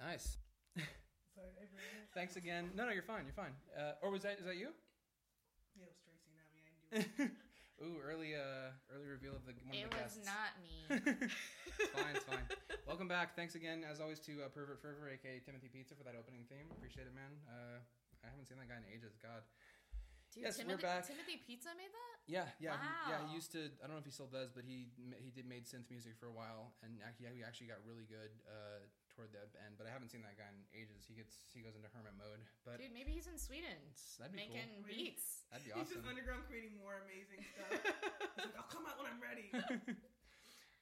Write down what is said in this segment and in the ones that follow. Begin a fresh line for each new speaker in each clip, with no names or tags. Nice.
Sorry, everyone.
Thanks again. No, no, you're fine. You're fine. Uh, or was that is that you?
Yeah, it was Tracy, not me. I didn't do it.
Ooh, early uh early reveal of the one
it
of
was
the guests.
not me.
fine, it's fine. Welcome back. Thanks again, as always, to uh, Pervert Fervor, aka Timothy Pizza, for that opening theme. Appreciate it, man. Uh, I haven't seen that guy in ages. God.
Dude,
Yes, we're
Timothy,
back.
Timothy Pizza made that?
Yeah, yeah, he, yeah. He
Wow.
used to. I don't know if he still does, but he ma- he did made synth music for a while, and ac- yeah, he actually got really good uh, toward the end. But I haven't seen that guy in ages. He gets he goes into hermit mode, but
Dude, maybe he's in Sweden
it's- that'd be cool.
making
cool.
beats.
That'd be
He's just
awesome.
underground creating more amazing stuff. He's like, I'll come out when I'm ready.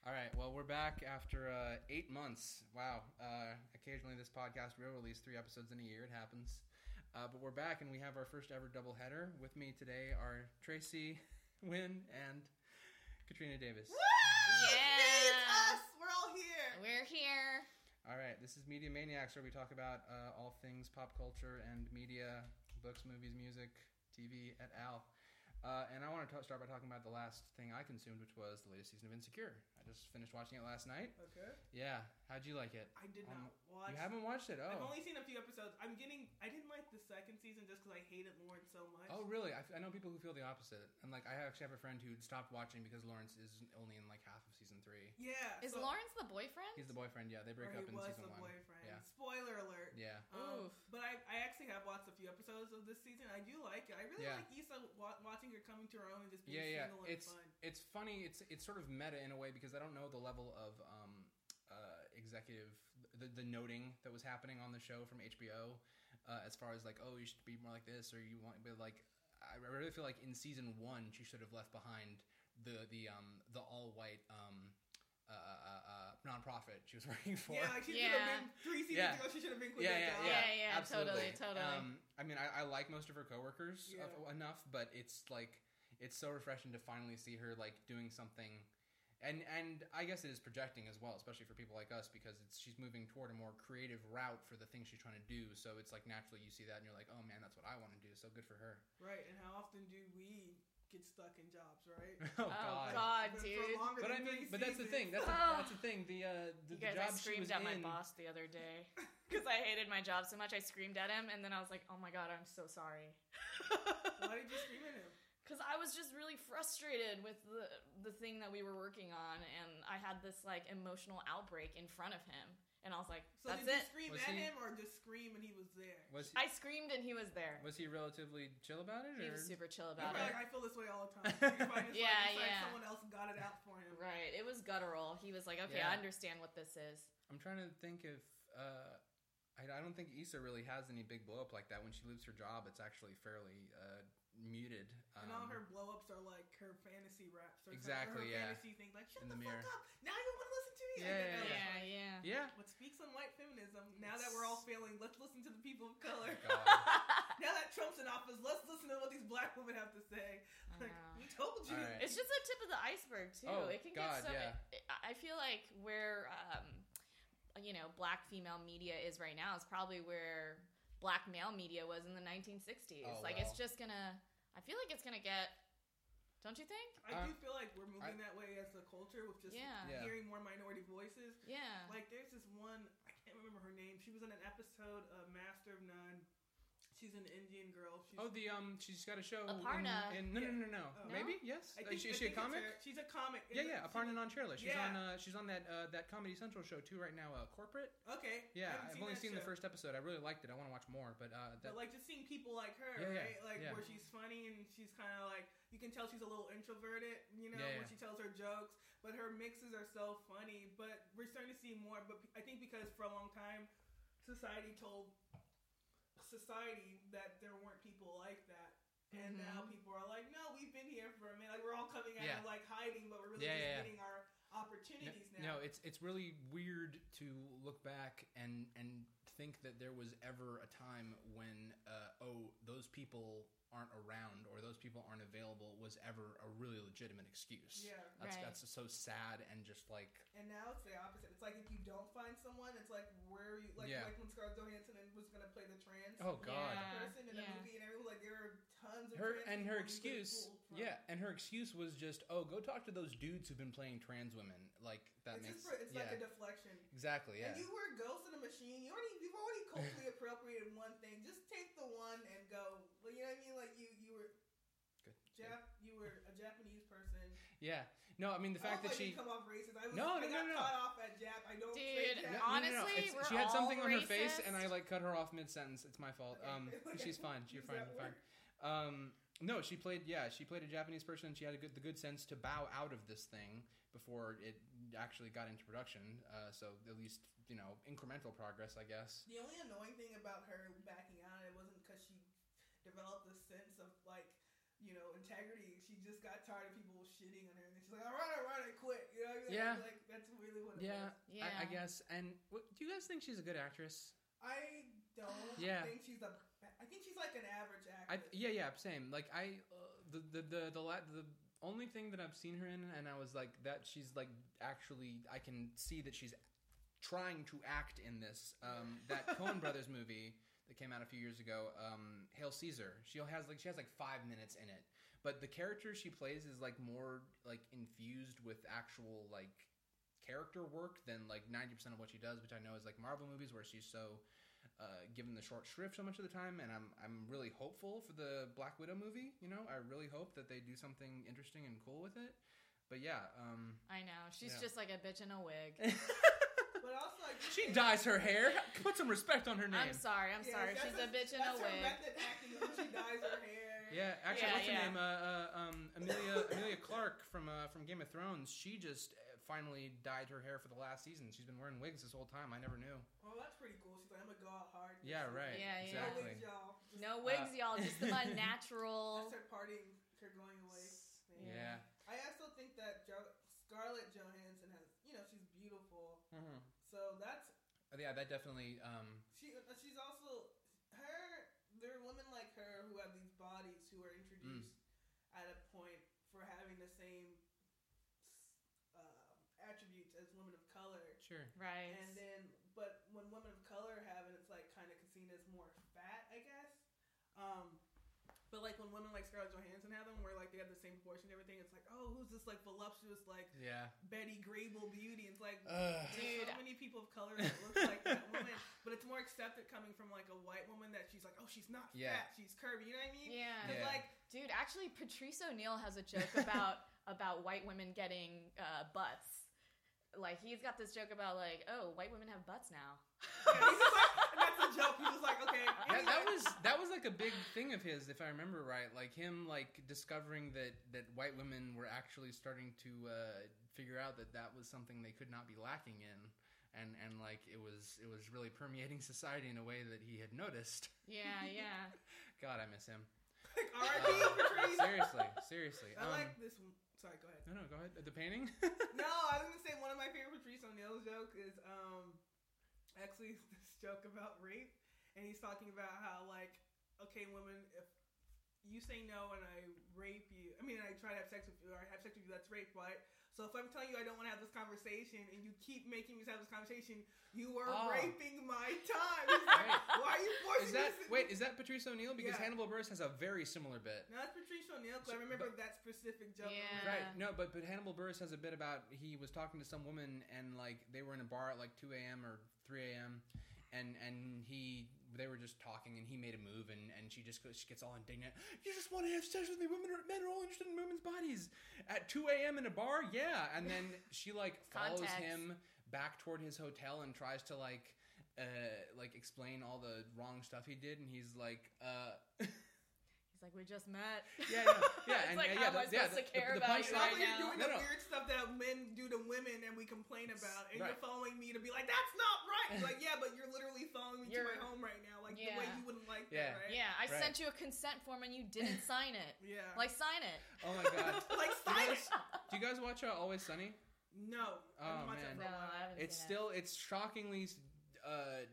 All right, well, we're back after uh, eight months. Wow. Uh, occasionally, this podcast will release three episodes in a year. It happens. Uh, but we're back, and we have our first ever double header. With me today are Tracy Wynn and Katrina Davis.
Yeah.
It's us. We're all here.
We're here.
All right, this is Media Maniacs, where we talk about uh, all things pop culture and media, books, movies, music, TV, et al. Uh, and I want to start by talking about the last thing I consumed, which was the latest season of Insecure. I just finished watching it last night.
Okay.
Yeah, how'd you like it?
I did
Um,
not watch.
You haven't watched it? Oh,
I've only seen a few episodes. I'm getting. I didn't like the second season just because I hated Lawrence so much.
oh, really? I, f- I know people who feel the opposite. And like, I actually have a friend who stopped watching because Lawrence is only in like half of season three.
yeah.
Is
so-
Lawrence the boyfriend?
He's the boyfriend. Yeah, they break
or
up
he
in
was
season
the
one.
boyfriend.
Yeah,
Spoiler alert.
yeah.
Um,
Oof.
But I, I actually have watched a few episodes of this season. I do like it. I really
Yeah.
like Issa wa- watching her coming to her own and just being
yeah, yeah.
single and
It's
fun.
it's funny. It's it's sort of meta in a way because I don't know the level of um, uh, executive the, the noting that was happening on the show from HBO uh, as far as like oh you should be more like this or you want but like I really feel like in season one she should have left behind the the um the all white um uh, uh, uh, nonprofit she was working for
Yeah, like she should
Yeah.
have been three seasons
Yeah.
ago. She should have been quit
yeah,
that
yeah, yeah,
job.
Yeah, yeah,
absolutely.
totally, totally.
Um, I mean, I, I like most of her coworkers
Yeah.
of- enough, but it's like it's so refreshing to finally see her like doing something, and and I guess it is projecting as well, especially for people like us because it's she's moving toward a more creative route for the things she's trying to do. So it's like naturally you see that and you're like, oh man, that's what I want to do. So good for her.
Right. And how often do we get stuck in jobs? Right.
oh
oh
God.
God,
For- for
dude.
longer
But I
than
mean,
three
but that's the thing.
seasons.
That's the,
Ah.
that's the thing. The uh, the,
You
the
guys,
job she
I
was
screamed at my
in-
boss the other day because I hated my job so much. I screamed at him, and then I was like, "Oh my god, I'm so sorry."
Why did you scream at him?
Because I was just really frustrated with the the thing that we were working on, and I had this like emotional outbreak in front of him, and I was like,
So did
"That's
you
it."
scream
Was
at
he-
him or just scream and he was there?
Was he,
I screamed, and he was there.
was he relatively chill about it? Or?
He was super chill
He's
about
probably like,
it.
I feel this way all the time. He's probably just
Yeah,
like, it's like
yeah.
someone else got it out for him.
Right. It was guttural. He was like, okay,
Yeah.
I understand what this is.
I'm trying to think if uh, I, I don't think Issa really has any big blow up like that. When she leaves her job, it's actually fairly uh, muted. Um,
And all her blow ups are like her fantasy raps. Or
Exactly,
Her
yeah.
fantasy thing. Like, shut
In
the,
the mirror.
fuck up. Now you want to listen to me? I
Yeah,
get
yeah,
that.
Yeah, yeah.
um, yeah.
What speaks on white feminism? Now that we're all failing, let's listen to the people of color.
God.
now that Trump's in office, let's listen to what these black women have to say.
I
Like,
know.
we told you.
All right.
It's just the tip of the iceberg, too.
Oh,
it can
God,
get so.
yeah.
I I feel like where, um, you know, black female media is right now is probably where black male media was in the 1960s.
Oh,
like,
wow.
it's just gonna. I feel like it's gonna get. Don't you think?
I
Um,
do feel like we're moving
I-
that way as a culture with just
Yeah.
Yeah.
hearing more minority voices.
Yeah.
Like there's this one I can't remember her name. She was in an episode of Master of None. She's an Indian girl. She's,
Oh, the um, she's got a show.
Aparna.
In, in, no, no, no, no,
Oh.
Maybe
No?
yes.
I
Uh, is she, is she a
I it's
comic?
her. She's a comic.
Yeah, yeah.
She-
Aparna Nancherla. She's
Yeah.
on. Uh, she's on that uh, that Comedy Central show too right now. Uh, Corporate.
Okay. I
Yeah,
haven't
I've only
that
seen the
show.
first episode. I really liked it. I want to watch more, but uh, that,
But like just seeing people like her,
Yeah, yeah,
right? Like
yeah.
where she's funny and she's kind of like you can tell she's a little introverted, you know,
Yeah, yeah.
when she tells her jokes. But her mixes are so funny. But we're starting to see more. But I think because for a long time, society told society that there weren't people like that. And now people are like, no, we've been here for a minute. Like we're all coming
Mm-hmm.
out
Yeah.
of like hiding, but we're really
Yeah,
just
yeah, yeah.
getting our
No,
opportunities now.
no, it's it's really weird to look back and and think that there was ever a time when uh, oh those people aren't around or those people aren't available was ever a really legitimate excuse.
Yeah.
that's
Right.
that's so sad and just like
And now it's the opposite. It's like if you don't find someone, it's like where are you like
Yeah.
like when Scarlett Johansson and was gonna play the trans
oh god.
Yeah.
person in a
yeah.
movie, and everyone was like there are tons of
Her
trans
and her
people you could
excuse,
pull from.
yeah, and her excuse was just, oh, go talk to those dudes who've been playing trans women. Like that
it's
makes,
just for, it's
yeah,
like a deflection.
exactly, yeah.
And you were a ghost in a machine. You already appropriated one thing, just take the one and go. Well, you know what I mean? Like you, you were
Good.
Jap, you were a Japanese person.
Yeah. No, I mean the fact
I don't
that
like
she.
to come off racist. I was,
No, no,
I
no,
got
no.
caught off at Jap. I don't. say
Dude,
Jap.
No,
no, honestly,
It's-
we're
she had something
all
on her face, and I
racist.
like cut her off mid sentence. It's my fault.
Okay.
Um,
Okay.
she's fine. She's
Use
fine.
that
You're fine.
word.
Um, no, she played. Yeah, she played a Japanese person. and She had a good, the good sense to bow out of this thing before it actually got into production. Uh, so at least you know incremental progress, I guess.
The only annoying thing about her backing out it wasn't because she developed a sense of like, you know, integrity. She just got tired of people shitting on her, and she's like, "All right, all right, I quit." You know, what I mean?
Yeah.
Like that's really what. It
Yeah,
was.
Yeah.
I, I guess. And what, do you guys think she's a good actress?
I don't.
Yeah.
Think she's a. I think she's like an average
I
actress.
yeah yeah same. Like I uh, the the the the, la- the only thing that I've seen her in, and I was like that she's like actually I can see that she's trying to act in this. Um, that Coen Brothers movie that came out a few years ago, um, Hail Caesar. She has like she has like five minutes in it, but the character she plays is like more like infused with actual like character work than like 90% of what she does which i know is like marvel movies where she's so uh, given the short shrift so much of the time, and I'm I'm really hopeful for the Black Widow movie. You know, I really hope that they do something interesting and cool with it. But yeah, um,
I know. She's
Yeah.
just like a bitch in a wig.
But also, I do
she
think-
dyes her hair. Put some respect on her name.
I'm sorry. I'm
Yeah,
sorry.
that's
She's a bitch in a
that's her
wig.
method acting when she dyes her hair.
Yeah, actually,
Yeah,
what's her
yeah.
name? Uh, uh, um, Amelia Amelia Clark from uh, from Game of Thrones. She just uh, finally dyed her hair for the last season. She's been wearing wigs this whole time. I never knew.
Well, Oh, that's pretty cool. She's like, I'm gonna go out hard. this
Yeah,
season."
right.
Yeah, yeah.
No
Exactly.
wigs, y'all. Just-
No
Uh.
wigs, y'all. Just the
That's
unnatural.
her partying. Her going away. thing.
Yeah.
I also think that jo- Scarlett Johansson has, you know, she's beautiful.
Mhm.
So that's
Yeah, that definitely. Um,
she. uh, She's also her. There are women like her who have these bodies who are introduced at a point for having the same uh, attributes as women of color.
sure.
Right.
And then, but when women of color have it, it's like kind of seen as more fat, I guess. Um, but like when women like Scarlett Johansson have them, where like they have the same proportion and everything, it's like, oh, who's this like voluptuous like
Yeah.
Betty Grable beauty? It's like.
Ugh.
There's
Dude.
so many people of color that look like that woman, but it's more accepted coming from like a white woman that she's like, oh, she's not
Yeah.
fat, she's curvy. You know what I mean?
yeah.
'Cause,
Yeah.
like,
Dude, actually, Patrice O'Neill has a joke about about white women getting uh, butts. Like he's got this joke about like, oh, white women have butts now.
yeah, he's just like, and that's a joke. He was like, okay,
Yeah, that
anyway.
was that was like a big thing of his, if I remember right. Like him, like discovering that that white women were actually starting to uh, figure out that that was something they could not be lacking in, and and like it was it was really permeating society in a way that he had noticed.
Yeah, yeah.
God, I miss him. Uh,
like, R.I.P. Patrice.
seriously, seriously.
I
Um,
like this. One. Sorry, go ahead.
no, no, go ahead. The painting.
No, I was gonna say one of my favorite Patrice O'Neill joke is um actually it's this joke about rape, and he's talking about how like okay, women, if you say no and I rape you, I mean I try to have sex with you or I have sex with you, that's rape, right? So if I'm telling you I don't want to have this conversation and you keep making me have this conversation, you are
Oh.
raping my time. He's like,
Wait.
Why are you forcing
is that
this?
wait? Is that Patrice O'Neill? Because
Yeah.
Hannibal Buress has a very similar bit.
No, that's Patrice O'Neill. 'cause I
So-
remember that specific joke.
Yeah.
Right. No, but but Hannibal Burris has a bit about he was talking to some woman and like they were in a bar at like two a.m. or three a.m. and and he they were just talking and he made a move and and she just goes, she gets all indignant. You just want to have sex with me. Women are men are all interested in women's bodies at two a.m. in a bar. Yeah, and then she like follows
Context.
him back toward his hotel and tries to like. Uh, like explain all the wrong stuff he did, and he's like, uh,
He's like, we just met.
Yeah, no, yeah,
it's
and-
like,
yeah,
how
yeah,
am I
the- yeah,
supposed to
the-
care
the
about you
punchline-
Stop
right
you're
now?
doing
No,
the
no.
weird stuff that men do to women and we complain about, and you're
right.
following me to be like, that's not right. You're like, yeah, but you're literally following me to my
You're-
home right now, like the
Yeah.
way you wouldn't like
Yeah.
that, right?
Yeah, I
Right.
sent you a consent form and you didn't sign it.
yeah.
Like, sign it.
"Oh my god,
like
Do you
sign it.
guys- Do you guys watch uh, Always Sunny?
No. I haven't
Oh,
watched
man.
it for a while.
haven't.
It's
seen it.
still it's shockingly uh,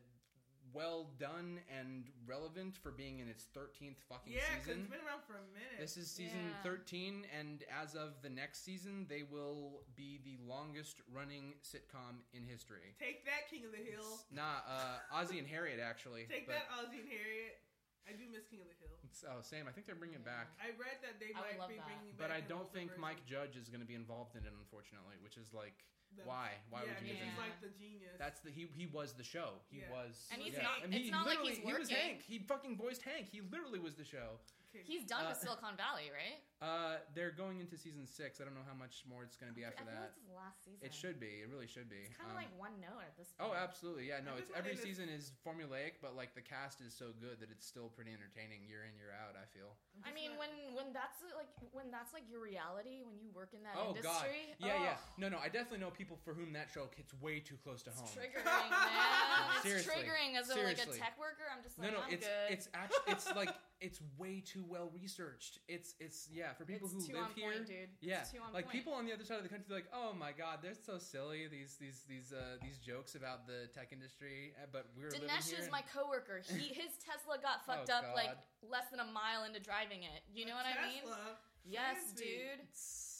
well done and relevant for being in its thirteenth fucking
Yeah, because
season.
it's been around for a minute.
This is season
Yeah.
thirteen, and as of the next season, they will be the longest running sitcom in history.
Take that, King of the Hill.
Nah, uh, Ozzy and Harriet actually.
Take
but-
that, Ozzy and Harriet. I do miss King of the Hill.
it's- Oh, same. I think they're bringing it
Yeah.
back.
I read that they
I would
might
love
be
that.
bringing back.
But I
an
don't
older
think
version.
Mike Judge is going to be involved in it, unfortunately, which is like
The-
Why? Why
yeah,
would you
do
because
even
He's
that?
like the genius.
That's the he. He was the show. He
Yeah.
was.
And
he's
yeah.
not-
And
it's
he
not like
literally-
he's
He was
working.
Hank. He fucking voiced Hank. He literally was the show.
okay.
He's done
Uh,
with Silicon Valley, right?
Uh, they're going into season six. I don't know how much more it's going to be after
I feel
that.
like it's his last season.
It should be. It really should be.
It's kind of
Um,
like one note at this point.
Oh, absolutely. Yeah, no,
I
it's
think
every
it is-
season is formulaic, but like the cast is so good that it's still pretty entertaining year in year out. I feel.
I'm
I
just
mean,
not-
when when that's uh, like when that's like your reality when you work in that
Oh, God.
industry.
Yeah, yeah.
oh,
No, no. I definitely know people for whom that show hits way too close to
It's
home.
triggering, man. It's
Seriously.
triggering as a, like a
Seriously.
tech worker. I'm just
no,
like,
no.
I'm
It's
good.
it's actually it's like it's way too well researched. It's it's yeah for people
It's
who
too
live
on
here.
point, dude. It's
Yeah,
too on
like
point.
people on the other side of the country, they're like, oh my god, they're so silly. These these these uh, these jokes about the tech industry, uh, but we're living
Dinesh
here.
is
and-
my coworker. He his Tesla got fucked
Oh,
up like
God.
less than a mile into driving it. You know
a
what I mean?
Tesla.
Yes,
Fancy.
dude.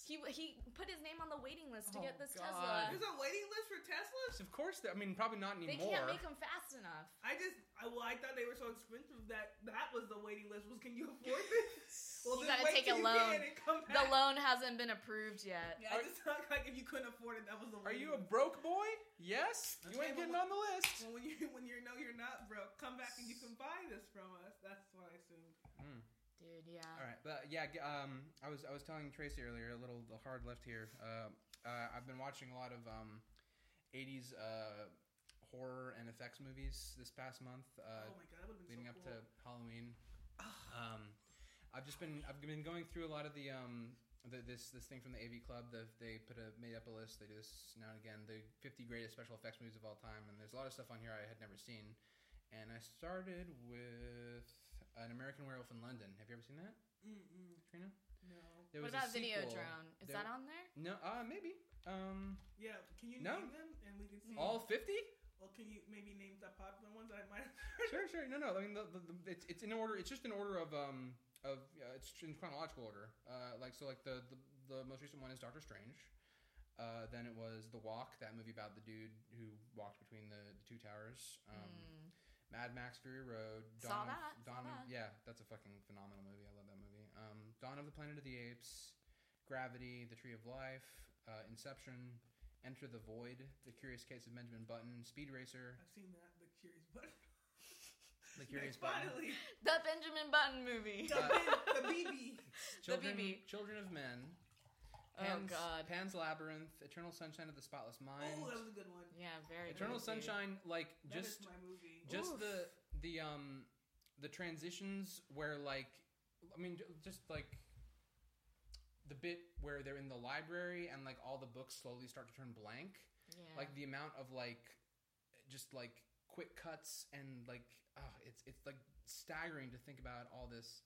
He he put his name on the waiting list to
Oh,
get this
God.
Tesla.
There's a waiting list for Teslas.
Of course, they- I mean, probably not
They
anymore.
can't make him fast enough.
I just, I, well, I thought they were so expensive that that was the waiting list. Was can you afford this? Well,
You
then
gotta
wait
take
till
a
you can
loan.
and come
The
back.
loan hasn't been approved yet.
Yeah, I
Are-
just thought like if you couldn't afford it, that was the.
Are you a
waiting list.
broke boy? Yes. You
Okay,
ain't
but
getting
what-
on the list.
Well, when you when you know you're not broke, come back and you can buy this from us. That's what I assumed.
Dude, yeah.
All right, but yeah, g- um, I was I was telling Tracy earlier a little the hard left here. Uh, uh, I've been watching a lot of um, '80s uh, horror and effects movies this past month, uh,
oh my god, that would have been
leading
so
up
cool.
to Halloween. Um, I've just been I've been going through a lot of the um the, this this thing from the AV Club. The, they put a made up a list. They do this now and again. The 50 greatest special effects movies of all time, and there's a lot of stuff on here I had never seen. And I started with an American Werewolf in London. Have you ever seen that,
Mm-mm,
Katrina?
no.
There a
What about Video
sequel.
Drone? Is
There-
that on there?
No, uh, maybe. Um,
Yeah, can you
No.
name them and we can see?
Hmm. Mm.
all 50?
Well, can you maybe name the popular ones that I might have
sure, sure. No, no. I mean, the, the, the, it's it's in order. It's just in order of um of uh, it's in chronological order. Uh, like so, like the, the the most recent one is Doctor Strange. Uh, then it was The Walk, that movie about the dude who walked between the, the two towers. Um,
Mm.
Mad Max Fury Road. of-
Saw that, saw
Dawn of-
that.
Yeah, that's a fucking phenomenal movie. I love that movie. Um, Dawn of the Planet of the Apes, Gravity, The Tree of Life, uh, Inception, Enter the Void, The Curious Case of Benjamin Button, Speed Racer,
I've seen that. The Curious Button.
The Curious Button,
Finally,
The Benjamin Button movie.
the, bin- the BB.
Children,
BB.
Children of Men,
Oh,
Pan's,
God.
Pan's Labyrinth, Eternal Sunshine of the Spotless Mind,
Oh, that was a good one.
Yeah, very
Eternal
good, dude.
Sunshine. Like
That is
just
my movie.
just
Oof.
the the um the transitions where like i mean ju- just like the bit where they're in the library and like all the books slowly start to turn blank
Yeah.
like the amount of like just like quick cuts and like ah, it's it's like staggering to think about all this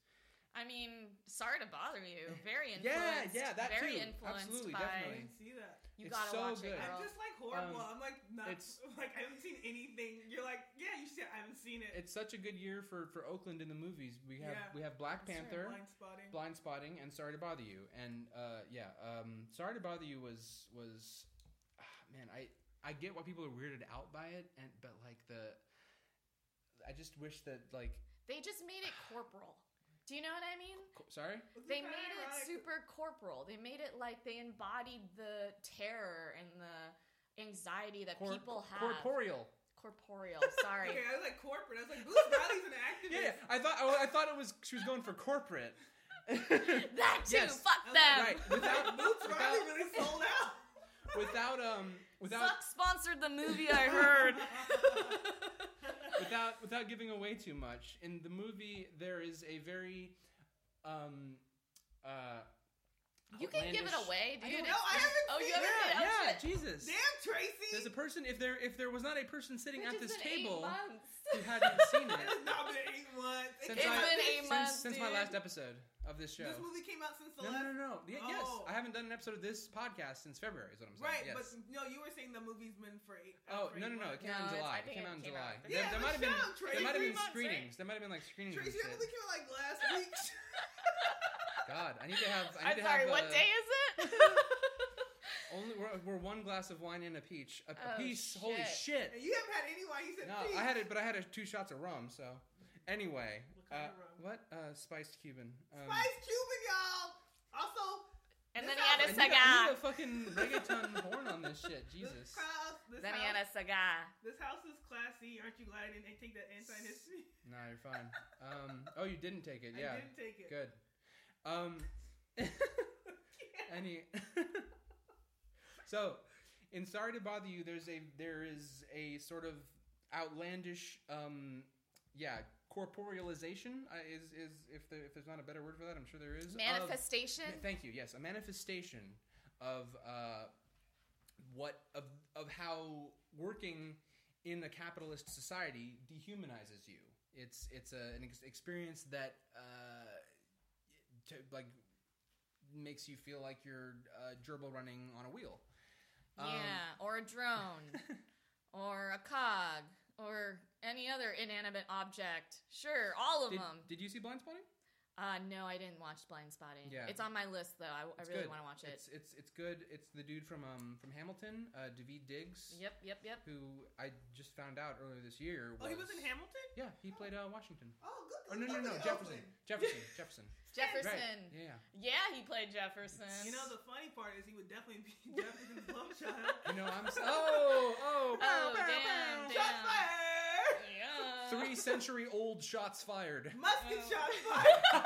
I mean, sorry to bother you. Very
Yeah,
influenced.
yeah, that
very
too.
influenced
Absolutely,
I
by.
definitely.
didn't see that.
You
It's
gotta
so
watch
good.
it, girl.
I'm just like horrible.
Um,
I'm like not
it's-
like I haven't seen anything. You're like, yeah, you said I haven't seen it.
it's such a good year for for oakland in the movies we have
Yeah.
we have black
That's right.
panther
Blind spotting.
blind spotting and sorry to bother you and uh, yeah um, sorry to bother you was was ah, man i i get why people are weirded out by it and but like the i just wish that like
They just made it corporal. Do you know what I mean?
co- sorry
Wasn't
They
that
made it
ironic?
super corporal. They made it like they embodied the terror and the anxiety that
Cor-
people have.
corporeal
Corporeal. Sorry.
Okay, I was like corporate. I was like, Bruce Riley's an
yeah,
activist.
yeah, i thought I, I thought it was she was going for corporate
that too.
Yes.
Fuck
I was
them.
right without
Boots Riley
without,
really sold out.
without um without
Suck sponsored the movie I heard.
without without giving away too much, in the movie there is a very um uh
you can give it
outlandish-
I
away, dude.
don't know, I haven't
Oh,
seen
you haven't
it.
seen it?
Yeah,
Oh,
yeah,
shit.
Jesus.
Damn, Tracy.
There's a person if there if there was not a person sitting
Bitch,
at this
it's been eight
table
months.
who hadn't seen
It has
it
not been eight months. It
Since I-
came
It's
out
been
this-
eight
since
months.
since my
dude.
last episode of this show.
This movie came out since the
No, no,
last.
no, no. Y- Yes,
Oh.
I haven't done an episode of this podcast since February. Is what I'm saying.
Right,
yes.
but no, you were saying the movie's been for eight.
Oh
out for
no
eight
no no! It
months.
came out in
No, it's-
July.
I
It
think
came
it
out in
came
July.
out.
There,
Yeah,
there
the
might have been
show,
there
Tracy.
might have been
Three months, right?
screenings. There might have been like screenings. and
Tracy,
Hmm,
that
shit.
movie came out like last week.
God, I need to have. I need to
I'm sorry.
Have,
What
uh,
day is it?
Only we're, we're one glass of wine and a peach. A, a
Oh,
piece. Holy
and
shit!
you haven't had any E wine. You said
No,
peace.
I had it, but I had a, two shots of rum. So, anyway, uh,
What kind of rum?
what uh, spiced Cuban? Um,
Spice Cuban, y'all. Also,
And then
This
he had a
sounds
I need a- I need
cigar.
a fucking reggaeton horn on this shit. Jesus.
This house, this,
Then he
house,
had a cigar.
this house is classy. Aren't you glad I didn't take that anti-history?
Nah, you're fine. Um, oh, you didn't take it. Yeah.
I didn't take it.
Good. Um,
Yeah.
any. so, in Sorry to Bother You, there's a there is a sort of outlandish, um, yeah, corporealization uh, is is if there, if there's not a better word for that, I'm sure there is. of-
Manifestation.
Ma- Thank you. Yes, a manifestation of uh, what of of how working in a capitalist society dehumanizes you. It's it's a, an ex- experience that uh, to, like makes you feel like you're uh, gerbil running on a wheel. Um,
yeah, or a drone, or a cog, or any other inanimate object. Sure, all of
Did,
them.
did you see Blind Spotting?
Uh, no, I didn't watch Blind Spotting.
Yeah.
It's on my list though. I, I
It's
really
good.
want to watch it.
It's it's it's good. It's the dude from um from Hamilton, uh, David Diggs,
Yep, yep, yep.
who I just found out earlier this year.
Oh, he was in Hamilton.
Yeah, he played uh, Washington.
Oh, good.
Oh no no
good
no
for
Jefferson
Oakland.
Jefferson Jefferson
Jefferson.
right yeah
Yeah, he played Jefferson.
You know the funny part is he would definitely be Jefferson's love child.
you know I'm so, oh oh,
Oh,
bow, bow,
damn,
bow.
damn.
Shots fired!
yeah.
three century old shots fired
Musket
Oh.
shots fired!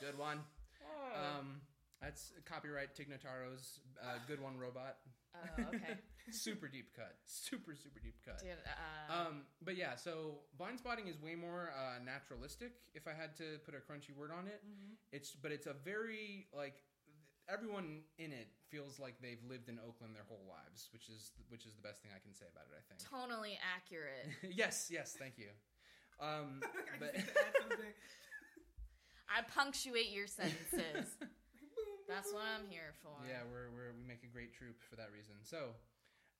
good one
Oh.
um that's copyright Tignotaro's uh, good one robot
oh, okay.
super deep cut super super deep cut
Dude, uh,
um but yeah so blind spotting is way more uh, naturalistic if I had to put a crunchy word on it It's but it's a very like everyone in it feels like they've lived in Oakland their whole lives, which is which is the best thing I can say about it. I
tonally accurate.
think. yes, yes, thank you. Um,
I
but
just need to add something.
I punctuate your sentences. That's what I'm here for.
yeah, we're, we're we make a great troupe for that reason. So,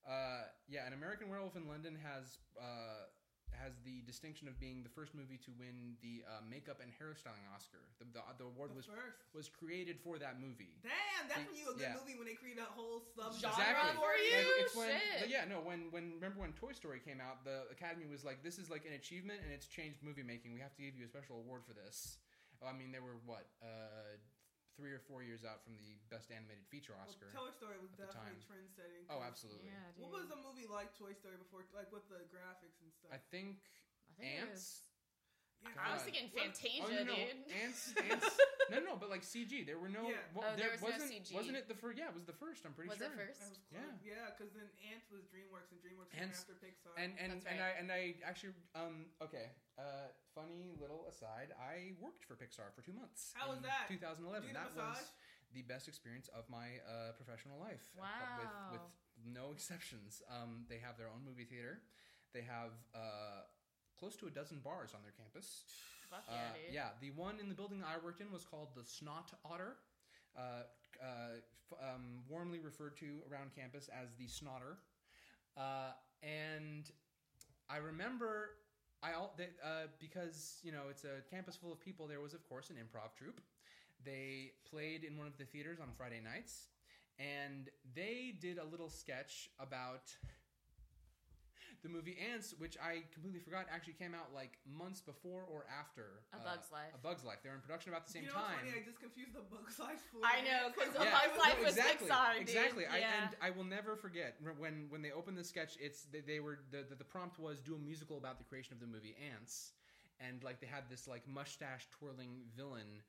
uh, yeah, an American Werewolf in London has uh, has the distinction of being the first movie to win the uh, makeup and hairstyling Oscar. The the, the award
The
was
first.
was created for that movie.
Damn, that's when you a good
Yeah.
movie when they create a whole subgenre
Genre for you?
Like, it's when,
Shit.
but yeah, no. When when remember when Toy Story came out, the Academy was like, "This is like an achievement, and it's changed movie making. We have to give you a special award for this." Oh, I mean, they were what uh, three or four years out from the Best Animated Feature
Well,
Oscar.
Toy Story was
at the
definitely
time.
trend setting.
oh, absolutely.
Yeah, dude.
What was a movie like Toy Story before, like with the graphics and
I
stuff?
think
I think it
ants.
was-
Yeah.
I was
God.
thinking
What-
Fantasia,
oh no, no,
dude.
ants, ants. No, no, but like CG. There were no.
Yeah.
wa-
Oh, there was no
wasn't,
CG.
Wasn't it the first? Yeah, it was the first. I'm pretty
was
sure.
it first?
That was
Yeah.
close. Yeah, because then Ants was DreamWorks and DreamWorks went
Ants-
after Pixar.
And and
That's
and I and I actually um okay uh funny little aside I worked for Pixar for two months.
How was
in
that?
2011.
Did you get a
That was
massage?
the best experience of my uh, professional life. uh,
Wow.
With, with no exceptions, um, they have their own movie theater. They have uh, close to a dozen bars on their campus.
Fuck
Uh,
yeah, dude.
yeah, the one in the building I worked in was called the Snot Otter. Uh, uh, f- um, warmly referred to around campus as the Snotter. Uh, and I remember I all that uh, because you know it's a campus full of people. There was of course an improv troupe. They played in one of the theaters on Friday nights, and they did a little sketch about the movie Ants, which I completely forgot actually came out like months before or after
A Bug's Life.
uh, A Bug's Life. They were in production about the same
you know what's
time.
funny? I just confused the Bug's Life for
I know, 'cause the
Yeah,
Bug's Life was
exactly,
Pixar, dude.
Exactly. I,
Yeah.
and I will never forget re- when when they opened the sketch. It's they, they were the, the the prompt was do a musical about the creation of the movie Ants, and like they had this like mustache twirling villain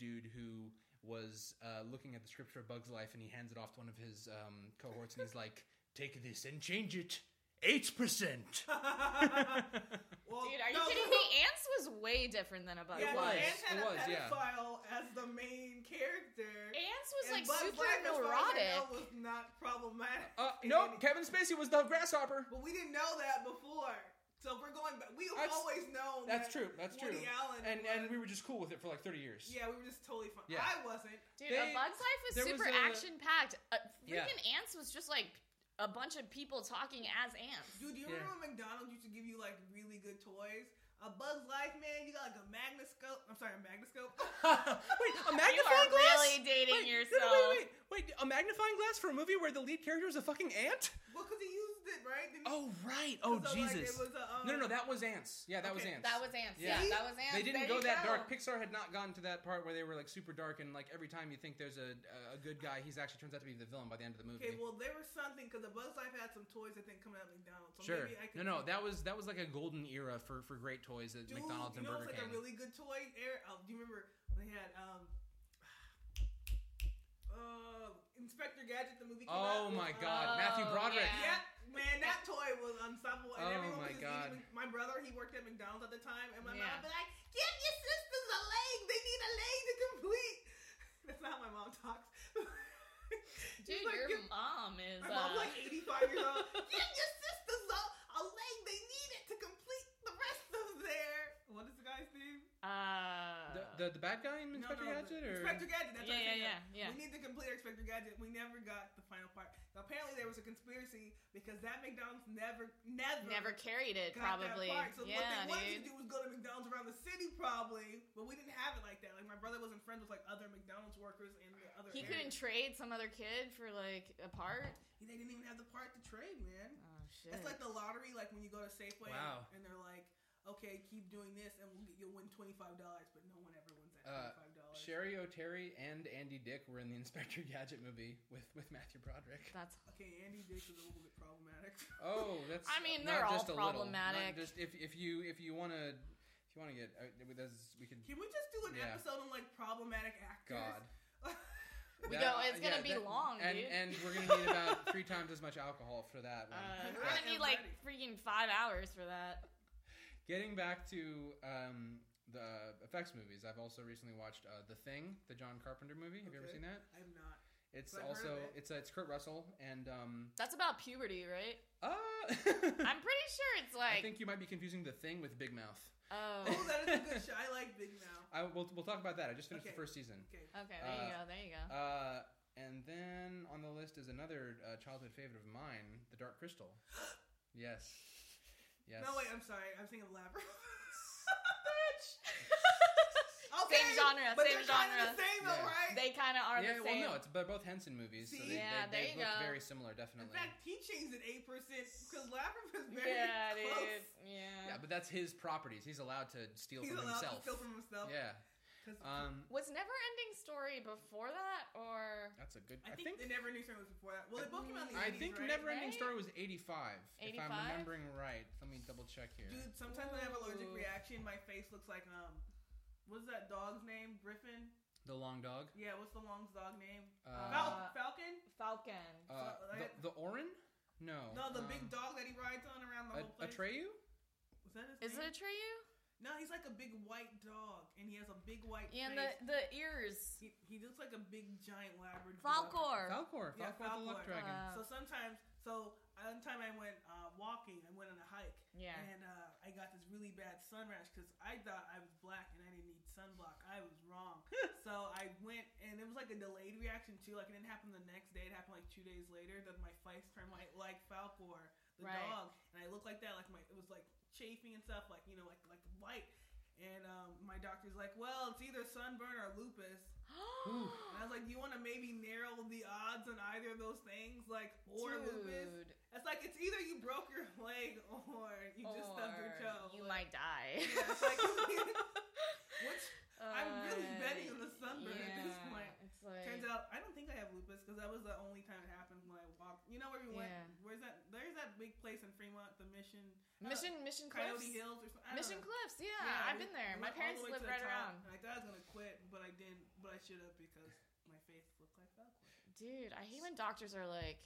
dude who was uh, looking at the script for Bug's Life, and he hands it off to one of his um, cohorts, and he's like, "Take this and change it eight percent." Uh,
well,
Dude, are you
no,
kidding me? Ants was way different than a Bug's
Yeah,
It
Life.
was.
Ants had
It
a
was, yeah.
pedophile as the main character.
Ants was
and
like
Buzz
super
Lightyear, as far as I
neurotic.
know, was not problematic.
Uh,
in
no,
any-
Kevin Spacey was the grasshopper.
but we didn't know that before. So if we're going back. We've
That's-
always known
That's
that
true. That's true.
Woody Allen
And
was,
and we were just cool with it for like thirty years.
yeah, we were just totally fine.
Yeah.
I wasn't.
Dude, A
They-
Bug's Life was
there was
super
a-
action packed. Uh,
Yeah.
freaking Ants was just like a bunch of people talking as ants.
Dude, do you
Yeah.
remember when McDonald's used to give you like really good toys? A Bug's Life, man, you got like a magnoscope. I'm sorry, a magnoscope.
wait, a magnifying
you are
glass?
really dating
wait, no,
yourself.
No, wait, wait, wait. A magnifying glass for a movie where the lead character is a fucking ant?
Well, because he used the it, right? Didn't-
Oh right. Oh
'cause, uh, like,
Jesus.
it was a, um,
no, no, no. That was ants. Yeah, that was
Okay.
ants.
That was ants.
Yeah.
Yeah,
See?
that was ants.
They didn't go
There you
that dark. Pixar had not gotten to that part where they were like super dark and like every time you think there's a a good guy, he's actually turns out to be the villain by the end of the movie.
Okay, well there was something because the Buzz Life had some toys I think coming out of McDonald's. So
sure.
Maybe I could
No, no. That was that was like a golden era for for great toys at
Dude,
McDonald's and
you know,
Burger
it's
King.
like a really good toy. Air. Oh, do you remember when they had um, uh, Inspector Gadget the movie? Came
oh
out
my
with,
God,
Uh,
Matthew
Oh,
Broderick.
yeah.
yeah, man, that toy was unstoppable. And
Oh
everyone
my
was just
God.
Eating. My brother, he worked at McDonald's at the time, and my
Yeah.
mom be like, "Give your sisters a leg. They need a leg to complete." That's not how my mom talks.
Dude,
She's like,
your
"Give-
mom is.
my
uh,
mom's like 85 years old. Give your sisters a, a leg. They need it to complete the rest of their. What is the guy's name?
uh,
The, the the bad guy in
No,
Inspector
no, the-
Gadget or
Inspector Gadget. That's
yeah,
what I'm
yeah,
thinking of.
yeah, yeah.
We need to complete our Inspector Gadget. We never got the final part. apparently, there was a conspiracy because that McDonald's never, never,
Never carried it,
got
probably.
That part. So what they
yeah,
wanted to do
dude.
was go to McDonald's around the city, probably, but we didn't have it like that. Like my brother wasn't friends with like other McDonald's workers in the other.
He couldn't
areas.
trade some other kid for like a part.
They didn't even have the part to trade, man.
Oh shit.
It's like the lottery, like when you go to Safeway
Wow.
and they're like, okay, keep doing this and we'll get, you'll win $25, but no one ever wins that
Uh,
$25.
Sherry O'Terry and Andy Dick were in the Inspector Gadget movie with with Matthew Broderick.
That's
okay, Andy Dick is a little bit problematic.
Oh, that's.
I mean,
not
they're all
just a little, not
problematic.
just if if you if you want to if you want to get uh, with us, we could.
Can we just do an
Yeah.
episode on like problematic actors?
God,
We
That-
go, it's gonna
yeah,
be
that-
long,
and
dude.
and we're gonna need about three times as much alcohol for that.
uh,
One.
we're
But
gonna
am
need like
ready.
freaking five hours for that.
Getting back to um, the effects movies, I've also recently watched uh, The Thing, the John Carpenter movie. Have you ever
Okay.
seen that?
I'm not.
It's
I've heard
also
of it.
it's uh, it's Kurt Russell and um
That's about puberty, right?
uh,
I'm pretty sure it's
I
like
think you might be confusing The Thing with Big Mouth.
oh.
Oh, that is a good show. I like Big Mouth.
I we'll, we'll talk about that. I just finished
Okay.
the first season.
Okay.
Okay, there you
Uh,
go. There you go.
Uh, and then on the list is another uh, childhood favorite of mine, The Dark Crystal. yes. Yes.
No, wait, I'm sorry. I'm thinking of Labyrinth. okay,
Same genre,
but
same
they're kinda
genre.
The same, though,
Yeah.
right?
They kind of are
yeah,
the
well,
same.
no, it's they're both Henson movies, so
See?
they,
Yeah,
they, they
there you
look
go.
very similar,
In
definitely.
fact, teaching's at 8% because Labyrinth is very
yeah,
close.
dude. Yeah.
yeah, but that's his properties. He's allowed to steal
He's
from
allowed
himself.
to kill from himself.
yeah.
'Cause
Um,
Was Never Ending Story before that, or
that's a good.
I, think, they never knew something was before that. Well, they both came out in the
I
80s,
think
right?
Never Ending
Right?
Story was 85, if I'm
85?
remembering right. Let me double check here.
Dude, sometimes when I have allergic
Ooh.
reaction, my face looks like, um, what's that dog's name? Griffin?
The Long Dog.
Yeah, what's the long dog name?
Uh,
Fal- Falcon?
Falcon?
uh, the, the Orin? No.
No, the big
um,
dog that he rides on around the whole
A-
place.
Atreyu?
Is that his
Is
name?
it Atreyu?
No, he's like a big white dog, and he has a big white
Yeah, and the
face.
the ears.
he, he looks like a big giant Labrador.
Falcor.
Falcor. Falcor,
Yeah,
the Luck
Falcor.
Dragon.
Uh,
So sometimes, so one time I went uh, walking, I went on a hike,
yeah.
and uh, I got this really bad sun rash because I thought I was black and I didn't need sunblock. I was wrong. so I went, and it was like a delayed reaction too. Like it didn't happen the next day; it happened like two days later. That my face turned white, like Falcor, the
Right.
dog, and I looked like that. Like my it was like chafing and stuff, like you know, like like white. And um, my doctor's like, "Well, it's either sunburn or lupus."
Ooh.
And I was like, you want to maybe narrow the odds on either of those things, like or lupus?
Dude,
It's like it's either you broke your leg or you just stubbed your
or
toe.
You
Like,
might die.
Yeah, it's like- which I'm really
Uh,
betting on the sunburn at this
yeah,
point.
It's like
turns out I don't think I have lupus because that was the only time it happened when I walked. You know where we went?
Yeah.
Where's that? There's that big place in Fremont, the Mission uh,
Mission Mission
Coyote
Cliffs.
Hills or something. I don't
Mission
know.
Cliffs. Yeah,
Yeah,
I've
we-
been there.
we
My
went all the
parents
way to
live
the
right
top,
around.
And I thought I was gonna quit, but I didn't. But I should have because my face looked like that.
Dude, I hate when doctors are like,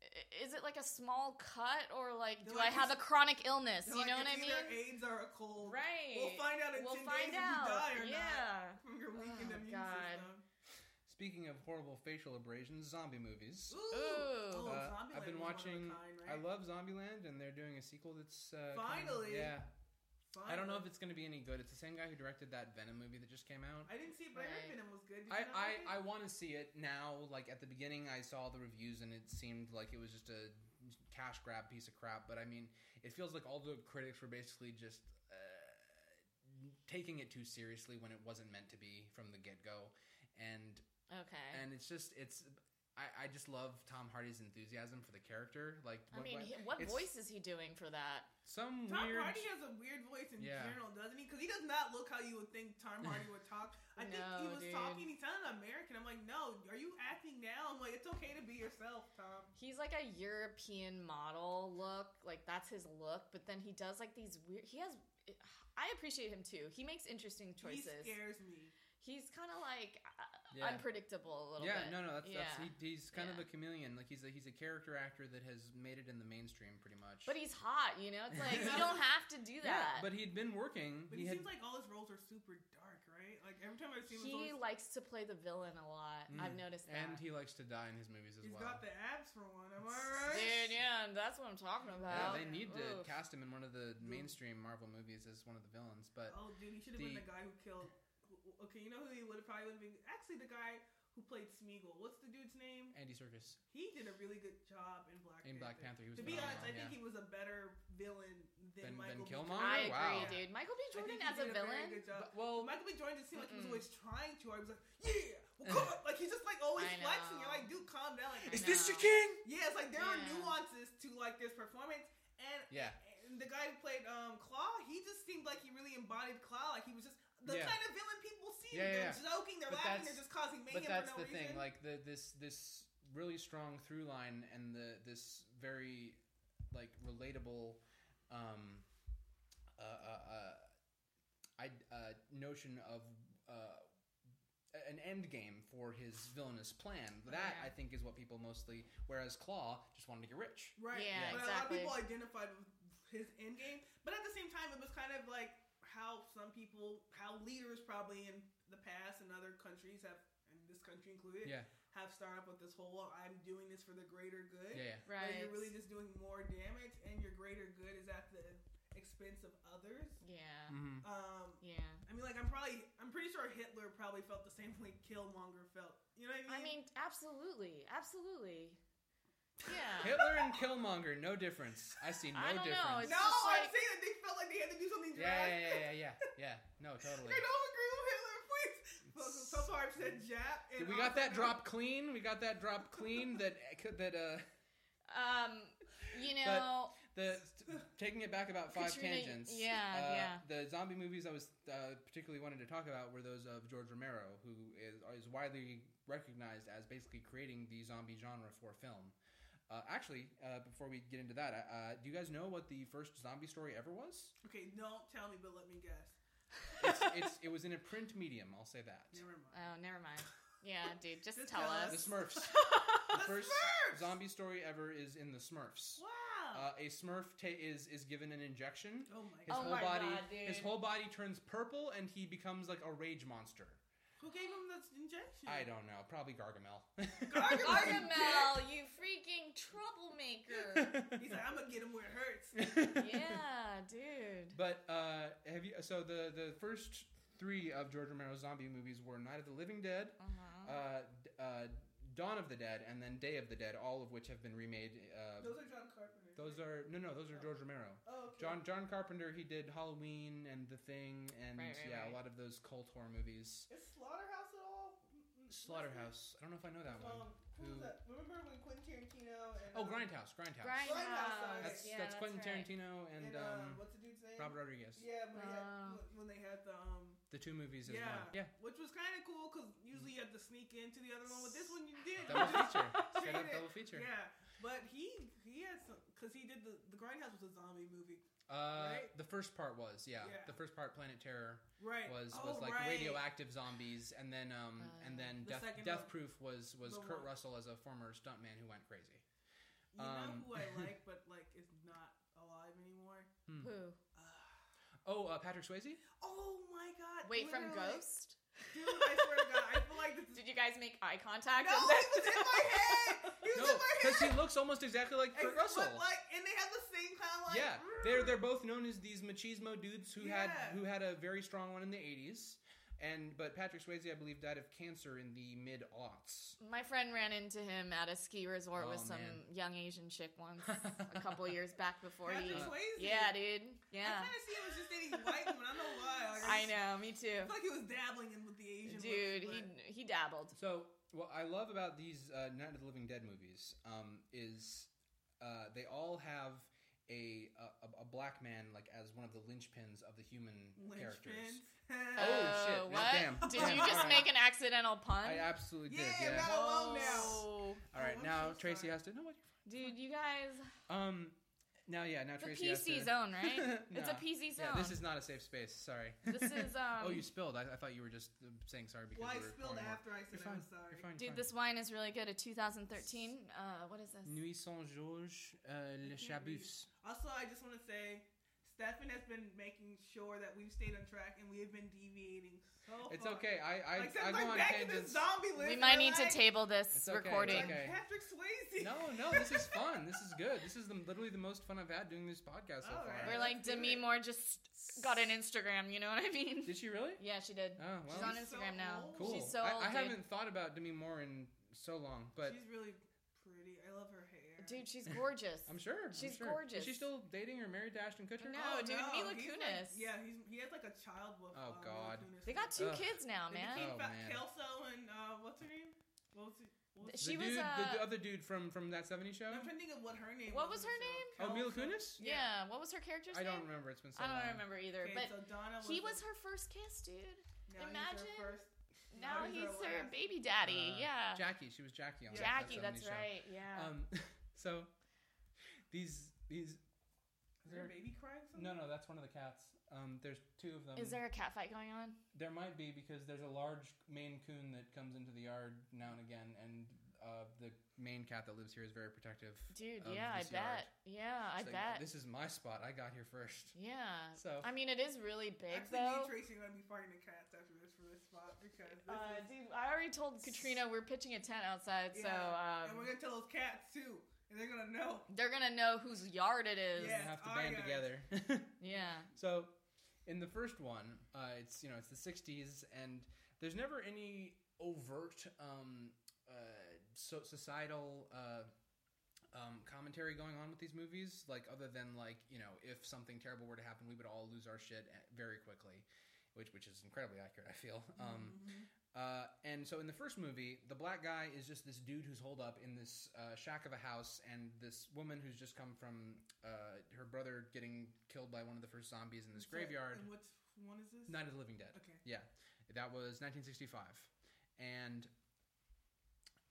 "I- is it like a small cut or like,
They're
do
like,
I have a
it's-
chronic illness?
They're
You
like,
know what I
"It's
mean?
either AIDS or a cold.
Right.
We'll find out in
We'll
10
find
days
out.
if you die or not
yeah.
from your weakened
Oh,
immune
God.
system.
Speaking of horrible facial abrasions, zombie movies.
Ooh.
Ooh.
Oh,
Uh,
Zombieland
I've been
was one of a
watching-
kind,
I
right?
love Zombieland, and they're doing a sequel that's uh, kinda-
Finally.
yeah.
Finally.
I don't know if it's going to be any good. It's the same guy who directed that Venom movie that just came out.
I didn't see it, but I heard
Right.
Venom was good. Did
I
you not like
I, I
it?
want to see it now. Like at the beginning, I saw the reviews, and it seemed like it was just a cash grab piece of crap. But I mean, it feels like all the critics were basically just. Uh, taking it too seriously when it wasn't meant to be from the get-go and
Okay.
and it's just it's I, I just love Tom Hardy's enthusiasm for the character. Like,
I
what-
mean,
what-
he, what
it's
voice is he doing for that?
some
Tom
weird.
Hardy has a weird voice in
Yeah.
general, doesn't he? Because he does not look how you would think Tom Hardy would talk. I think he
No,
was
dude.
talking. He sounded American. I'm like, no, are you acting now? I'm like, it's okay to be yourself, Tom.
He's like a European model look, like that's his look. But then he does like these weird. He has. I appreciate him too. He makes interesting choices.
He scares me.
He's kind of like uh,
yeah.
unpredictable a little
yeah,
bit.
no, no, that's, that's
Yeah.
he, he's kind
Yeah.
of a chameleon. Like he's a, he's a character actor that has made it in the mainstream pretty much.
But he's hot, you know. It's like you don't have to do
yeah,
that.
but he'd been working.
But
he
he,
had
seems like all his roles are super dark, right? Like every time I've seen him,
he
he's,
likes to play the villain a lot.
Mm.
I've noticed that.
and he likes to die in his movies as
he's
well.
got the abs for one. Am I right?
Dude, yeah, and that's what I'm talking
yeah,
about.
they need to
Oof.
cast him in one of the mainstream Marvel movies as one of the villains. But
Oh, dude, he should have been
The-
the guy who killed. who- who- Okay, you know who he would have probably would have been? Actually, the guy who played Smeagol. What's the dude's name?
Andy Serkis
He did a really good job in Black
in
Panther.
Black Panther, he was
To be
phenomenal,
honest, I think
yeah.
he was a better villain
Than-
than
than
Michael B.
Killmonger?
Jordan.
I agree,
Wow.
dude. Michael B.
I think
Jordan
he
as a
did very
villain.
good job.
But- well,
uh, Michael B. Jordan just seemed like he was
Mm-mm.
always trying to. I was like, yeah, well, come on. Like, he's just like always
I
flexing. You're
know.
like, dude, calm down. Like,
I
is this your
know.
king?
yeah, it's like there are
Yeah.
nuances to like this performance. And,
Yeah.
and the guy who played um, Claw, he just seemed like he really embodied Claw. Like, he was just the
Yeah.
kind of villain people see.
Yeah, yeah,
they're
yeah.
joking, they're
But
laughing,
that's-
they're just causing
But
mayhem
that's
for no
the
reason.
thing, like the this this really strong through line and the this very like relatable um uh uh, uh, I, uh notion of uh an end game for his villainous plan. That
yeah.
I think is what people mostly. Whereas Claw just wanted to get rich.
Right.
Yeah,
but a
exactly.
lot of people identified with his end game. But at the same time, it was kind of like how some people, how leaders probably in the past and other countries have, and this country included,
Yeah,
have started up with this whole "I'm doing this for the greater good."
yeah, yeah.
where
Right.
You're really just doing more damage, and your greater good is at the expense of others.
yeah.
Mm-hmm.
Um,
Yeah.
I mean, like I'm probably, I'm pretty sure Hitler probably felt the same way Killmonger felt. You know what I
I
mean?
mean, absolutely, absolutely.
Mm-hmm.
Yeah.
Hitler and Killmonger, no difference. I see no
I don't know,
difference.
it's
no,
just
I'm
like-
saying that they felt like they had to do something
Yeah, yeah,
drastic.
yeah, yeah, yeah, yeah. No, totally.
I don't agree with Hitler, please. So, so far, I've said Jap.
Did
And
we got that
also-
drop clean. We got that drop clean. That that uh
Um, you know,
the taking it back about five
Katrina-
tangents.
yeah,
uh,
yeah.
The zombie movies I was uh, particularly wanted to talk about were those of George Romero, who is is widely recognized as basically creating the zombie genre for film. Uh, actually, uh, before we get into that, uh, do you guys know what the first zombie story ever was?
Okay, don't tell me, but let me guess.
Uh, It's, it's it was in a print medium. I'll say that.
Never mind.
oh, never mind. Yeah, dude, just
Just
tell
tell
The
us.
Smurfs.
the
first
Smurfs!
zombie story ever is in the Smurfs.
Wow.
Uh, a Smurf ta- is is given an injection.
oh my
His
Oh
whole
god.
my
body,
God, dude.
his whole body turns purple, and he becomes like a rage monster.
Who gave him this injection?
I don't know, probably Gargamel.
Gargamel.
Gargamel, you freaking troublemaker.
He's like, I'm gonna get him where it hurts.
yeah, dude.
But uh, have you? So the the first three of George Romero's zombie movies were Night of the Living Dead,
Uh-huh.
uh, d- uh, Dawn of the Dead, and then Day of the Dead, all of which have been remade. Uh,
Those are John Carpenter.
those are no, no, those are George Romero.
Oh, okay.
John John Carpenter, he did Halloween and The Thing, and
Right, right,
yeah,
right.
a lot of those cult horror movies.
Is Slaughterhouse at all? Mm, mm,
Slaughterhouse. I don't know if I know that one.
Um, who
Who-
was that? Remember when Quentin Tarantino and
Oh,
um,
Grindhouse. Grindhouse.
Grindhouse,
Grindhouse.
That's
yeah,
that's Quentin
right.
Tarantino and,
and,
um,
um, what's the dude's name?
Robert Rodriguez.
Yeah, when, they had,
Oh.
when they had the um.
The two movies as
Yeah.
one. Yeah,
Which was kind of cool because usually you have to sneak into the other one, but this one you did. You
double
just
feature. Straight
straight
up
it.
double feature.
Yeah, but he he had some because he did the the Grindhouse was a zombie movie,
Uh,
Right?
The first part was yeah.
Yeah.
The first part, Planet Terror,
right?
was
Oh,
was like
right.
radioactive zombies, and then um and
Uh,
then
The
Death
second
Death
one.
Proof was was
The
Kurt
one.
Russell as a former stuntman who went crazy.
You
um,
know who I like, but like is not alive anymore.
Who?
Uh,
Oh, uh, Patrick Swayze.
oh my god!
Wait, from
literally.
Ghost?
dude. I swear to God, I feel like this is.
Did you guys make eye contact?
No, he was
with
in my head. He was
No,
in my
because he
head.
looks almost exactly like Kurt
Except,
Russell.
like, and they have the same kind of like. mm.
yeah, they're they're both known as these machismo dudes who had
Yeah.
who had a very strong one in the eighties, and but Patrick Swayze, I believe, died of cancer in the mid aughts.
My friend ran into him at a ski resort with
Oh,
some
man.
young Asian chick once, a couple years back before he.
Patrick Swayze.
Yeah, dude. Yeah.
I kind of see him as just dating white women. I don't know why. Like,
I know, me too.
It's like he was dabbling in with the Asian.
Dude, he
looks,
he dabbled.
So what I love about these uh, Night of the Living Dead movies um, is uh, they all have a, a a black man like as one of the linchpins of the human characters.
Lynchpins.
Oh, shit. No,
Uh, what?
damn.
Did
Damn.
you just
Alright.
make an accidental pun?
I absolutely did.
Yeah,
Yeah.
that- Hello now.
Whoa.
all right,
Oh, I'm
now
so
Tracy
sorry.
has to. No, what?
Dude, you guys.
Um, now yeah, now
The
Tracy has to.
PC zone, right? It's a
Nah.
PC zone.
Yeah, this is not a safe space. Sorry.
This is, um.
oh, you spilled. I, I thought you were just uh, saying sorry because
Well, I
you were
spilled
pouring more.
after I
You're
said I
fine.
was sorry.
You're fine. you're
Dude,
fine.
this wine is really good. A 2013. Uh, what is this?
Nuit sans Georges, uh, Le
I can't read.
Chabus.
Also, I just want to say, Stefan has been making sure that we've stayed on track and we have been deviating so
It's
far.
okay. I I,
Like,
I
since
go
I'm
on
back in this
tangents.
zombie list,
We might
I'm
need to
like,
table this
It's okay, it's
recording.
like
Okay.
Patrick Swayze.
No, no, this is fun. This is good. This is the, literally the most fun I've had doing this podcast so
All
far.
right.
We're like
Let's do
Demi
it.
Moore just got an Instagram. You know what I mean?
Did she really?
Yeah, she did.
Oh, well,
She's on
She's so
Instagram now.
old.
cool.
She's so
I,
old,
I
dude.
haven't thought about Demi Moore in so long, but
she's really pretty. I love her hair.
Dude, she's gorgeous.
I'm sure I'm
she's
sure.
gorgeous.
Is she still dating or married to Ashton Kutcher?
No,
Oh,
dude,
he's
Mila
like-
Kunis.
yeah, he's, he has like a child with.
Oh,
uh, Mila
God.
Kunis.
They got two
Ugh.
kids now,
They
man.
became
Oh,
fat
man.
Kelso and uh, what's her name? What was it? What was
The
She was,
dude, the,
uh,
the other dude from from that '70s show.
I'm trying to think of what her name.
What was
was
her
Oh, Mila
Kelso.
Kunis.
Yeah. What was her character's
I
name?
don't remember. It's been so
I
long.
don't remember either.
Okay,
but
so Donna
he
was
was
the-
her first kiss, dude.
now he's her
imagine-
first
Now
he's
he's
her last.
her baby daddy.
Uh,
yeah.
Jackie. She was Jackie on that
Jackie, that's
70s show.
right. Yeah.
Um, so these these.
Is there a baby crying?
No, no, that's one of the cats. Um, there's two of them.
Is there a cat fight going on?
There might be because there's a large Maine Coon that comes into the yard now and again, and uh, the Maine cat that lives here is very protective.
Dude,
of
yeah, I
this yard.
bet. Yeah,
It's
I
like,
bet.
This is my spot. I got here first.
yeah.
So
I mean, it is really big,
Actually, me
though.
and Tracy are gonna be fighting the cats after this for this spot because this is,
Uh, dude, I already told Katrina we're pitching a tent outside,
Yeah,
so
and
um,
we're gonna tell those cats too, and they're gonna know.
they're gonna know whose yard it is.
we
Yeah.
have to
I
band
got
together.
it.
Yeah.
so, in the first one, uh, it's you know it's the '60s, and there's never any overt um, uh, so- societal. Uh, um, commentary going on with these movies, like other than like you know, if something terrible were to happen, we would all lose our shit a- very quickly, which which is incredibly accurate. I feel. Um,
Mhm.
Uh, and so in the first movie, the black guy is just this dude who's holed up in this uh, shack of a house, and this woman who's just come from uh, her brother getting killed by one of the first zombies in this
So-
graveyard.
And what's one is this?
Night of the Living Dead.
Okay.
Yeah, that was 1965, and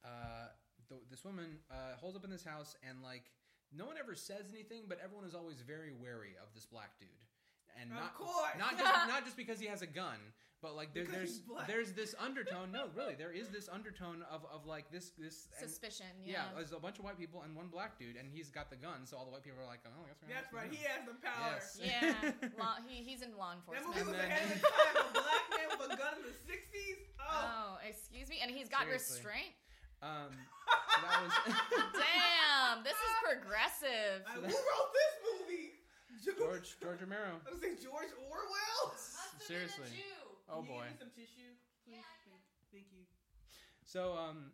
uh, th- this woman uh, holds up in this house, and like no one ever says anything, but everyone is always very wary of this black dude, and
of
not
course.
not just, not just because he has a gun, but like there,
Because
there's
he's black.
there's this undertone. No, really, there is this undertone of of like this this. and-
Suspicion.
yeah,
Yeah.
there's a bunch of white people and one black dude, and he's got the gun. So all the white people are like, "Oh, I guess we're gonna
That's
let
right.
him
He has the power.
Yes.
Yeah. law, he, he's in law
That
enforcement.
movie was
And then-
ahead of its time. A black man with a gun in the '60s. Oh,
Oh, excuse me, and he's got
Seriously.
restraint.
in." Um, so that was
Damn, this is progressive.
I- who wrote this movie? George.
George George Romero.
I was saying George Orwell.
Seriously. Oh
Can you
boy.
Give me some tissue, please.
Yeah, I can.
Thank you.
So um,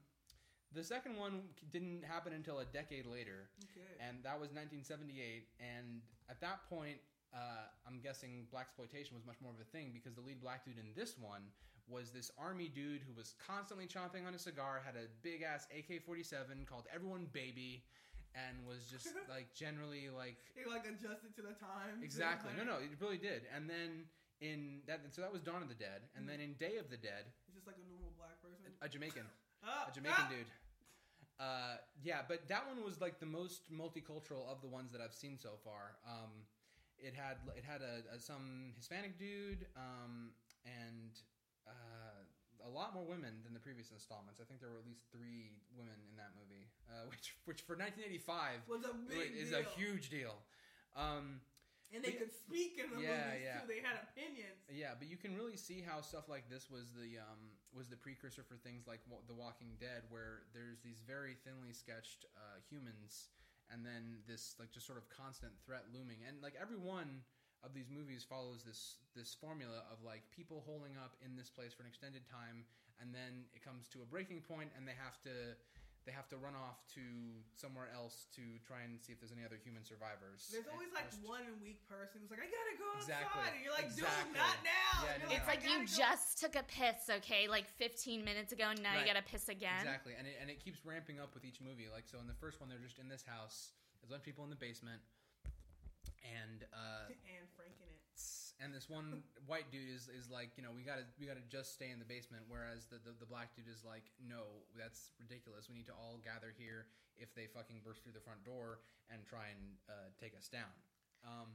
the second one didn't happen until a decade later,
Okay.
and that was 1978. And at that point, uh, I'm guessing black exploitation was much more of a thing because the lead black dude in this one was this army dude who was constantly chomping on a cigar, had a big ass AK-47 called Everyone Baby, and was just like generally like
He like adjusted to the times.
exactly no no it really did. And then in that so that was Dawn of the Dead, and then in Day of the Dead,
He's just like a normal black person.
a Jamaican
Ah,
a Jamaican
ah!
dude. Uh, yeah, but that one was like the most multicultural of the ones that I've seen so far. Um, it had it had a, a some Hispanic dude um, and uh, a lot more women than the previous installments. I think there were at least three women in that movie, uh, which which for 1985
Was a big
is
deal.
a huge deal. Um,
And they could speak in the
Yeah,
movies
yeah.
too. They had opinions.
yeah, but you can really see how stuff like this was the um, was the precursor for things like Wa- The Walking Dead, where there's these very thinly sketched uh, humans, and then this like just sort of constant threat looming, and like every one of these movies follows this this formula of like people holding up in this place for an extended time, and then it comes to a breaking point, and they have to they have to run off to somewhere else to try and see if there's any other human survivors.
There's
And
always like
first-
one weak person who's like, I gotta go
Exactly.
outside. And you're like,
Exactly.
dude, not now.
Yeah,
And
no,
you're
It's
no.
"I
like you
gotta go."
just took a piss, okay? Like 15 minutes ago, and now
Right.
you gotta piss again.
Exactly, and it, and it keeps ramping up with each movie. Like so, in the first one, they're just in this house. There's a bunch of people in the basement, and uh,
and Frank in it.
s- and this one white dude is, is like, you know, we gotta we gotta just stay in the basement. Whereas the, the the black dude is like, no, that's ridiculous. We need to all gather here if they fucking burst through the front door and try and uh, take us down. Um,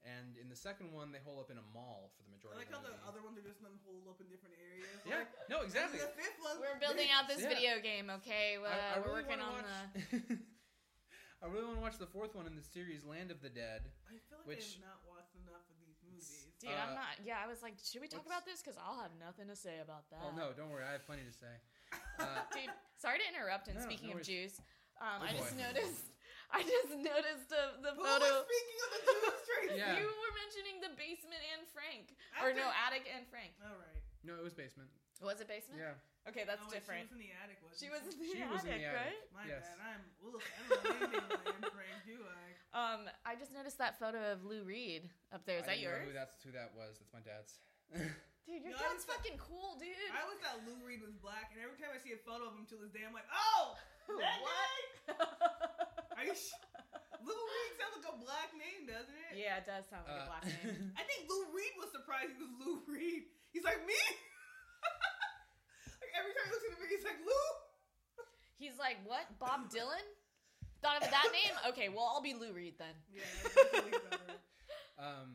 and in the second one, they hole up in a mall for the
I
majority.
like how
of the
the
movie.
other ones are just in hole up in different areas.
yeah,
Like,
no, exactly.
The fifth one,
We're building out this
Yeah.
video game, okay? Well,
I, I
we're
really
working on
wanna watch,
the.
I really want to watch the fourth one in the series Land of the Dead.
I feel like
Which-
I've not watched enough of these movies.
Dude,
Uh,
I'm not. Yeah, I was like, should we talk
what's-
about this? Because I'll have nothing to say about that.
Oh no, don't worry, I have plenty to say. Uh,
Dude, sorry to interrupt.
No,
And speaking
no
of
worries.
Jews,
Oh,
um, I just
boy.
noticed. I just noticed the the
But we're
photo.
speaking of the Jews, Tracy.
Yeah.
You were mentioning the basement and Frank, or
After-
no, attic and Frank.
All right.
No, it was basement.
Was it basement?
Yeah,
Okay, that's
Oh, wait,
different.
She was in the attic. Wasn't
She was in the,
She
attic,
was in the attic.
right?
My
Yes.
bad. I'm. Ugh, I don't know anything about Anne Frank, do I?
Um, I just noticed that photo of Lou Reed up there. Is
I
that
didn't know
yours?
who that's who that was. That's my dad's.
Dude, your
No, I
dad's
just thought-
fucking cool, dude.
I always thought Lou Reed was black, and every time I see a photo of him to this day, I'm like, oh, that guy. Are you sh- Lou Reed sounds like a black name, doesn't it?
yeah, it does sound like
Uh,
a black name.
I think Lou Reed was surprised he was Lou Reed. He's like me. like every time he looks at the video, he's like Lou.
He's like, what? Bob Dylan? Thought of that name? Okay, well, I'll be Lou Reed then.
Yeah. that's what he's done.
um,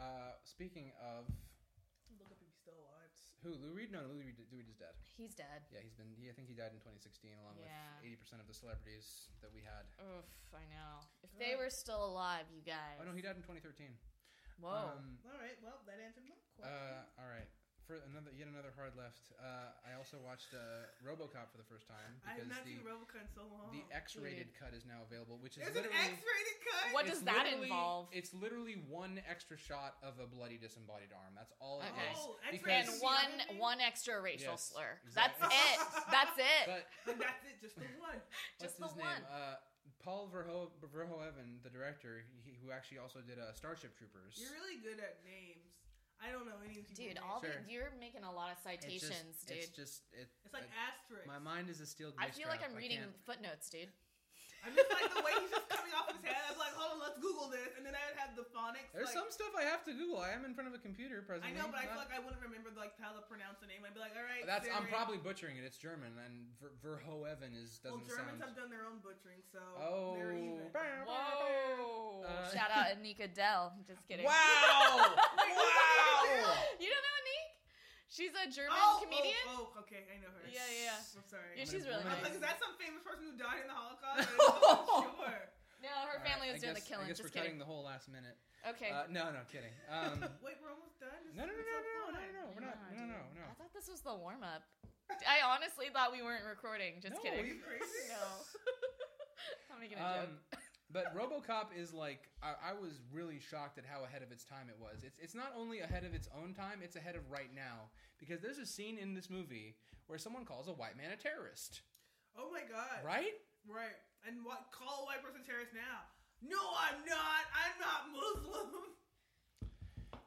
uh, speaking of
Look up if he's still alive.
who, Lou Reed? No, Lou Reed, Lou Reed is dead.
He's dead.
Yeah, he's been. He, I think he died in 2016, along
Yeah.
with 80 percent of the celebrities that we had.
Oof, I know. If they were still alive, you guys.
Oh no, he died in 2013.
Whoa.
Um,
All right. Well, that answered my question.
Uh, all right. For another, yet another hard left. Uh, I also watched uh, RoboCop for the first time
I have
because
not seen
the,
Robocop in so long.
Oh,
the X-rated cut is now available, which is
There's an
literally
X-rated cut.
What
it's
does that
literally-
involve?
It's literally one extra shot of a bloody disembodied arm. That's all it is.
Okay.
Oh, X-rated
because-
and
is the
one
other thing?
one extra racial
Yes,
slur.
exactly.
That's it. That's it.
But
But that's it, just the one.
what's
Just
his
the
name?
one.
Uh, Paul Verho- Verhoeven, the director, he, who actually also did uh, Starship Troopers.
You're really good at names. I don't know any of these
Dude,
people's
all
names.
Sure.
the, you're making a lot of
it's just,
citations, dude.
It's just it.
It's like
I-
asterisk.
my mind is a steel.
I feel like
grease
I'm
trap. I
reading
can't-
footnotes, dude.
I'm just like the way he's just coming off his head. I'm like, hold on, let's Google this, and then I'd have the phonics.
There's
like,
some stuff I have to Google. I am in front of a computer
I
presently.
know, but I
Not-
feel like I wouldn't remember like how to pronounce the name. I'd be like, all right.
That's I'm
Siri.
probably butchering it. It's German, and Ver- Verhoeven is
Well,
doesn't
Germans
sound.
have done their own butchering, so
Oh.
they're even.
Bam.
Whoa!
Uh,
Shout out Anika Dell. Just kidding.
Wow! wow!
You don't know Anik? She's a German
Oh,
comedian.
Oh, oh, okay, I know her.
Yeah, yeah, yeah.
I'm sorry.
Yeah,
I'm
she's
gonna-
really
I'm
I
gonna-
was like, is
nice.
that some famous person who died in the Holocaust? I wasn't sure.
No, her
All
family
right,
was
Uh, I
doing
guess-
the killing.
I guess
Just
we're cutting
kidding.
the whole last minute.
Okay.
Uh, no, no, kidding. Um,
Wait, we're almost done. This
no, no, no, no, no,
is so
no,
fun.
no, we're not. No, no,
dude.
no.
I thought this was the warm up. I honestly thought we weren't recording. Just
No,
Are
kidding.
you crazy?
No. I'm making a joke.
Um, but RoboCop is like I, I was really shocked at how ahead of its time it was. It's it's not only ahead of its own time; it's ahead of right now because there's a scene in this movie where someone calls a white man a terrorist,
Oh my god.
right?
Right. And what call a white person terrorist now? No, I'm not. I'm not Muslim.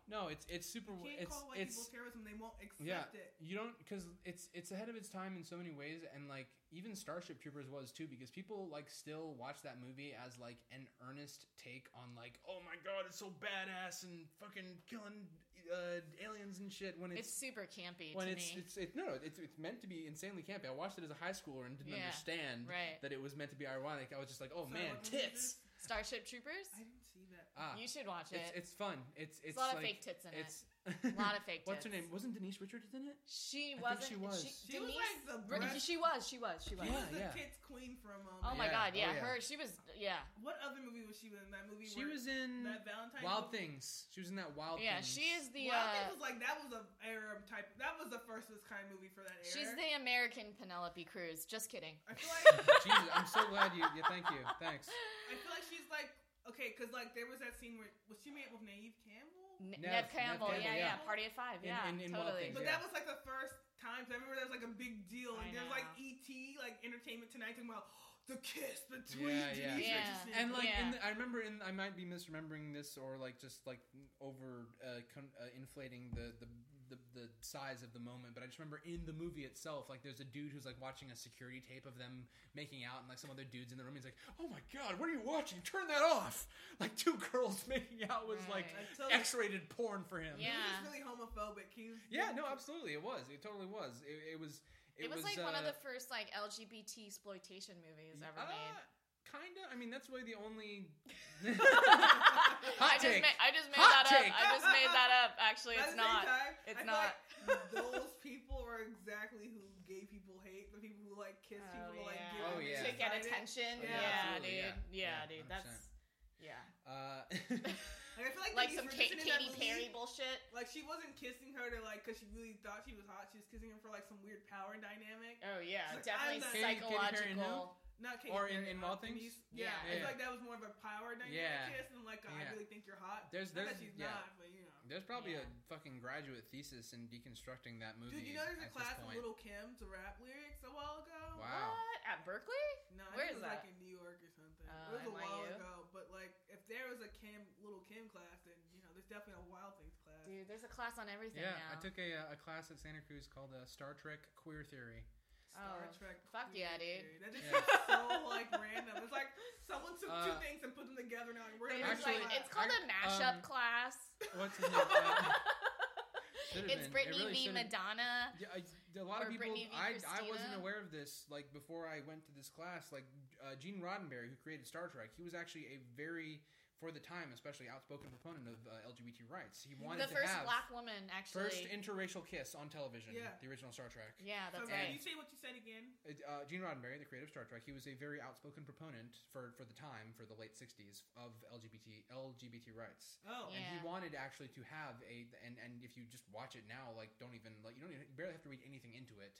No, it's it's super.
You can't
It's
call white
it's
people terrorists and they won't accept
Yeah.
it.
you don't because it's it's ahead of its time in so many ways, and like even Starship Troopers was too because people like still watch that movie as like an earnest take on like oh my god it's so badass and fucking killing uh, aliens and shit when
it's
it's.
super campy
when
to
it's,
me.
it's it's no no it's it's meant to be insanely campy. I watched it as a high schooler and didn't
Yeah,
understand
right.
that it was meant to be ironic. I was just like, oh
Sorry,
man,
what movie
tits!
is this?
Starship Troopers.
I didn't see that.
Ah,
you should watch it.
it's it's fun. It's it's
a lot of
like-
fake tits in it.
it's,
a lot of fake
What's her name?
tits.
Wasn't Denise Richards in it?
she
I think she
wasn't.
was.
She was
Denise-
like the
Re-
breast.
she was. She was. She
She
was.
was the
Yeah, yeah.
kids queen from. Um,
Oh my
Yeah,
god.
oh
Yeah,
yeah.
Her. She was. Yeah.
What other movie was she in? That movie.
She
where
was in
that Valentine.
Wild
movie?
Things. She was in that Wild
Yeah.
Things.
She is the.
Wild
uh,
Things was like that was a Arab type. That was the first of its kind movie for that era.
She's the American Penelope Cruz. Just kidding.
I feel like
Jesus, I'm so glad you. Yeah, thank you. Thanks.
I feel like she's like Okay, because like there was that scene where was she made up with Naive Campbell?
N- Nev,
Nev-
Campbell,
Nev Campbell,
yeah, yeah,
yeah.
Party at Five,
In-
yeah,
in- in Wild
totally.
Things,
But
yeah.
that was like the first time. 'cause I remember that was like a big deal.
I
Like, there was like
know.
ET, like Entertainment Tonight, talking about the kiss between
Yeah, yeah.
Denise
Yeah.
Richardson
And like
Yeah.
in the, I remember in I might be misremembering this or like just like over uh, con- uh, inflating the, the the the size of the moment, but I just remember in the movie itself, like there's a dude who's like watching a security tape of them making out, and like some other dudes in the room. He's like, "Oh my god, what are you watching? Turn that off!" Like two girls making out was like
Right.
Until
X-rated porn for him.
Yeah.
He's really homophobic. He's
Yeah, no, absolutely, it was. It totally was. It, it was.
It, was, like one of
uh,
the first like LGBT exploitation movies ever
uh,
made.
Kinda. I mean, that's really the only.
I
Hot
just
take.
made, I just made
Hot
that
take.
up. I just made that up. Actually,
But at
it's
the same
not.
time,
It's
I feel
not.
like those people are exactly who gay people hate. The people who like kiss people, who, like give
Oh,
them
yeah.
To
excited.
get attention.
Yeah,
Yeah,
absolutely, Oh,
dude.
yeah.
Yeah,
Yeah,
dude.
100%.
That's yeah.
Uh,
Like I feel like,
Like
Denise
some Kate,
Richardson in that
Katy
movie,
Perry bullshit.
Like she wasn't kissing her to like because she really thought she was hot. She was kissing her for like some weird power dynamic.
Oh yeah,
Like, I'm
definitely
not-
Katy- Katy Perry and who?
psychological.
Not Katy
Or in-
Perry,
in
uh,
Wild Things?
Denise. Yeah,
Yeah.
I
Yeah.
feel like that was more of a power dynamic
Yeah.
kiss and like a, I
Yeah.
really think you're hot.
There's-
Not
there's-
that she's
yeah.
not, but you know.
there's probably
Yeah.
a fucking graduate thesis in deconstructing that movie.
Dude, you know there's
at
a
this
class of
point.
Little Kim to rap lyrics a while ago.
Wow.
What at Berkeley?
No,
Where
I think it was
is that?
like in New York or something.
Oh,
it was a while
NYU?
ago, but like if there was a Kim little Kim class, then you know there's definitely a Wild Things class.
Dude, there's a class on everything
Yeah, I
now.
took a, uh, a class at Santa Cruz called uh, Star Trek Queer Theory.
Star
Oh,
Trek.
fuck
queer
yeah, dude.
theory. That just
Yeah.
seems so like random. It's like someone took two
Uh,
things and put them together and like we're
They
gonna
was
make
Actually,
like,
a
it's called
I-
a mashup
um,
class.
What's his name? Uh, should've
it's
been. It
Brittany
really
v.
should've-
Madonna.
Yeah, I, a lot
Or
of people.
Brittany v.
I, I wasn't
Christina.
aware of this. Like before I went to this class, like uh, Gene Roddenberry, who created Star Trek, he was actually a very, for the time, especially outspoken proponent of uh, LGBT rights. He wanted
The
to
first
have
black woman, actually.
first interracial kiss on television.
Yeah.
The original Star Trek.
yeah,
So
that's
can
right.
you say what you said again?
It, uh, Gene Roddenberry, the creator of Star Trek, he was a very outspoken proponent for, for the time, for the late '60s, of LGBT LGBT rights.
Oh,
And he
Yeah.
wanted actually to have a and and if you just watch it now, like don't even like you don't even, you barely have to read anything into it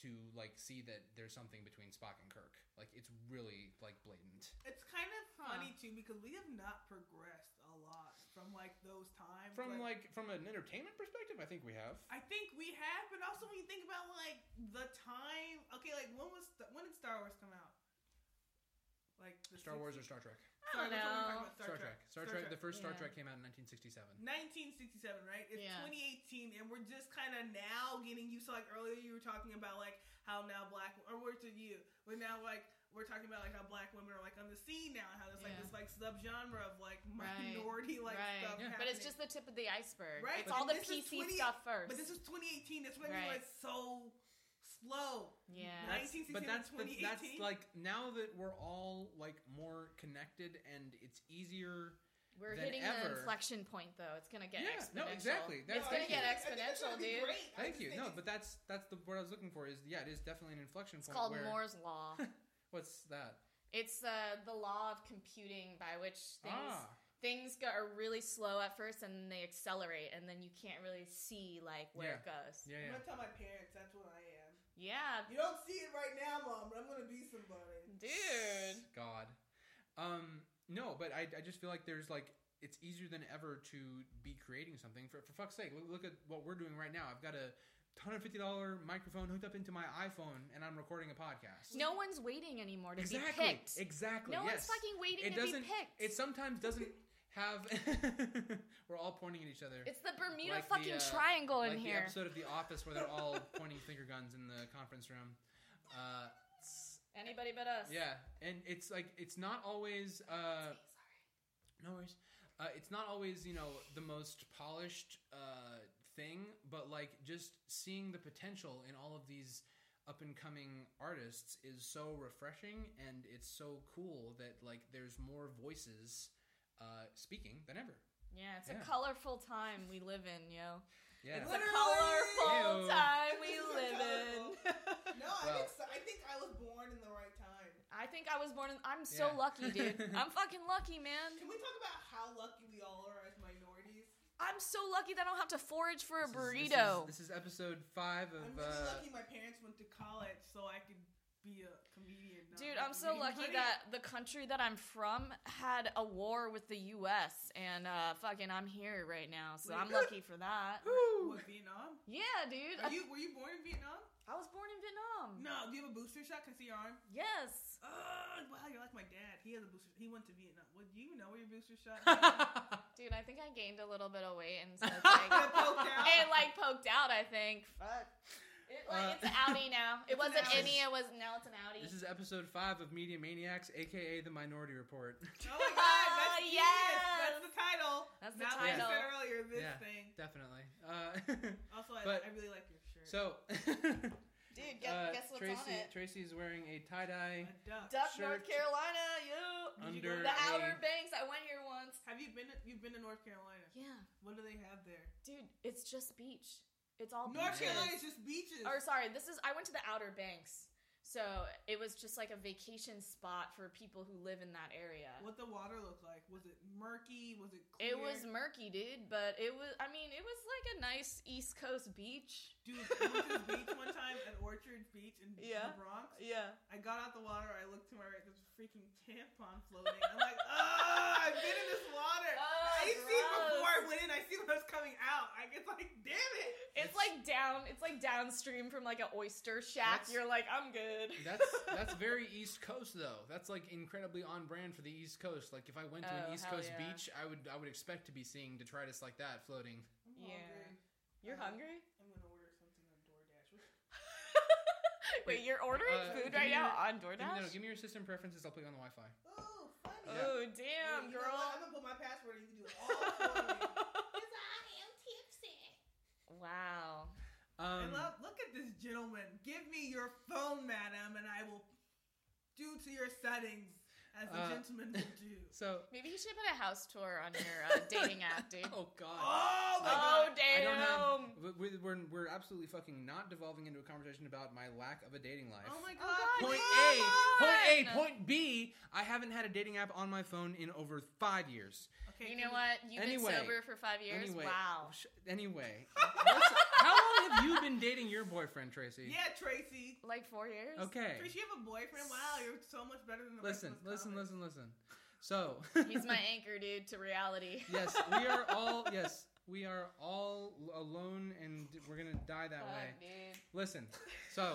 to like see that there's something between Spock and Kirk. Like it's really like blatant.
it's kind of
Huh.
funny too because we have not progressed a lot from like those times.
From like from an entertainment perspective, I think we have.
I think we have, but also when you think about like the time, okay, like when was when did Star Wars come out? Like the
Star Wars or Star Trek?
I don't
that's what we're talking
know.
about,
Star, Trek. Star, Trek. The first Star
Yeah.
Trek came out in 1967.
1967, right? It's
Yeah.
2018, and we're just kind of now getting used to. Like earlier, you were talking about like how now black, or where to you? We're now like we're talking about like how black women are like on the scene now, and how there's like
Yeah.
this like subgenre of like
Right.
minority like
Right.
stuff.
Yeah.
But it's
happening.
just the tip of the iceberg.
Right,
It's
but
all the
this is
PC
20
stuff first.
but this was 2018. That's when
Right.
it was so slow.
yeah.
Nice.
That's- but
1967,
that's the- that's
2018?
like now that we're all like more connected and it's easier.
We're
than
hitting
ever.
the inflection point, though. It's gonna get
Yeah,
exponential.
no, exactly. That's-
it's gonna
thank you.
get
I think that's
exponential,
gonna be
dude.
great. I
Thank
just
you.
think
No,
it's-
but that's that's the word I was looking for. Is yeah, it is definitely an inflection
It's
point.
called
where,
Moore's law.
What's that?
it's uh, the law of computing by which things
Ah,
things go, are really slow at first, and then they accelerate, and then you can't really see like where it goes.
yeah,
I'm
yeah.
gonna tell my parents that's what I am.
Yeah,
You don't see it right now, mom, but I'm gonna be somebody.
dude.
God. Um, no, but I, I just feel like there's like it's easier than ever to be creating something. For for fuck's sake, look, look at what we're doing right now. I've got a hundred fifty dollar microphone hooked up into my iPhone, and I'm recording a podcast.
No one's waiting anymore to
exactly,
be picked.
exactly.
No
yes.
one's fucking waiting
It
to be
doesn't-
picked.
It sometimes doesn't have. we're all pointing at each other.
It's the Bermuda
like the,
fucking
uh,
Triangle in
like the
here.
episode of The Office where they're all pointing finger guns in the conference room. Uh,
Anybody but us.
yeah, and it's like it's not always uh, no worries. Uh, it's not always you know the most polished uh, thing, but like just seeing the potential in all of these up and coming artists is so refreshing, and it's so cool that like there's more voices uh, speaking than ever.
Yeah, it's
Yeah.
a colorful time we live in, yo.
Yeah,
It's
Literally.
a colorful
Ew.
time
This
we
is
live in.
No,
Well-
I'm exci- I think I was born in the right time.
I think I was born in. I'm so
Yeah.
lucky, dude. I'm fucking lucky, man.
Can we talk about how lucky we all are as minorities?
I'm so lucky that I don't have to forage for a
This is- this is-
burrito.
This is, episode five
I'm
of.
really
Uh,
lucky my parents went to college so I could be a comedian. not
Dude,
make
I'm so
comedian
lucky
money.
that the country that I'm from had a war with the U.S. and uh, fucking I'm here right now, so I'm lucky for that.
What, Vietnam?
Yeah, dude.
Are you, were you born in Vietnam?
I was born in Vietnam.
No. Do you have a booster shot? Can I see your arm?
Yes.
Oh, wow, you're like my dad. He has a booster. He went to Vietnam. What do you know where your booster shot?
uh,
Dude, I think I gained a little bit of weight and so it's like, it like poked out, I think. Fuck. It, like,
Uh,
it's an Audi now. It
It's an
wasn't
Audi.
any, it was now it's an Audi.
This is episode five of Media Maniacs, aka the Minority Report.
Oh my god, that's
Oh,
genius.
yes.
That's the title.
That's the
Not what you
title.
said earlier, this
Yeah.
thing.
Definitely. Uh,
Also, I,
But-
I really like your shirt.
so,
Dude,
uh, Tracy Tracy is wearing a tie dye.
a duck.
Duck, North
shirt
Carolina, you.
Did you go
Under
to
The
a-
Outer Banks. I went here once.
Have you been? To, you've been to North Carolina.
Yeah,
What do they have there?
dude, it's just beach. It's all
beaches.
North Carolina is just beaches.
Or sorry, this is I went to the Outer Banks, so it was just like a vacation spot for people who live in that area.
What the water look like? Was it murky? Was it clear?
It was murky, dude, but it was I mean, it was like a nice East Coast beach.
Dude, I went to the beach one time at Orchard Beach in
Yeah.
the Bronx.
Yeah.
I got out the water. I looked to my right. There's a freaking tampon floating. I'm like, oh, I've been in this water.
Oh,
I see
gross.
before I went in. I see when I was coming out. I get like, damn it.
It's like down it's like downstream from like an oyster shack.
That's-
You're like, I'm good.
That's that's very East Coast though. That's like incredibly on brand for the East Coast. Like if I went to
Oh,
an East
hell
Coast
yeah.
beach, I would I would expect to be seeing detritus like that floating.
I'm
Yeah.
hungry.
You're hungry?
I'm gonna order something on DoorDash. What's-
Wait, you're ordering
Uh,
food
give
right
me
now
your-
on
Give me, no,
DoorDash?
give me your system preferences. I'll put you on the Wi-Fi.
Oh, funny.
Yeah.
Oh,
Well,
damn,
you know what? I'm gonna put my password. and You can do it all for me.
girl.
'Cause I am tipsy.
wow.
Um,
and look, look at this gentleman. Give me your phone, madam, and I will do to your settings as a
Uh,
gentleman would do.
so
Maybe you should put a house tour on your uh, dating app, dude.
oh god.
Oh my
Oh,
god.
I
damn.
don't have. we- We're, we're, we're absolutely fucking not devolving into a conversation about my lack of a dating life.
Oh my
Oh God.
god.
Point A,
Come
point
on!
A, point B. I haven't had a dating app on my phone in over five years.
Okay,
you
can
know
we-
what? You've
Anyway.
been sober for five years.
Anyway, Oh,
wow.
sh- anyway, let's- how long have you been dating your boyfriend, Tracy?
Yeah, Tracy.
Like four years.
Okay.
Tracy, you have a boyfriend? Wow, you're so much better than the rest
Listen,
of us
listen,
comics.
listen, listen. So
He's my anchor, dude, to reality.
yes, we are all yes, we are all alone, and we're gonna die that
Fuck,
way.
dude.
Listen, so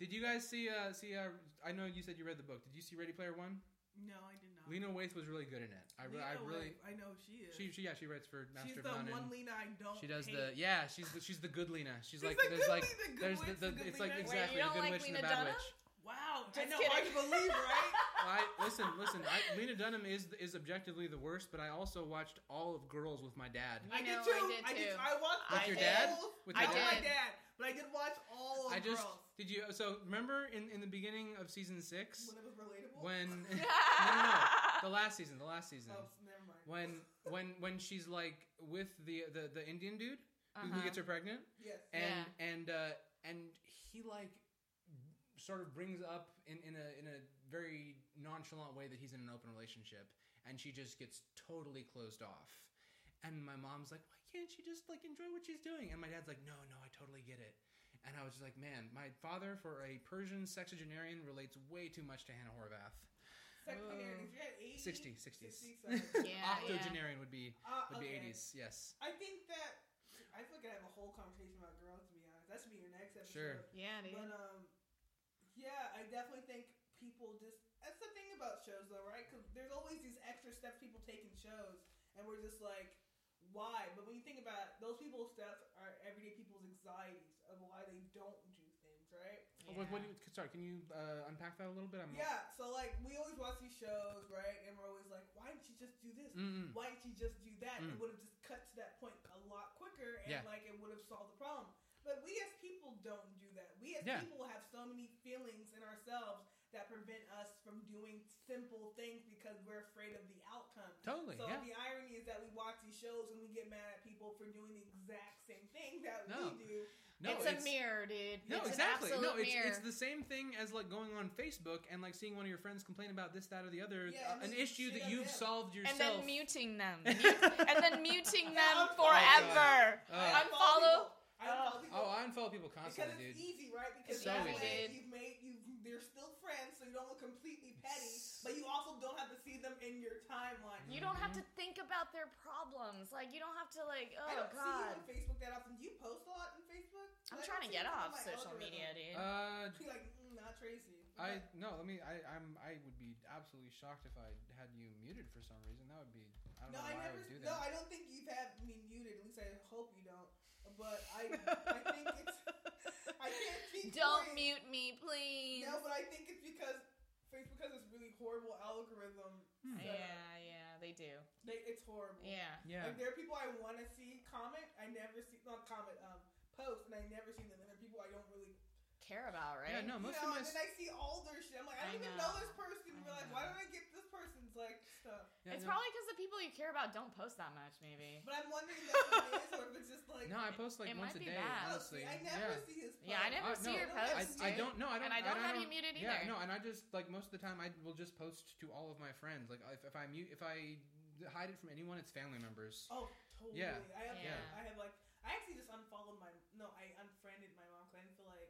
did you guys see? Uh, see, uh, I know you said you read the book. Did you see Ready Player One?
No, I did not.
Lena Waithe was really good in it. I, re- I
Lena
really,
Waithe, I know she is.
she, she, yeah, she writes for Master
She's
of
the
None. and
one Lena I don't.
she does
hate.
the yeah. She's the, she's the good Lena. She's,
She's
like
the
there's
good
like
Lena, good
there's
witch,
the,
the
the,
good
it's like
Lena. Wait,
exactly
you don't
the good
like
witch and
Lena
the bad
Dunham?
witch.
Wow, I
Just
know.
kidding.
Hard to believe, right?
I listen, listen. I, Lena Dunham is is objectively the worst, but I also watched all of Girls with my dad.
You know, I did
I
too.
I watched
With
the
your
dad?
whole-
With
I
your
did. my
dad?
dad, but I did watch all of
I just
Girls.
did you so remember in in the beginning of season six
When it was relatable.
when
no,
the last season the last season
Oh, never mind.
when when when she's like with the the, the Indian dude who- who gets her pregnant
yes.
and
Uh-huh. Yeah.
and uh, and he like sort of brings up in, in a in a very nonchalant way that he's in an open relationship, and she just gets totally closed off. And my mom's like, "Why can't she just like enjoy what she's doing?" And my dad's like, "No, no, I totally get it." And I was just like, "Man, my father, for a Persian sexagenarian, relates way too much to Hannah Horvath.
Secondary. If you had
60, 60s.
80, 60, sorry.
Yeah,
Octogenarian would be
Uh,
would
okay.
be 80s. Yes,
I think that I feel like I have a whole conversation about girls. To be honest, that should be your next episode.
Sure.
Yeah, dude.
But um, yeah, I definitely think people just that's the thing about shows though, right? Because there's always these extra steps people take in shows, and we're just like, why? But when you think about it, those people's steps are everyday people's anxieties of why they don't do things, right?
Oh, what- what do you- sorry, can you uh, unpack that a little bit? I'm
Yeah. So like, we always watch these shows, right? And we're always like, why didn't you just do this?
Mm-mm.
why didn't you just do that? It
Mm.
would have just cut to that point a lot quicker, and
Yeah.
like it would have solved the problem. But we as people don't do that. We as
Yeah.
people have so many feelings in ourselves that prevent us from doing simple things because we're afraid of the outcome.
Totally.
So
yeah.
the irony is that we watch these shows and we get mad at people for doing the exact same thing that
No.
we do.
No,
it's, a mirror, dude.
No,
it's
exactly.
An
No,
absolute
it's,
mirror.
it's the same thing as like going on Facebook and like seeing one of your friends complain about this, that, or the other, uh,
Yeah, and
an
then
issue
shit
that
on
you've
them.
solved yourself.
and then muting them. Mute- and then muting them
Yeah,
Oh,
forever.
I
Unfollow-
people. I unfollow people.
oh, I unfollow people
because
constantly,
it's
dude.
easy, right? Because
So
that
easy.
way you've made you've you're still friends, so you don't look completely petty, but you also don't have to see them in your timeline.
You don't have to think about their problems. Like you don't have to like,
I
oh
don't see you
god.
on Facebook that often. Do you post a lot on Facebook?
I'm
I don't
trying to
see
get
you on
off
my
social
algorithm.
media, dude.
Uh,
Be like, mm, not Tracy.
I no. Let me. I. I'm. I would be absolutely shocked if I had you muted for some reason. That would be. I don't
no,
know
I
why I,
never.
would do
no,
that.
I don't think you've had me muted. At least I hope you don't. But I, I think it's. I can't
Uh,
keep.
don't
doing-
mute me, please.
No, but I think it's because Facebook has this really horrible algorithm.
Hmm.
set
yeah,
up.
yeah, they do.
They, it's horrible.
Yeah.
yeah.
Like there are people I want to see comment, I never see not comment um post, and I never see them. And there are people I don't really
Care about, right?
Yeah. No.
you
Most
know.
of my.
and then I see all their shit. I'm like, I
I
don't even know
know.
this person.
I
You're like, why
know.
don't I get this person's like stuff?
yeah,
it's
no.
probably because the people you care about don't post that much, maybe.
But I'm wondering if that's what it is, or if it's just like
No, I post like
It
once
might
a
be
day.
bad.
oh,
Honestly,
see, I
yeah.
never see his.
Yeah, I
post.
Uh,
never see
no,
your
I don't
I,
posts.
I
dude.
don't know. I don't.
I don't
I
have you muted
yeah,
either.
No, and I just like most of the time I will just post to all of my friends. Like if, if I mute, if I hide it from anyone, it's family members.
Oh, totally.
Yeah.
I have,
Yeah.
I have like, I actually just unfollowed my. No, I unfriended my mom because I didn't feel like.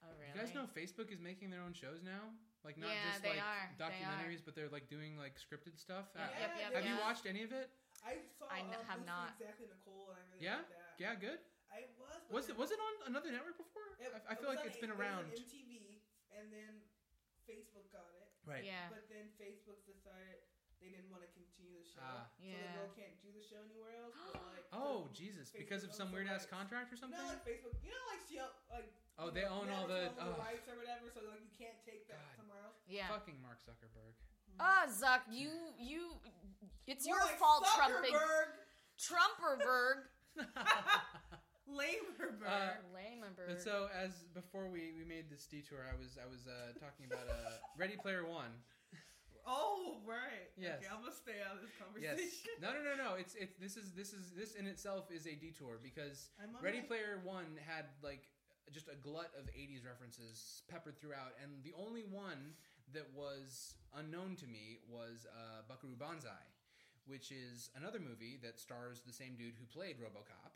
Oh really?
You guys know Facebook is making their own shows now. Like not
Yeah,
just
they
like
are. They are.
documentaries, but they're like doing like scripted stuff.
Yep,
Uh,
yep,
Yeah,
yep,
Have you
yeah.
watched any of it?
I saw.
I n-
uh,
have
Lucy
not.
exactly Nicole, and I really
Yeah?
liked that.
Yeah, good.
I was. but
Was it
then-
was it on another network before?
It-
I, I feel
it was
like
on
it's been
A- it was on
around.
MTV, and then Facebook got it,
Right.
Yeah.
but then Facebook decided they didn't want to continue the show,
Ah.
so the
Yeah.
girl can't do the show anywhere else. But like,
Oh
the-
Jesus!
Facebook
Because of
owns
some
the
weird ass
rights.
contract or
you
something.
know, like Facebook, you know, like she o- like
oh,
you
they
know,
own
now
all the.
they own
Oh,
rights or whatever, so like you can't take that
God.
somewhere else.
Yeah.
Fucking Mark Zuckerberg.
Ah, Zuck, you you it's
More
your
like
fault trumping
Zuckerberg,
Trumperberg.
Uh,
Lamerberg.
But
Lamerberg.
so as before we, we made this detour, I was I was uh, talking about uh, Ready Player One.
oh right.
Yes.
Okay, I'm gonna stay out of this
Yes.
conversation.
No, no, no, no. It's it's this is this is this in itself is a detour because
I'm on
Ready
my-
Player One had like just a glut of '80s references peppered throughout, and the only one that was unknown to me was uh, Buckaroo Banzai, which is another movie that stars the same dude who played RoboCop,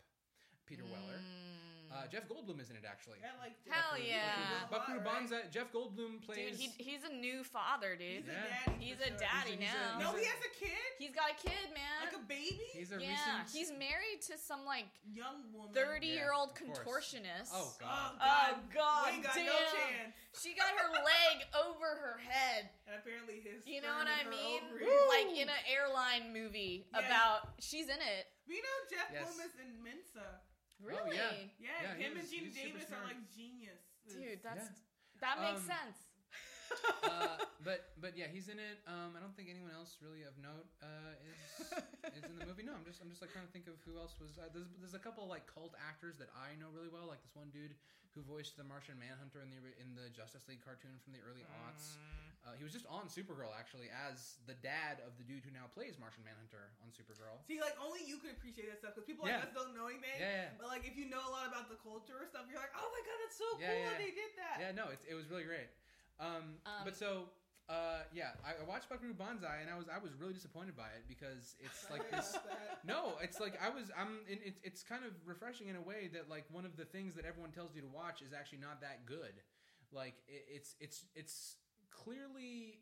Peter Weller.
Mm.
Uh, Jeff Goldblum is in it actually.
I like
Hell
Buckaroo-
yeah.
Buckaroo, Buckaroo
Hot, right?
Banzai. Jeff Goldblum plays.
Dude, he, he's a new father,
He's
dude.
Yeah.
a daddy.
He's
for
a
sure.
daddy
He's a- he's
now.
a-
No, he has a kid?
he's got a kid, man.
Like a baby?
He's a
yeah,
recent.
he's married to some like
young woman.
30 year old
Yeah, of course.
contortionist.
Oh
Oh,
god.
God.
Oh, God,
We ain't got
damn.
no chance.
She got her leg over her head.
And apparently his.
You know
sperm
what
and her
I mean?
ovaries-
Like in an airline movie
Yeah.
about she's in it.
But you know Jeff
Yes.
Loomis and Mensa.
Really?
Oh, yeah.
Yeah,
Yeah, he
him
was-
and Gene
he was super
Davis are
smart.
like genius.
Dude, that's
Yeah.
that makes
Um,
sense.
uh, but but yeah, he's in it. Um, I don't think anyone else really of note uh, is is in the movie. No, I'm just I'm just like trying to think of who else was. Uh, there's there's a couple like cult actors that I know really well. Like this one dude who voiced the Martian Manhunter in the ori- in the Justice League cartoon from the early
Mm.
aughts. Uh, he was just on Supergirl actually as the dad of the dude who now plays Martian Manhunter on Supergirl.
See, like only you could appreciate that stuff because people
Yeah.
like us don't know anything.
Yeah, yeah.
But like if you know a lot about the culture or stuff, you're like, oh my god, that's so
Yeah,
cool
yeah.
that they did that.
Yeah, no, it, it was really great. Um,
Um,
but so, uh, yeah, I, I watched Buckaroo Banzai, and I was I was really disappointed by it because it's
Sorry
like this.
about that.
No, it's like I was. I'm. It, it, it's kind of refreshing in a way that like one of the things that everyone tells you to watch is actually not that good. Like it, it's it's it's clearly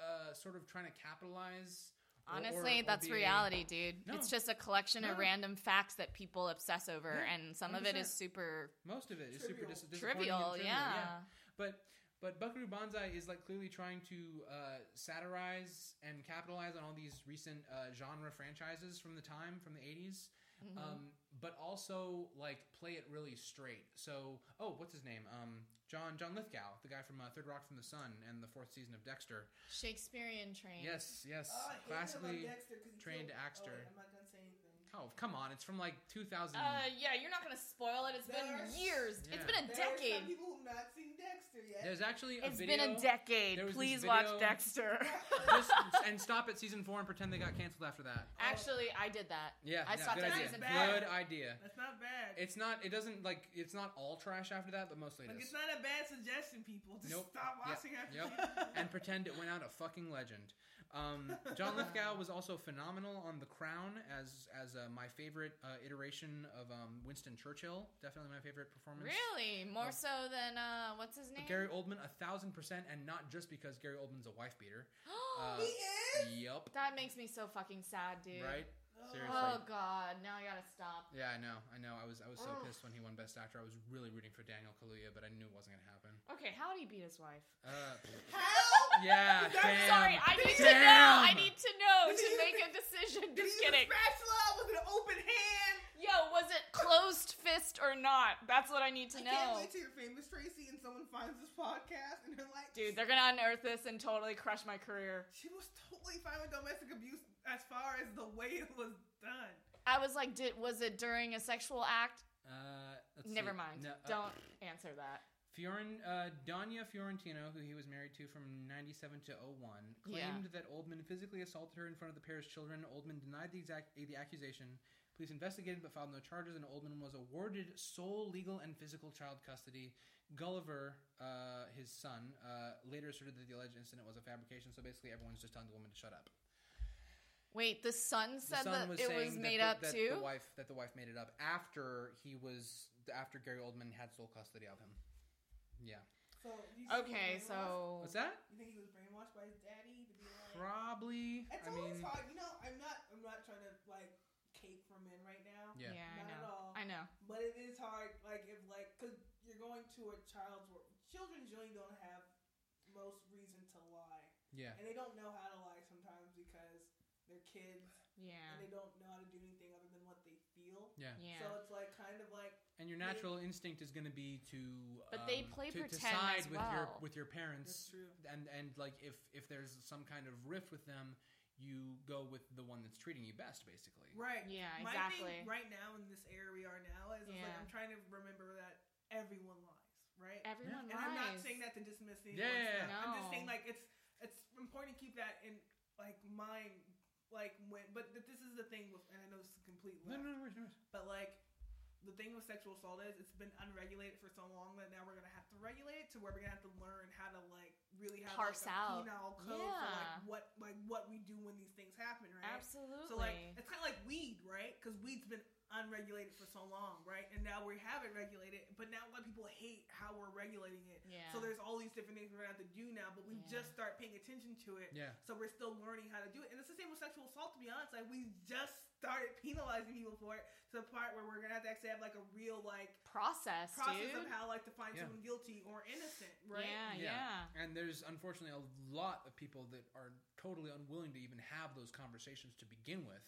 uh, sort of trying to capitalize. or- or-
Honestly,
or
that's
be a-
reality, dude.
No.
It's just a collection of
No.
random facts that people obsess over,
Yeah,
and some of it is
100%.
super
Most of it is super
Trivial.
dis- disappointing and
trivial. yeah.
But but Buckaroo Banzai is like clearly trying to uh, satirize and capitalize on all these recent uh, genre franchises from the time from the 80s
Mhm.
Um, but also like play it really straight. So, oh, what's his name? Um, John John Lithgow, the guy from uh, Third Rock from the Sun and the fourth season of Dexter.
Shakespearean train.
Yes, yes,
Oh, I hate him on
classically.
Dexter 'cause he
trained
killed-
actor.
Oh, wait, I'm not gonna say anything.
Oh, come on! It's from like 2000.
Uh, yeah, you're not gonna spoil it. It's
There's-
been years.
Yeah.
It's been a
There are some
decade.
people who've not seen Dexter yet.
There's actually a
It's
video.
been a decade.
there was this
Please watch
video-
Dexter.
Just, and stop at season four and pretend they got canceled after that.
Actually, I did that.
Yeah,
I
no,
stopped
good
at
idea.
season five.
Good idea.
That's not bad.
It's not. It doesn't like. It's not all trash after that, but mostly
like
it
it's
is.
not a bad suggestion, people. Just
Nope.
stop
Yeah.
watching after
Yep.
season one.
and pretend it went out a fucking legend. Um, John Lithgow was also phenomenal on The Crown as as uh, my favorite uh, iteration of um, Winston Churchill. Definitely my favorite performance.
Really, more
Uh,
so than uh, what's his name?
Gary Oldman, a thousand percent, and not just because Gary Oldman's a wife beater. uh,
he is.
Yup.
that makes me so fucking sad, dude.
Right? seriously.
Oh god, now I gotta stop.
Yeah, I know. I know. I was I was so
Ugh.
pissed when he won Best Actor. I was really rooting for Daniel Kaluuya, but I knew it wasn't gonna happen.
Okay, how did he beat his wife?
Uh,
How?
yeah.
Sorry,
damn.
Sorry, I
Did
need
he-
to know. I
Damn.
need to know
Did
to
he
make
use
a decision.
Did
Just
he use a
kidding.
spatula with an open hand?
Yo, was it closed fist or not? That's what I need to
I can't
know.
wait till you're famous, Tracy, and someone finds this podcast and they're like,
Dude, they're gonna unearth this and totally crush my career.
she was totally fine with domestic abuse as far as the way it was done.
I was like, did was it during a sexual act?
Uh, let's
Never
see.
mind.
No, uh,
Don't answer that.
Fioren, uh, Danya Fiorentino, who he was married to from 97 to 01, claimed
Yeah.
that Oldman physically assaulted her in front of the pair's children. Oldman denied the exact the accusation. Police investigated but filed no charges, and Oldman was awarded sole legal and physical child custody. Gulliver, uh, his son, uh, later asserted that the alleged incident was a fabrication. So basically, everyone's just telling the woman to shut up.
Wait, the son
The
said
son
that it
saying that
was made
the-
up
that
too.
The wife that the wife made it up after he was after Gary Oldman had sole custody of him. Yeah,
So you think he was
okay,
brainwashed?
so
what's that?
you think he was brainwashed by his daddy to be like?
Probably.
It's
I
always
mean,
hard, you know. I'm not. I'm not trying to like cape for men right now.
yeah.
Not
I
at
know.
all.
I know.
But it is hard, like if like, cause you're going to a child's world. Children generally don't have most reason to lie,
yeah,
and they don't know how to lie sometimes because they're kids and
Yeah.
they don't know how to do anything other than what they feel.
yeah,
Yeah.
So it's like kind of like
And your natural instinct is going to be to.
But they
um,
play
to, to
pretend
side
as
with your
well.
with your
that's
parents,
true.
and and like if if there's some kind of rift with them, you go with the one that's treating you best, basically.
Right.
Yeah,
My
exactly.
thing right now in this area we are now is it's like
Yeah.
I'm trying to remember that everyone lies, right?
Everyone
and I'm not
lies.
saying that to dismiss anyone.
Yeah, yeah, yeah.
I'm just saying
No.
like it's it's important to keep that in like mind like when but th- this is the thing with and I know this is complete
No,
left,
no, no, worries, no worries.
but like the thing with sexual assault is it's been unregulated for so long that now we're gonna have to regulate it to where we're gonna have to learn how to like really have like,
Parse
a
out.
penal code for like
Yeah.
what like what we do when these things happen, right?
Absolutely.
So like it's kind of like weed, right? Because weed's been unregulated for so long, right? And now we have it regulated, but now a lot of people hate how we're regulating it.
yeah.
So there's all these different things we're gonna have to do now, but we
Yeah.
just start paying attention to it.
Yeah,
So we're still learning how to do it, and it's the same with sexual assault. To be honest, like we just started penalizing people for it to the part where we're gonna have to actually have like a real like
process,
process
dude.
of how like to find
Yeah.
someone guilty or innocent, right?
Yeah,
Yeah.
yeah.
and there's unfortunately a lot of people that are totally unwilling to even have those conversations to begin with.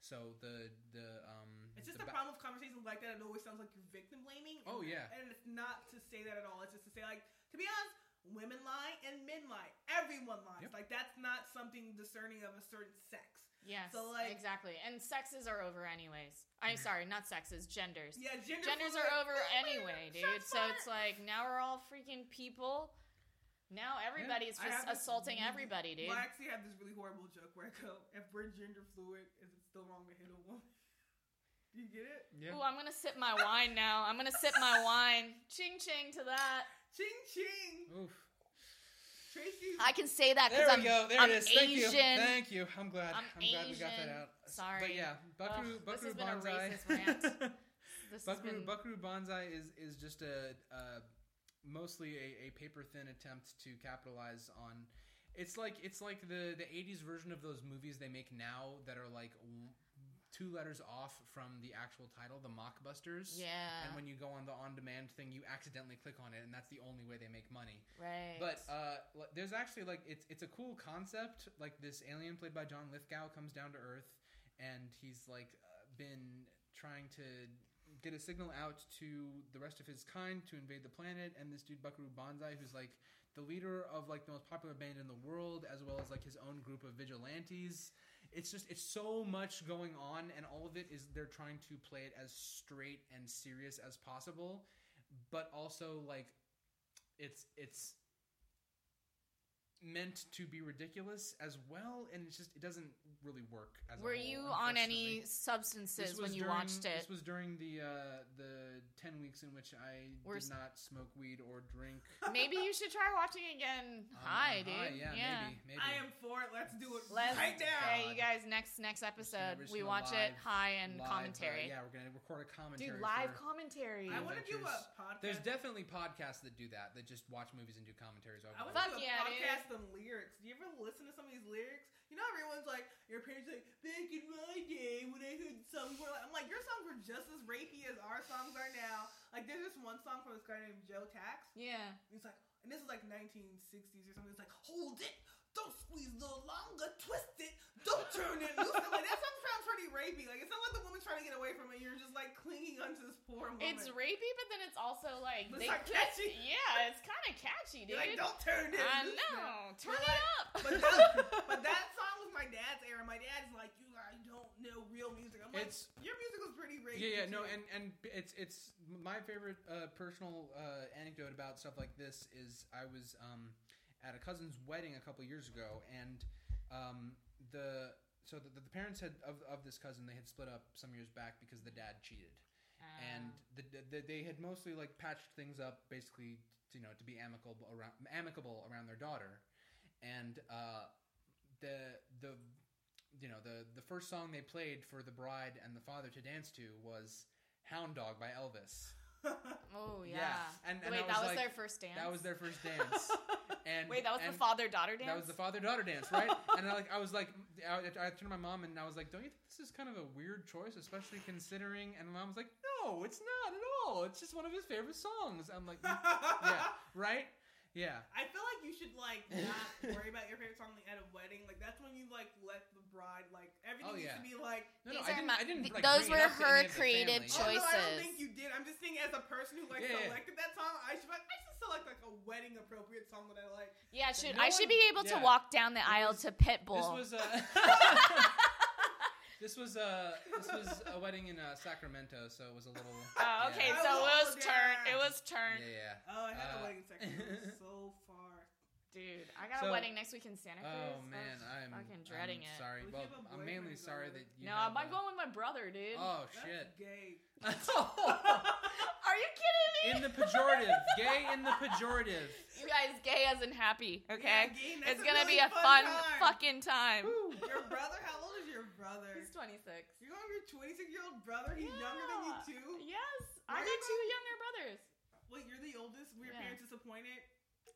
So the the um.
It's just
the
the
ba-
problem with conversations like that. It always sounds like you're victim blaming.
Oh, yeah.
and it's not to say that at all. It's just to say like, to be honest, women lie and men lie. Everyone lies.
Yep.
Like that's not something discerning of a certain sex.
Yes.
So, like-
exactly. And sexes are over anyways. I'm
Mhm.
sorry, not sexes, genders.
Yeah, gender
Genders
fluid-
are over
Woo,
anyway, dude.
shots
So it's
fired.
like now we're all freaking people. Now everybody's
I have
just
this
assaulting
really-
everybody, dude.
Well, I actually have this really horrible joke where I go, if we're gender fluid, is it still wrong to hit a woman? Do you get it?
Yeah.
Ooh, I'm gonna sip my wine now. I'm gonna sip my wine. Ching ching to that.
Ching ching.
Oof.
Tracy.
I can say that
There
because
we
I'm
go. There
I'm
it is. Thank you.
Asian.
Thank you. I'm glad.
I'm
glad we got that
Asian.
out. But
Sorry.
yeah, Buckaroo,
Ugh, this
Buckaroo
has been a
Banzai.
racist rant. This has
Buckaroo,
been-
Buckaroo Banzai is is just a uh, mostly a, a paper thin attempt to capitalize on. It's like it's like the the '80s version of those movies they make now that are like w- two letters off from the actual title, the mockbusters.
yeah,
And when you go on the on-demand thing, you accidentally click on it, and that's the only way they make money.
right.
But uh, li- there's actually like it's it's a cool concept. Like this alien played by John Lithgow comes down to Earth, and he's like uh, been trying to get a signal out to the rest of his kind to invade the planet. And this dude Buckaroo Banzai, who's like the leader of like the most popular band in the world, as well as like his own group of vigilantes. It's just it's so much going on, and all of it is they're trying to play it as straight and serious as possible, but also like it's it's meant to be ridiculous as well, and it's just it doesn't really work. As a
Were
whole,
you on any
unfortunately.
substances
was
when you
during-
watched it?
This was during the uh, the ten weeks in which I
We're s-
did not smoke weed or drink.
Maybe you should try watching again.
um,
Hi,
on
dude.
high. Yeah, maybe, maybe.
I am for it. Let's do it
Let's
right now.
Hey, you guys, next next episode,
we're just
we
gonna
watch it
live-
high and
Live, uh,
commentary.
yeah, we're gonna record a commentary.
Dude, live
for-
commentary.
I want to do a
Adventures.
podcast.
There's definitely podcasts that do that, that just watch movies and do commentaries over.
I
it.
want
Fuck
to do a
yeah, dude.
podcast on lyrics. Do you ever listen to some of these lyrics? You know, everyone's like, your parents are like, back in my day when I heard songs were like, I'm like, your songs were just as rapey as our songs are now. Like, there's this one song from this guy named Joe Tax.
yeah.
He's like, and this is like 1960s or something. It's like, hold it, don't squeeze no longer, twist it, don't turn it loose. I'm like, that song sounds pretty rapey. Like, it's not like the woman's trying to get away from it. You're just like clinging onto this poor woman.
It's rapey, but then it's also like
It's
they
not
could-
catchy.
Yeah, it's kind of catchy, dude.
You're like, don't turn it
I
loose now."
know. Turn
But
it
like-
up.
But that, but that song was my dad's era. My dad's like, you guys don't know real music. I'm like,
It's
your music was pretty rapey.
yeah, yeah, no,
too."
and and it's it's my favorite uh, personal uh, anecdote about stuff like this is I was um, at a cousin's wedding a couple years ago, and um, the so the, the parents had of, of this cousin they had split up some years back because the dad cheated,
Ah.
and the, the, they had mostly like patched things up basically you know to be amicable around amicable around their daughter and uh, the the you know the the first song they played for the bride and the father to dance to was Hound Dog by Elvis
oh yeah.
and, and I
Wait, that was
like,
their first dance.
that was their first dance and
Wait, that was
and
the father daughter dance.
that was the father daughter dance, right? and I, like, I was like, I, I turned to my mom and I was like, "Don't you think this is kind of a weird choice, especially considering?" And my mom was like, "No, it's not at all. It's just one of his favorite songs." I'm like, "Yeah, right? Yeah,
I feel like you should like not worry about your favorite song at a wedding. Like that's when you like let the bride like everything
Oh,
needs
yeah.
to be like.
no, no, I
These are
didn't.
my-
I didn't
th-
like,
those
bring it up
were
to
her
any of the
creative
family.
Oh no, I don't
Choices.
think you did. I'm just saying as a person who like
Yeah, yeah.
selected that song, I should like, I should select like a wedding appropriate song that I like.
yeah, should
no
I should
one-
be able
yeah.
to walk down the
It
aisle
was-
to Pitbull.
This was a. This was a this was a wedding in uh, Sacramento, so it was a little.
oh, okay.
Yeah,
I
So it was
love
turn. It
that.
was turn.
yeah. yeah.
Oh, I had a
Uh,
wedding section It was so far.
Dude, I got
So-
a wedding next week in Santa Cruz.
Oh man, I'm
fucking dreading
I'm
it.
Sorry,
At least
well,
you have a
I'm mainly
boyfriend,
sorry
though.
that you.
no,
have
I'm
a-
going with my brother, dude.
Oh
That's
shit.
gay.
Are you kidding me?
in the pejorative. Gay in the pejorative.
you guys, gay as in happy.
Yeah,
Okay,
gay, and that's
it's gonna
really
be a
fun
fun,
time.
fucking time.
Your brother? How old is your brother?
He's 26.
You're going with your 26 year old brother? He's younger than you
Yeah.
too?
Yes, I
Where
got
you
two younger brothers.
Wait, you're the oldest? Were your
Yeah.
parents disappointed?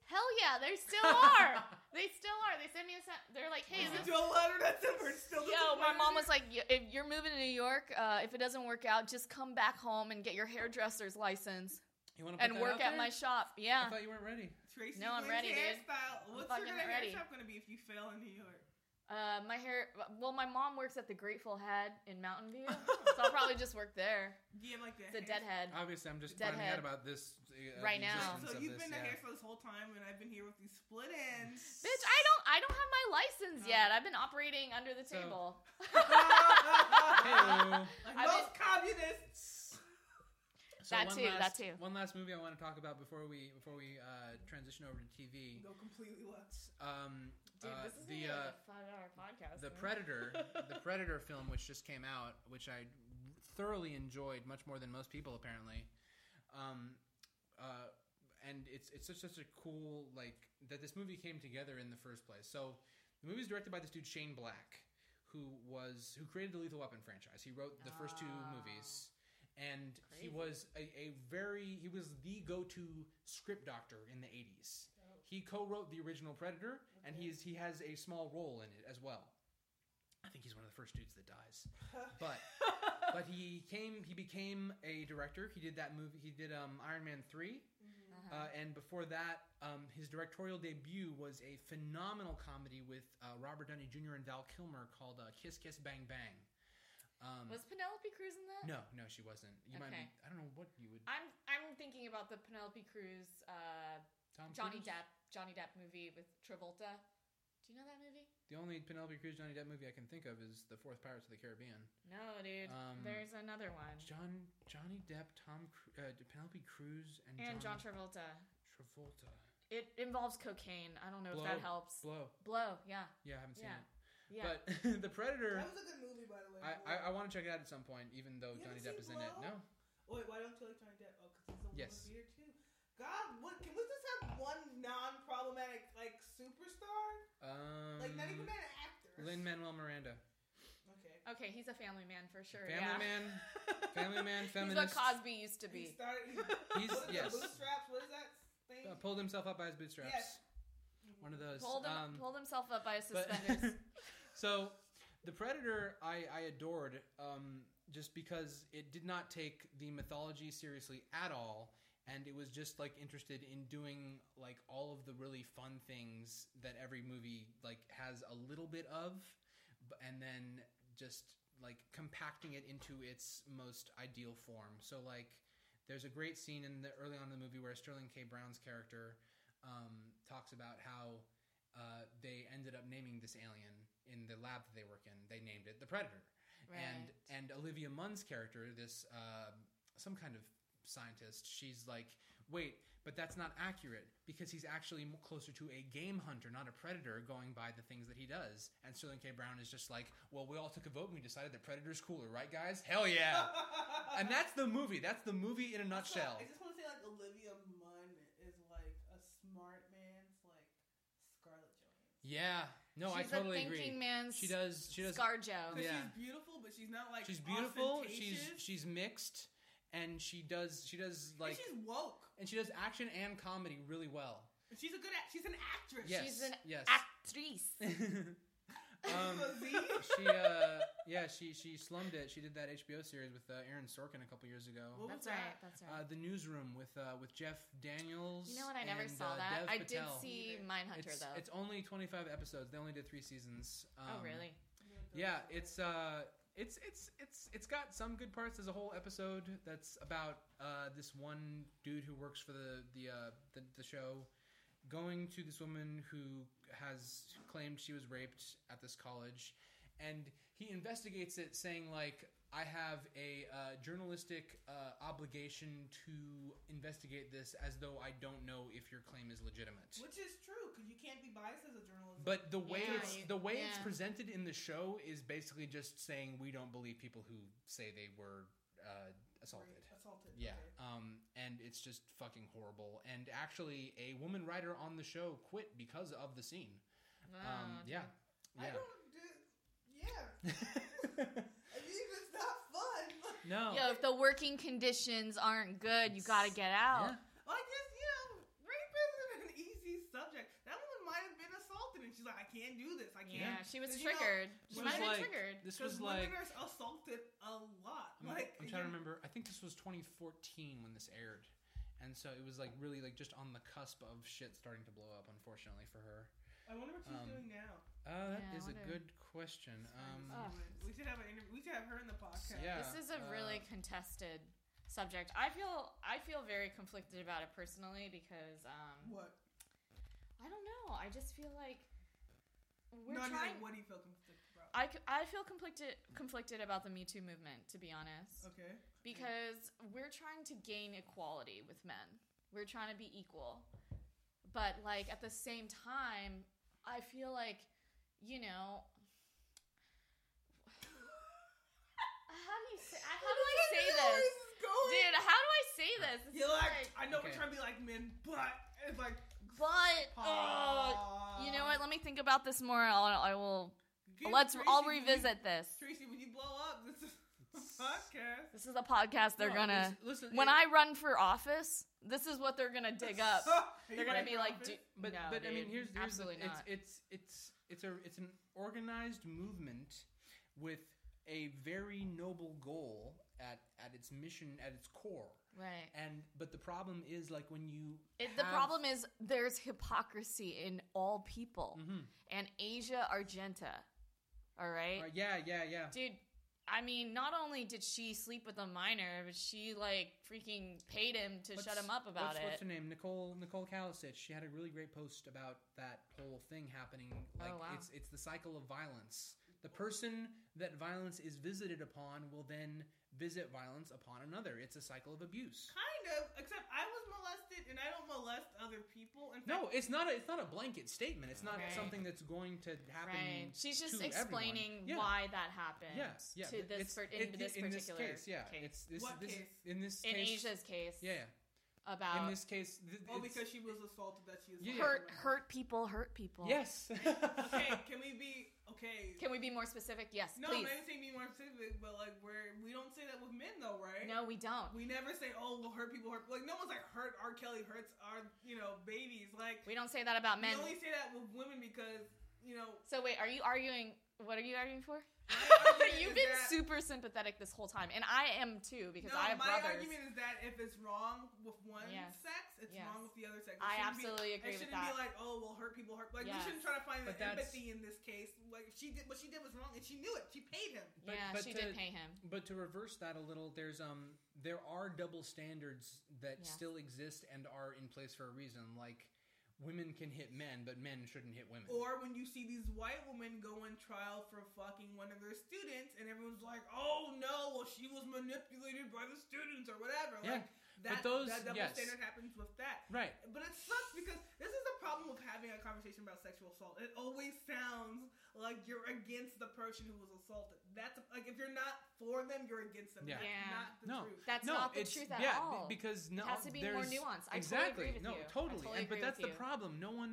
Hell yeah, they still are. they still are. They sent me a. sen- They're like,
Yeah.
hey,
Is
is this
it Joe letter that's him? We're still
Yo, my
disappointed?
mom was like, "Y- if you're moving to New York, uh, if it doesn't work out, just come back home and get your hairdresser's license
You want to
and work at my shop.
I
Yeah.
thought you weren't ready.
Tracy
No, I'm
Lynch
ready, dude.
hairstyle. What's
fucking
your gonna hair
ready.
shop going to be if you fail in New York?
Uh, my hair. Well, my mom works at the Grateful Head in Mountain View, so I'll probably just work there.
Do you have like the
It's a
hair-
deadhead.
Obviously, I'm just
Deadhead.
finding out about this uh,
Right
the
now.
existence
So
of
you've
this,
been a
yeah.
hairstyle this whole time, and I've been here with these split ends.
Bitch, I don't. I don't have my license
Oh.
yet. I've been operating under the
Uh, So- uh,
table.
like
Hey-o.
I've
most communists.
So
That
one
too, that
Last,
too.
One last movie I want to talk about before we before we uh, transition over to TV.
Go completely left.
Um,
Dude,
uh,
this is
the
gonna be
uh,
like a five-hour podcast.
the
man.
Predator, the Predator film, which just came out, which I thoroughly enjoyed much more than most people apparently. Um, uh, and it's it's such such a cool like that this movie came together in the first place. So the movie is directed by this dude Shane Black, who was who created the Lethal Weapon franchise. He wrote the first two
Ah.
movies. And
Crazy.
he was a, a very he was the go-to script doctor in the 80s. He co-wrote the original Predator, and he's he has a small role in it as well. I think he's one of the first dudes that dies. But but he came he became a director. He did that movie. He did um, Iron Man three,
Mm-hmm.
Uh-huh.
uh, and before that, um, his directorial debut was a phenomenal comedy with uh, Robert Downey Jr. and Val Kilmer called uh, Kiss Kiss Bang Bang. Um,
Was Penelope Cruz in that?
no, no, she wasn't. You might be.
Okay.
I don't know what you would.
I'm I'm thinking about the Penelope Cruz uh,
Tom
Johnny
Cruise?
Depp Johnny Depp movie with Travolta. Do you know that movie?
The only Penelope Cruz Johnny Depp movie I can think of is the fourth Pirates of the Caribbean.
No, dude.
Um,
There's another one.
John Johnny Depp, Tom Cru- uh, Penelope Cruz, and,
and John
John,
Travolta.
Travolta.
It involves cocaine. I don't know
Blow.
if that helps.
Blow.
Blow, yeah.
Yeah, I haven't seen
Yeah.
it.
Yeah.
But The Predator,
That was a good movie, by the way.
I, I, I want to check it out at some point, even though
You
Johnny Depp
haven't
is
seen
in it.
Blow?
No.
Wait, why don't you like Johnny Depp? Oh, because he's a
Yes.
woman beater too. God, what, can we just have one non-problematic like superstar?
Um,
like not even an actor.
Lin Manuel Miranda.
Okay.
okay, he's a family man for sure.
Family
yeah.
man, family man,
He's
feminist.
what Cosby used to
He
be.
started. He,
He's
what is
yes.
The bootstraps. What is that thing?
Uh, pulled himself up by his bootstraps.
Yes.
One of those.
Pulled, him,
um,
pulled himself up by his
but-
suspenders.
so, the Predator, I, I adored um, just because it did not take the mythology seriously at all, and it was just like interested in doing like all of the really fun things that every movie like has a little bit of, b- and then just like compacting it into its most ideal form. So like, there's a great scene in the early on in the movie where Sterling K. Brown's character um, talks about how uh, they ended up naming this alien in the lab that they work in. They named it the Predator, and
Right.
and Olivia Munn's character, this uh, some kind of scientist, she's like, wait, but that's not accurate because he's actually m- closer to a game hunter, not a predator, going by the things that he does. And Sterling K. Brown is just like, well, we all took a vote and we decided that Predator's cooler, right, guys? Hell yeah! and that's the movie. That's the movie in a
Also,
nutshell.
I just want to say like Olivia Munn is like a smart man's like Scarlett Johansson.
Yeah. No, I
She's
totally
a thinking
agree.
man's
She does. She does.
Scarjo.
Oh,
'Cause
Yeah.
She's beautiful, but she's not like
she's beautiful. She's
ostentatious.
she's mixed, and she does. She does
And
like,
she's woke.
and she does action and comedy really well.
And She's a good. Act- she's an actress.
Yes.
She's an
yes.
Actrice.
uh, um,
Z?
she uh yeah she she slummed it. She did that HBO series with uh, Aaron Sorkin a couple years ago.
What
That's
was
right.
that?
That's right.
Uh, the newsroom with uh, with Jeff Daniels.
you know what? I never
and,
saw
uh,
that.
Dev
I did
Patel.
see
Neither.
Mindhunter
It's,
though.
it's only twenty five episodes. They only did three seasons.
oh
Um,
really?
Yeah, it's uh, it's it's it's it's got some good parts. There's a whole episode that's about uh, this one dude who works for the the, uh, the the show going to this woman who has claimed she was raped at this college, and he investigates it, saying like. I have a uh, journalistic uh, obligation to investigate this as though I don't know if your claim is legitimate.
Which is true because you can't be biased as a journalist.
But the way
Yeah,
it's
you-
the way it's
yeah.
presented in the show is basically just saying we don't believe people who say they were uh, assaulted.
Assaulted.
Yeah,
okay.
um, and it's just fucking horrible. And actually, a woman writer on the show quit because of the scene. Um,
Ah.
Oh,
yeah,
I don't do. Yeah.
yeah.
I mean, it's not fun.
no,
Yo, if the working conditions aren't good, you gotta get out.
Yeah.
I just, you know, rape isn't an easy subject. That woman might have been assaulted, and she's like, I can't do this. I
Yeah,
can't.
she was
But you know,
triggered.
This
she
was
might have been
like-
triggered.
This
Because
was like
women are assaulted a lot.
I'm,
like,
I'm trying to
you-
remember. I think this was 2014 when this aired, and so it was like really like just on the cusp of shit starting to blow up. Unfortunately for her.
I wonder what she's
Um,
doing now.
Uh, that
Yeah, I
is
wonder.
a good question. Um,
Ugh.
we should have an interview. We should have her in the podcast.
yeah.
this is a
uh,
really contested subject. I feel I feel very conflicted about it personally because um,
What?
I don't know. I just feel like we're
no, I mean,
trying.
like, what do you feel conflicted about?
I, c- I feel conflicted conflicted about the Me Too movement, to be honest,
okay.
because we're trying to gain equality with men. We're trying to be equal, but like at the same time, I feel like, you know, how do you say, how do I
Look at
say
where
this,
is going.
dude? How do I say this? This
You're
is
like, I know
Okay.
we're trying to be like men, but it's like,
but uh, you know what? Let me think about this more. I'll, I will.
Give
let's.
Tracy-
I'll
when you-
revisit this.
Tracy, when you blow up, this is a podcast.
This is a podcast. They're
No,
gonna.
it's- listen,
when
it-
I run for office, this is what they're gonna dig up. They're gonna
ready
be like, "Do-
but
no,
but I mean
dude,
here's, here's
absolutely
the,
not.
It's, it's it's it's a it's an organized movement with a very noble goal at at its mission at its core.
right.
And but the problem is like when you
It, the
have-
problem is there's hypocrisy in all people,
Mhm.
and Asia Argenta. All right,
Right, yeah yeah yeah
dude. I mean, not only did she sleep with a minor, but she like freaking paid him to shut
What's-
him up about
what's,
it.
What's her name? Nicole Nicole Kalisic. She had a really great post about that whole thing happening. Like
Oh, wow.
it's it's the cycle of violence. The person that violence is visited upon will then visit violence upon another. It's a cycle of abuse.
Kind of, except I was molested, and I don't molest other people. In
No,
fact,
it's not. A, it's not a blanket statement. It's not
Right.
something that's going to happen.
Right. She's just
to everyone.
explaining
Yeah.
why that happened
Yeah, yeah.
to this
it's-
per- in
it-
this
in
particular
case. Yeah, it's this,
What
this
case?
in this
in
case.
Asia's case
Yeah, yeah.
about
in this case. Th-
Oh,
it's-
because she was assaulted. That she is
Yeah.
hurt hurt people hurt people.
yes.
okay, can we be okay?
Can we be more specific? Yes,
no,
please.
I'm not saying be more specific, but like we're we don't say that with men though, right?
No, we don't.
We never say, "Oh, well, hurt people hurt." Like no one's like hurt. R. Kelly hurts our, you know, babies. Like
We don't say that about men.
we only say that with women because you know.
So wait, are you arguing? What are you arguing for?
argument
You've
is
been
that-
super sympathetic this whole time, and I am too because
no,
I have
my
brothers.
argument is that if it's wrong with one
Yes.
sex, it's
Yes.
wrong with the other sex. It
I
shouldn't be-
absolutely agree
it
with
shouldn't
that.
be like, oh, well, hurt people hurt. Like we
Yes.
shouldn't try to find
But
like,
that's-
empathy in this case. Like she did, what she did was wrong, and she knew it. She paid him.
but-
yeah,
but
she
to-
did pay him.
But to reverse that a little, there's um there are double standards that
Yeah.
still exist and are in place for a reason. Like women can hit men, but men shouldn't hit women.
Or when you see these white women go on trial for fucking one of their students, and everyone's like, "Oh no, well she was manipulated by the students or whatever."
Yeah,
Like, that,
those-
that double
yes.
standard happens with that.
right.
But it sucks because this is the problem with having a conversation about sexual assault. It always sounds like you're against the person who was assaulted. That's like if you're not for them, you're against them.
Yeah.
That's
Yeah.
not the
No.
truth.
That's
no,
not the
it's,
truth at
yeah,
all.
be- because no,
it has to be more
there's-
nuanced. I
exactly.
totally agree with
no,
you. I
totally.
totally
and, but
agree
that's
with
the
you.
problem. No one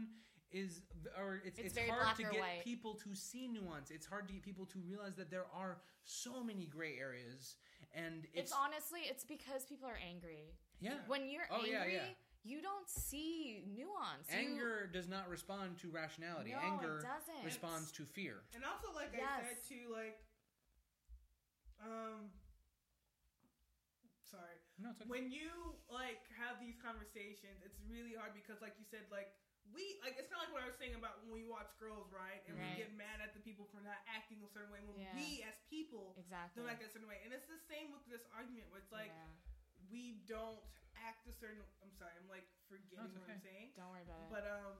is, or it's,
It's
it's,
very
hard
black
to
or
get
white.
people to see nuance. It's hard to get people to realize that there are so many gray areas, and
It's,
it's,
honestly, it's because people are angry.
yeah.
When you're
Oh,
angry,
yeah, yeah.
you don't see nuance. You-
Anger does not respond to rationality.
No, it
Anger
doesn't.
responds to fear.
And also, like
Yes.
I said too, like, um, sorry.
No, it's okay.
when you like have these conversations, it's really hard because, like you said, like we like it's kind of like what I was saying about when we watch girls, right? And
Right.
we get mad at the people for not acting a certain way when
Yeah.
we as people
exactly.
don't act a certain way. And it's the same with this argument where it's like
Yeah.
we don't act a certain. I'm sorry, I'm like forgetting
No, it's
what I'm saying,
don't worry about it.
but um,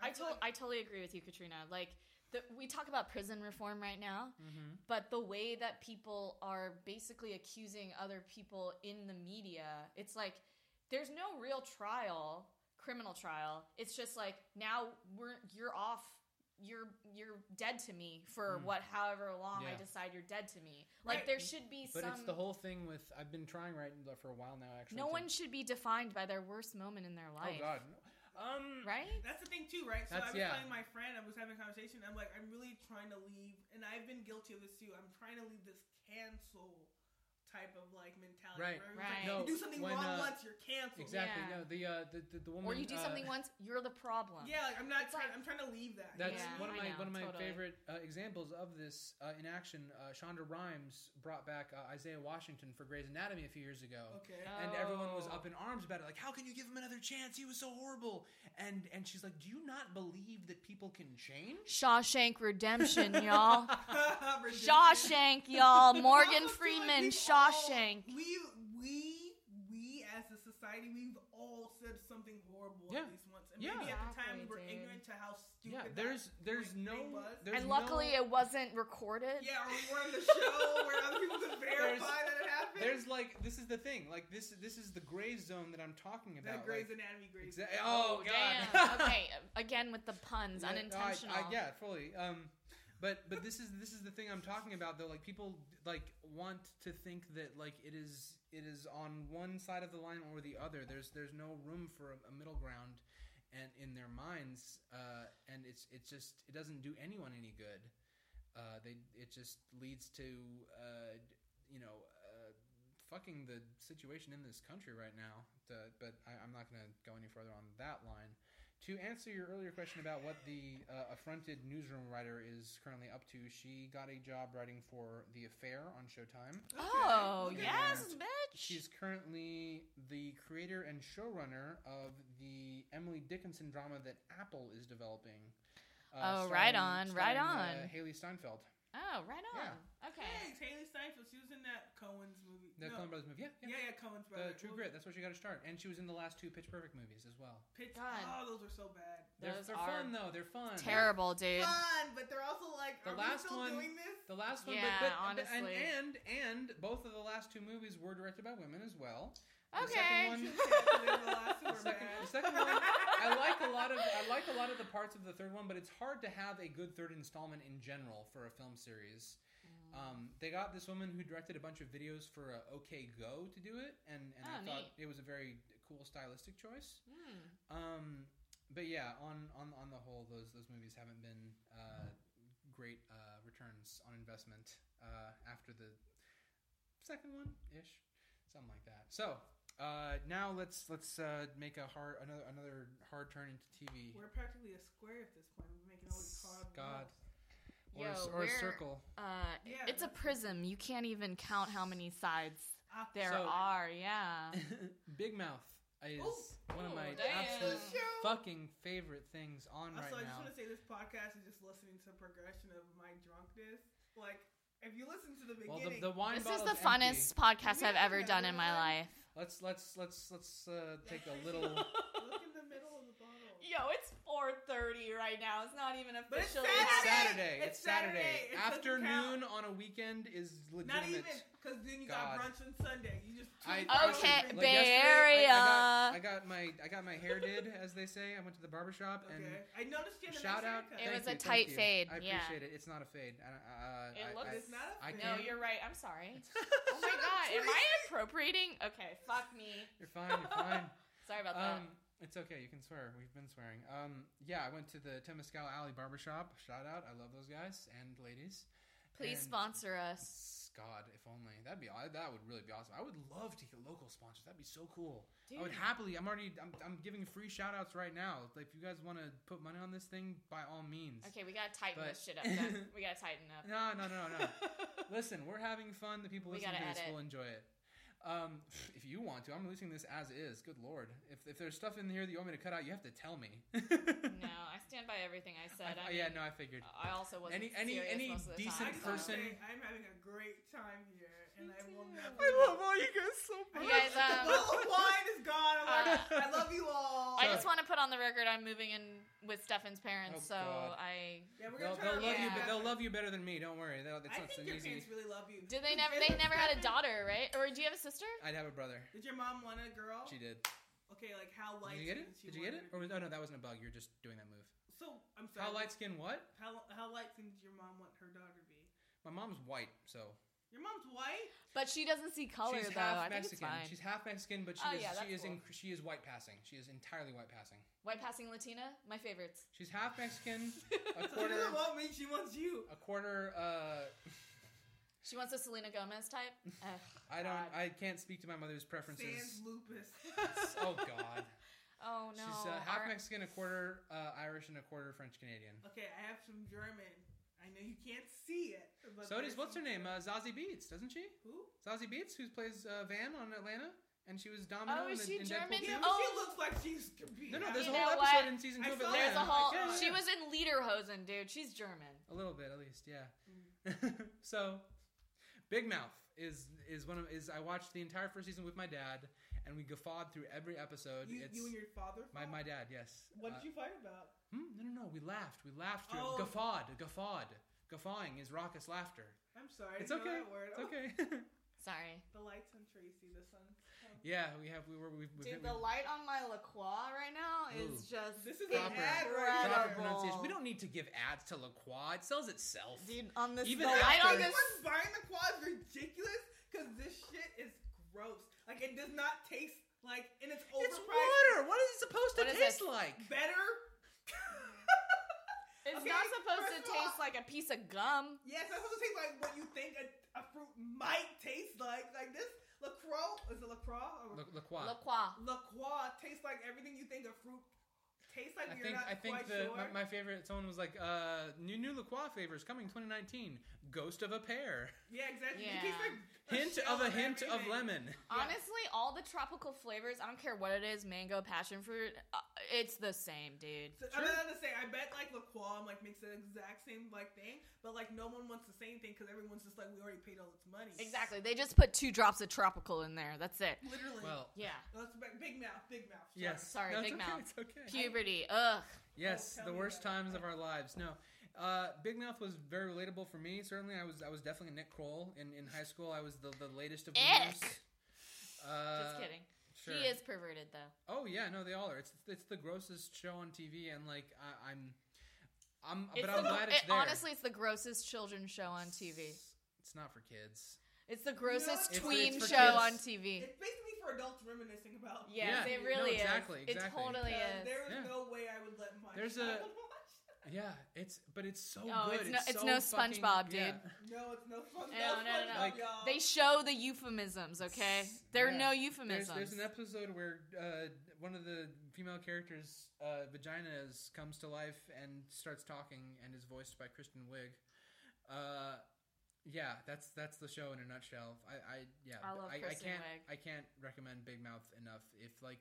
I
feel
totally,
like-
I totally agree with you, Katrina. Like, the, we talk about prison reform right now,
Mm-hmm.
but the way that people are basically accusing other people in the media, it's like there's no real trial, criminal trial. It's just like now we're you're off. You're you're dead to me for
Mm.
what however long I
Yeah.
decide you're dead to me. Like
Right.
there should be
But
some.
it's the whole thing with I've been trying right for a while now. Actually,
um, no
to-
one should be defined by their worst moment in their
Oh
life.
God. Um.
Right?
That's the thing too, right? So
That's-
I was
yeah.
telling my friend, I was having a conversation. I'm like, I'm really trying to leave, and I've been guilty of this too. I'm trying to leave this cancel type of like mentality.
Right.
where
Right.
it's like,
No,
you do something
when,
wrong
uh,
once, you're canceled.
Exactly.
Yeah.
No. The uh the the, the woman.
Or you do
uh,
something once, you're the problem.
Yeah, like I'm not.
It's
Trying,
like-
I'm trying to leave that.
That's
Yeah,
one of
I
my
know,
one of my
totally.
favorite uh, examples of this uh, in action. Uh, Shonda Rhimes brought back uh, Isaiah Washington for Grey's Anatomy a few years ago,
Okay.
and everyone was
Oh.
up in arms about it. Like, how can you give him another chance? He was so horrible. And and she's like, do you not believe that people can change?
Shawshank Redemption, y'all.
Uh,
Redemption.
Shawshank, y'all.
I
Morgan
also feel like
Freeman,
we've
Shawshank.
all- we we we as a society, we've all said something horrible
Yeah.
at least once, and
Yeah.
maybe at the time
Exactly,
we were
dude.
ignorant to how stupid.
Yeah.
that
There's there's
like,
no.
thing was.
There's
And luckily,
no,
it wasn't recorded.
Yeah, or we were on the show where other people could verify
There's-
that it happened.
there's like this is the thing. Like this this is the gray zone that I'm talking about.
that Grey's
like,
Anatomy Grey's.
exa-
Anatomy.
oh
Damn.
god.
okay, again with the puns,
Yeah, no, I-
unintentional.
I, yeah, fully. Um, but but this is this is the thing I'm talking about though. Like people like want to think that like it is it is on one side of the line or the other. There's there's no room for a, a middle ground, and in their minds, uh, and it's it's just it doesn't do anyone any good. Uh, they it just leads to uh, you know. Uh, Fucking the situation in this country right now, The- but I, I'm not going to go any further on that line. To answer your earlier question about what the uh, affronted newsroom writer is currently up to, she got a job writing for The Affair on Showtime.
Oh,
Okay, look at
yes,
that.
bitch.
She's currently the creator and showrunner of the Emily Dickinson drama that Apple is developing. uh,
Oh, right on, right
starring, uh,
on.
Haley Steinfeld.
oh, right on.
Yeah.
Okay.
Hey, Haley Steinfeld. She was in that Cohen's movie.
The
no,
Coen Brothers movie. Yeah, yeah.
Yeah, yeah, Cohen's
The
brother.
True
Well,
Grit. That's where she got her start, and she was in the last two Pitch Perfect movies as well.
Pitch.
God.
Oh, those are so bad.
They're,
Those
they're
are
fun though. They're fun.
Terrible, dude.
Fun, but they're also like,
The
are
last
we still
one-
doing this?
The last one,
Yeah,
but, but, but-
honestly.
and and and both of the last two movies were directed by women as well. The second
Okay.
one-
the last two
The
are
second,
bad.
the second one, I like a lot of I like a lot of the parts of the third one, but it's hard to have a good third installment in general for a film series. Um, they got this woman who directed a bunch of videos for uh, OK Go to do it, and, and I
Oh,
thought
neat.
it was a very cool stylistic choice.
Hmm.
Um, but yeah, on, on on the whole, those those movies haven't been uh, great uh, returns on investment uh, after the second one ish, something like that. So uh, now let's let's uh, make a hard another another hard turn into TV
We're practically a square at this point. We're making all these cards.
God. or,
Yo,
a s- or a
we're-
circle.
Uh,
Yeah,
it's a
that's-
prism. You can't even count how many sides
Ah,
there
So-
are. Yeah.
Big Mouth is
Ooh.
one of
Ooh,
my
damn.
absolute
This
show.
fucking favorite things on right
Also, I just
now.
want to say this podcast is just listening to the progression of my drunkenness. Like, if you listen to the
Well,
beginning,
the, the wine
This is
bottle's
the
empty.
funnest podcast I've
Yeah,
ever
yeah,
done in
yeah.
my life.
Let's let's let's let's uh, take a little.
look in the middle of the bottle.
it's 4:30 right now. It's not even
But it's officially-
It's
Saturday!
Saturday.
It's
It's Saturday.
Saturday. It doesn't
Afternoon on a weekend is legitimate.
Not even, because then you
God.
got brunch on Sunday. You just
I-
Okay,
like
Bay
yesterday, I, I,
Area.
got, I got my I got my hair did as they say. I went to the barber shop and
Okay. I noticed you had a
shout
nice
out.
haircut.
It
thank
was a
you, thank
tight
you.
fade,
I
yeah.
appreciate it. It's not a fade. I, I- I-
It
I-
looks-
I-
It's not a
I
fade.
can't-
No, you're right. I'm sorry.
it's-
Oh my god, am I appropriating? Okay, fuck me.
you're fine. You're fine.
Sorry about that.
Um, it's okay. You can swear. We've been swearing. Um, yeah, I went to the Temescal Alley Barbershop. Shout out. I love those guys and ladies.
Please
and-
sponsor us.
God, if only that'd be I- that would really be awesome. I would love to get local sponsors. That'd be so cool. I would happily. I'm already. I'm, I'm giving free shout outs right now. If you guys want to put money on this thing, by all means.
Okay, we gotta tighten
But-
this shit up. Then. We gotta tighten up.
No, no, no, no. Listen, we're having fun. The people
We
listening to
gotta
this
edit.
will enjoy it. Um, if you want to, I'm releasing this as is. Good lord. If, if there's stuff in here that you want me to cut out, you have to tell me.
no, I stand by everything I said. I,
I- yeah,
mean,
no, I figured.
I also wasn't
Any- any-
serious
any
most of the
decent
I
time,
just
so-
wanna
person-
say I'm having a great time here, and
Me
I will
too.
never.
I love all you guys so much.
You guys,
the
um,
bottle of wine is gone. I'm like, I love you all.
I just want to put on the record I'm moving in with Stefan's parents,
Oh,
so
God.
I.
yeah, we're
They'll, they'll
gonna try
love
to
you,
Yeah.
but they'll love you better than me. Don't worry. They'll, that's
I
not
think
so
your
easy.
parents really love you.
Did they never? They never had a daughter, right? Or do you have a sister?
I'd have a brother.
Did your mom want a girl?
She did.
Okay, like how light?
Did you get it?
skinned she
Did you get it?
wanted her
Or was, oh no, that wasn't a bug. You're just doing that move.
to- So I'm
How
sorry.
light skin? What?
How how light skinned did your mom want her daughter to be?
My mom's white, so
Your mom's white.
But she doesn't see color
she's
though.
half
I think it's
Mexican.
fine.
She's half Mexican, but she
Oh,
is
yeah,
she is
that's cool.
in, she is white passing. She is entirely white passing.
White passing Latina, my favorites.
She's half Mexican, a
So she
quarter,
doesn't want me. She wants you.
a quarter. Uh,
she wants a Selena Gomez type. Eh. Ugh,
I don't.
God.
I can't speak to my mother's preferences.
Sans lupus.
oh God.
Oh no.
She's uh, half
Our-
Mexican, a quarter uh, Irish, and a quarter French Canadian.
Okay, I have some German. I know you can't see it. But
So does
there's
what's her
some-
name? Uh, Zazie Beats, doesn't she?
Who?
Zazie Beats, who plays uh, Van on Atlanta, and she was Domino.
Oh, is
in,
she
in Deadpool
German?
two.
Yeah, but she
Oh.
looks like she's competing.
No, no,
I
there's a
mean,
You
whole
know
episode
what?
in season
I
two of
saw
Atlanta.
that.
There's a whole.
Yeah, yeah,
She
yeah.
was in Lederhosen, dude. She's German.
a little bit at least, yeah.
Mm-hmm.
so, Big Mouth is is one of is I watched the entire first season with my dad, and we guffawed through every episode.
you,
it's
you and your father.
my
fought?
my dad, yes.
What
Uh,
did you fight about?
hmm, no, no, no. We laughed. We laughed. Through
Oh.
it. Guffawed. Guffawed. Guffawing is raucous laughter.
I'm sorry. I
It's
didn't know
okay.
That word.
It's
Oh,
okay.
Sorry.
The lights on Tracy. The sun.
yeah, we have we were we. we
Dude,
we,
the light on my LaCroix right now is
Ooh.
just
This is an
Proper-
ad right
proper
now.
incredible.
pronunciation. We don't need to give ads to La Croix. It sells itself.
Dude, on this
Even
the light on
after-
this
Everyone's buying the quad is ridiculous because this shit is gross. Like it does not taste like, and it's overpriced.
It's water. What is it supposed to
What is
taste
it?
like?
Better.
It's
Okay,
not supposed to
first of all-
taste like a piece of gum.
yes, that's supposed to taste like what you think a, a fruit might taste like. Like this LaCroix is it LaCroix? Or
La, La Croix.
La Croix.
LaCroix tastes like everything you think a fruit tastes
I
like. but
think
you're not
I think
quite
the
sure.
my, my favorite someone was like uh new new LaCroix flavors coming 2019 Ghost of a Pear
yeah, exactly. It
Yeah.
tastes like a
hint
shell
of a hint of
everything.
lemon
Honestly, all the tropical flavors, I don't care what it is, mango, passion fruit, uh, It's the same, dude.
So, I'm not gonna say I bet like Laquan like makes the exact same like thing, but like no one wants the same thing because everyone's just like we already paid all its money.
Exactly. They just put two drops of tropical in there. That's it.
Literally.
Well,
Yeah.
That's ba- big mouth. Big mouth. sorry.
yes.
sorry,
No,
big
it's okay,
mouth.
It's okay.
Puberty. Ugh.
Yes,
tell
the
me
worst
about it.
times of our lives. No, uh, Big Mouth was very relatable for me. Certainly, I was I was definitely Nick Kroll in, in high school. I was the, the latest of
Ick.
losers. Uh,
Just kidding.
Sure.
He is perverted though.
Oh yeah, no, they all are. It's it's the grossest show on TV, and like I, I'm, I'm,
It's
Oh, but I'm
the-
glad it's
it-
there.
Honestly, it's the grossest children's show on TV.
It's- It's not for kids.
It's the grossest
It's-
tween
it's for
show
kids.
on TV.
It's basically for adults reminiscing about.
yes,
Yeah,
it
no,
really
exactly,
is.
exactly.
It totally
Because
is.
There is
Yeah.
no way I would let my
There's a-
child watch. that.
Yeah, it's but it's so
No,
good.
it's no- it's
so
no
fucking-
SpongeBob,
yeah.
dude.
No, it's no fun.
No,
no,
no, no,
fun,
no.
Like,
y'all.
They show the euphemisms, okay? There are
Yeah.
no
There's,
euphemisms.
there's an episode where uh, one of the female characters' uh, vagina is, comes to life and starts talking, and is voiced by Kristen Wiig. Uh, yeah, that's that's the show in a nutshell. I, I yeah,
I love
I,
Kristen
can't
Wiig.
I can't recommend Big Mouth enough. If like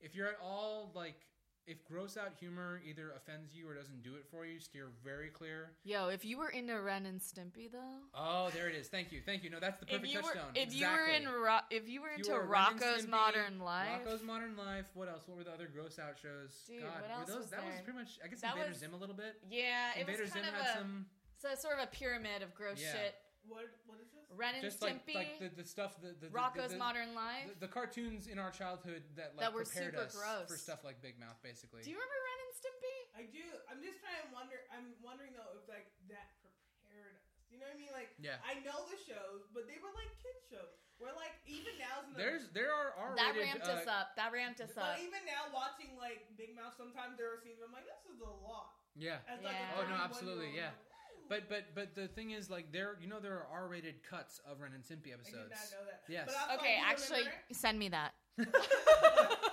if you're at all like if gross out humor either offends you or doesn't do it for you, steer very clear.
Yo, if you were into Ren and Stimpy though,
Oh, there it is. Thank you, thank you. No, that's the perfect
if you
touchdown.
were if
exactly.
you were in Ro- if you were
If you
into
were Ren and
Rocco's
Stimpy,
Modern Life,
Rocco's Modern Life. What else? What were the other gross out shows?
Dude, what
were
else
those?
was
that was
there?
pretty much. I guess
That
Invader
was-
Zim a little bit.
yeah, it
Invader
was kind
Zim
of
had
a
some
so it's sort of a pyramid of gross
Yeah.
shit.
What? What is this?
Ren and
just like
Stimpy,
like the, the stuff the, the, the
Rocco's
the, the,
Modern Life.
the, the cartoons in our childhood that like
That were
prepared
super
us
gross.
for stuff like Big Mouth, basically.
Do you remember Ren and Stimpy?
I do. I'm just trying to wonder. I'm wondering though if like that prepared us. You know what I mean? Like
yeah,
I know the shows, but they were like kid shows. Where like even now,
there's there are R
That
rated.
ramped
uh,
us up. That ramped us up.
But even now, watching like Big Mouth, sometimes there are scenes where I'm like, this is a lot.
Yeah,
As, like, a
Yeah.
Oh, no,
31 -year-old,
absolutely,
I'm
yeah.
like, "Ooh."
but but but the thing is like there you know there are R rated cuts of Ren and Stimpy
I did
episodes.
not know that.
Yes.
But I thought
Okay,
you
actually,
remember-
send me that.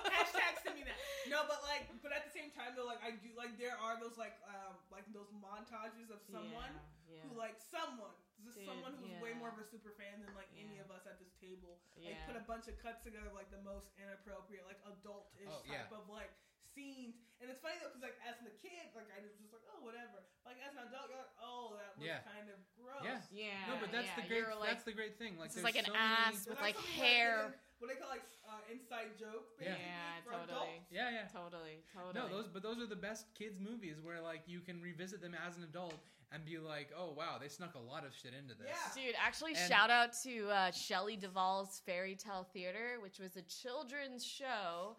Hashtag send me that. No, but like, but at the same time though, like I do like there are those like um like those montages of someone
Yeah.
who like someone just
Dude,
someone who's way
yeah.
more of a super fan than like any
Yeah.
of us at this table.
yeah.
Like put a bunch of cuts together of, like the most inappropriate like adultish
Oh, yeah.
type of like scenes. And it's funny though because like as a kid like I was just like oh whatever. Like as an adult you're like oh that was
Yeah.
kind of gross.
Yeah.
yeah.
no, but that's
yeah.
the great
You're
that's the great thing. Like
this is
there's
like an
so many-
ass
There's
with like
something
hair.
hidden- what they call like uh, inside joke.
Yeah.
basically,
Yeah,
for
totally.
adults.
Yeah, yeah.
Totally,
No,
totally.
those but those are the best kids movies where like you can revisit them as an adult and be like, oh wow, they snuck a lot of shit into this.
Yeah.
Dude, actually,
And-
shout out to uh, Shelley Duvall's Fairy Tale Theater, which was a children's show,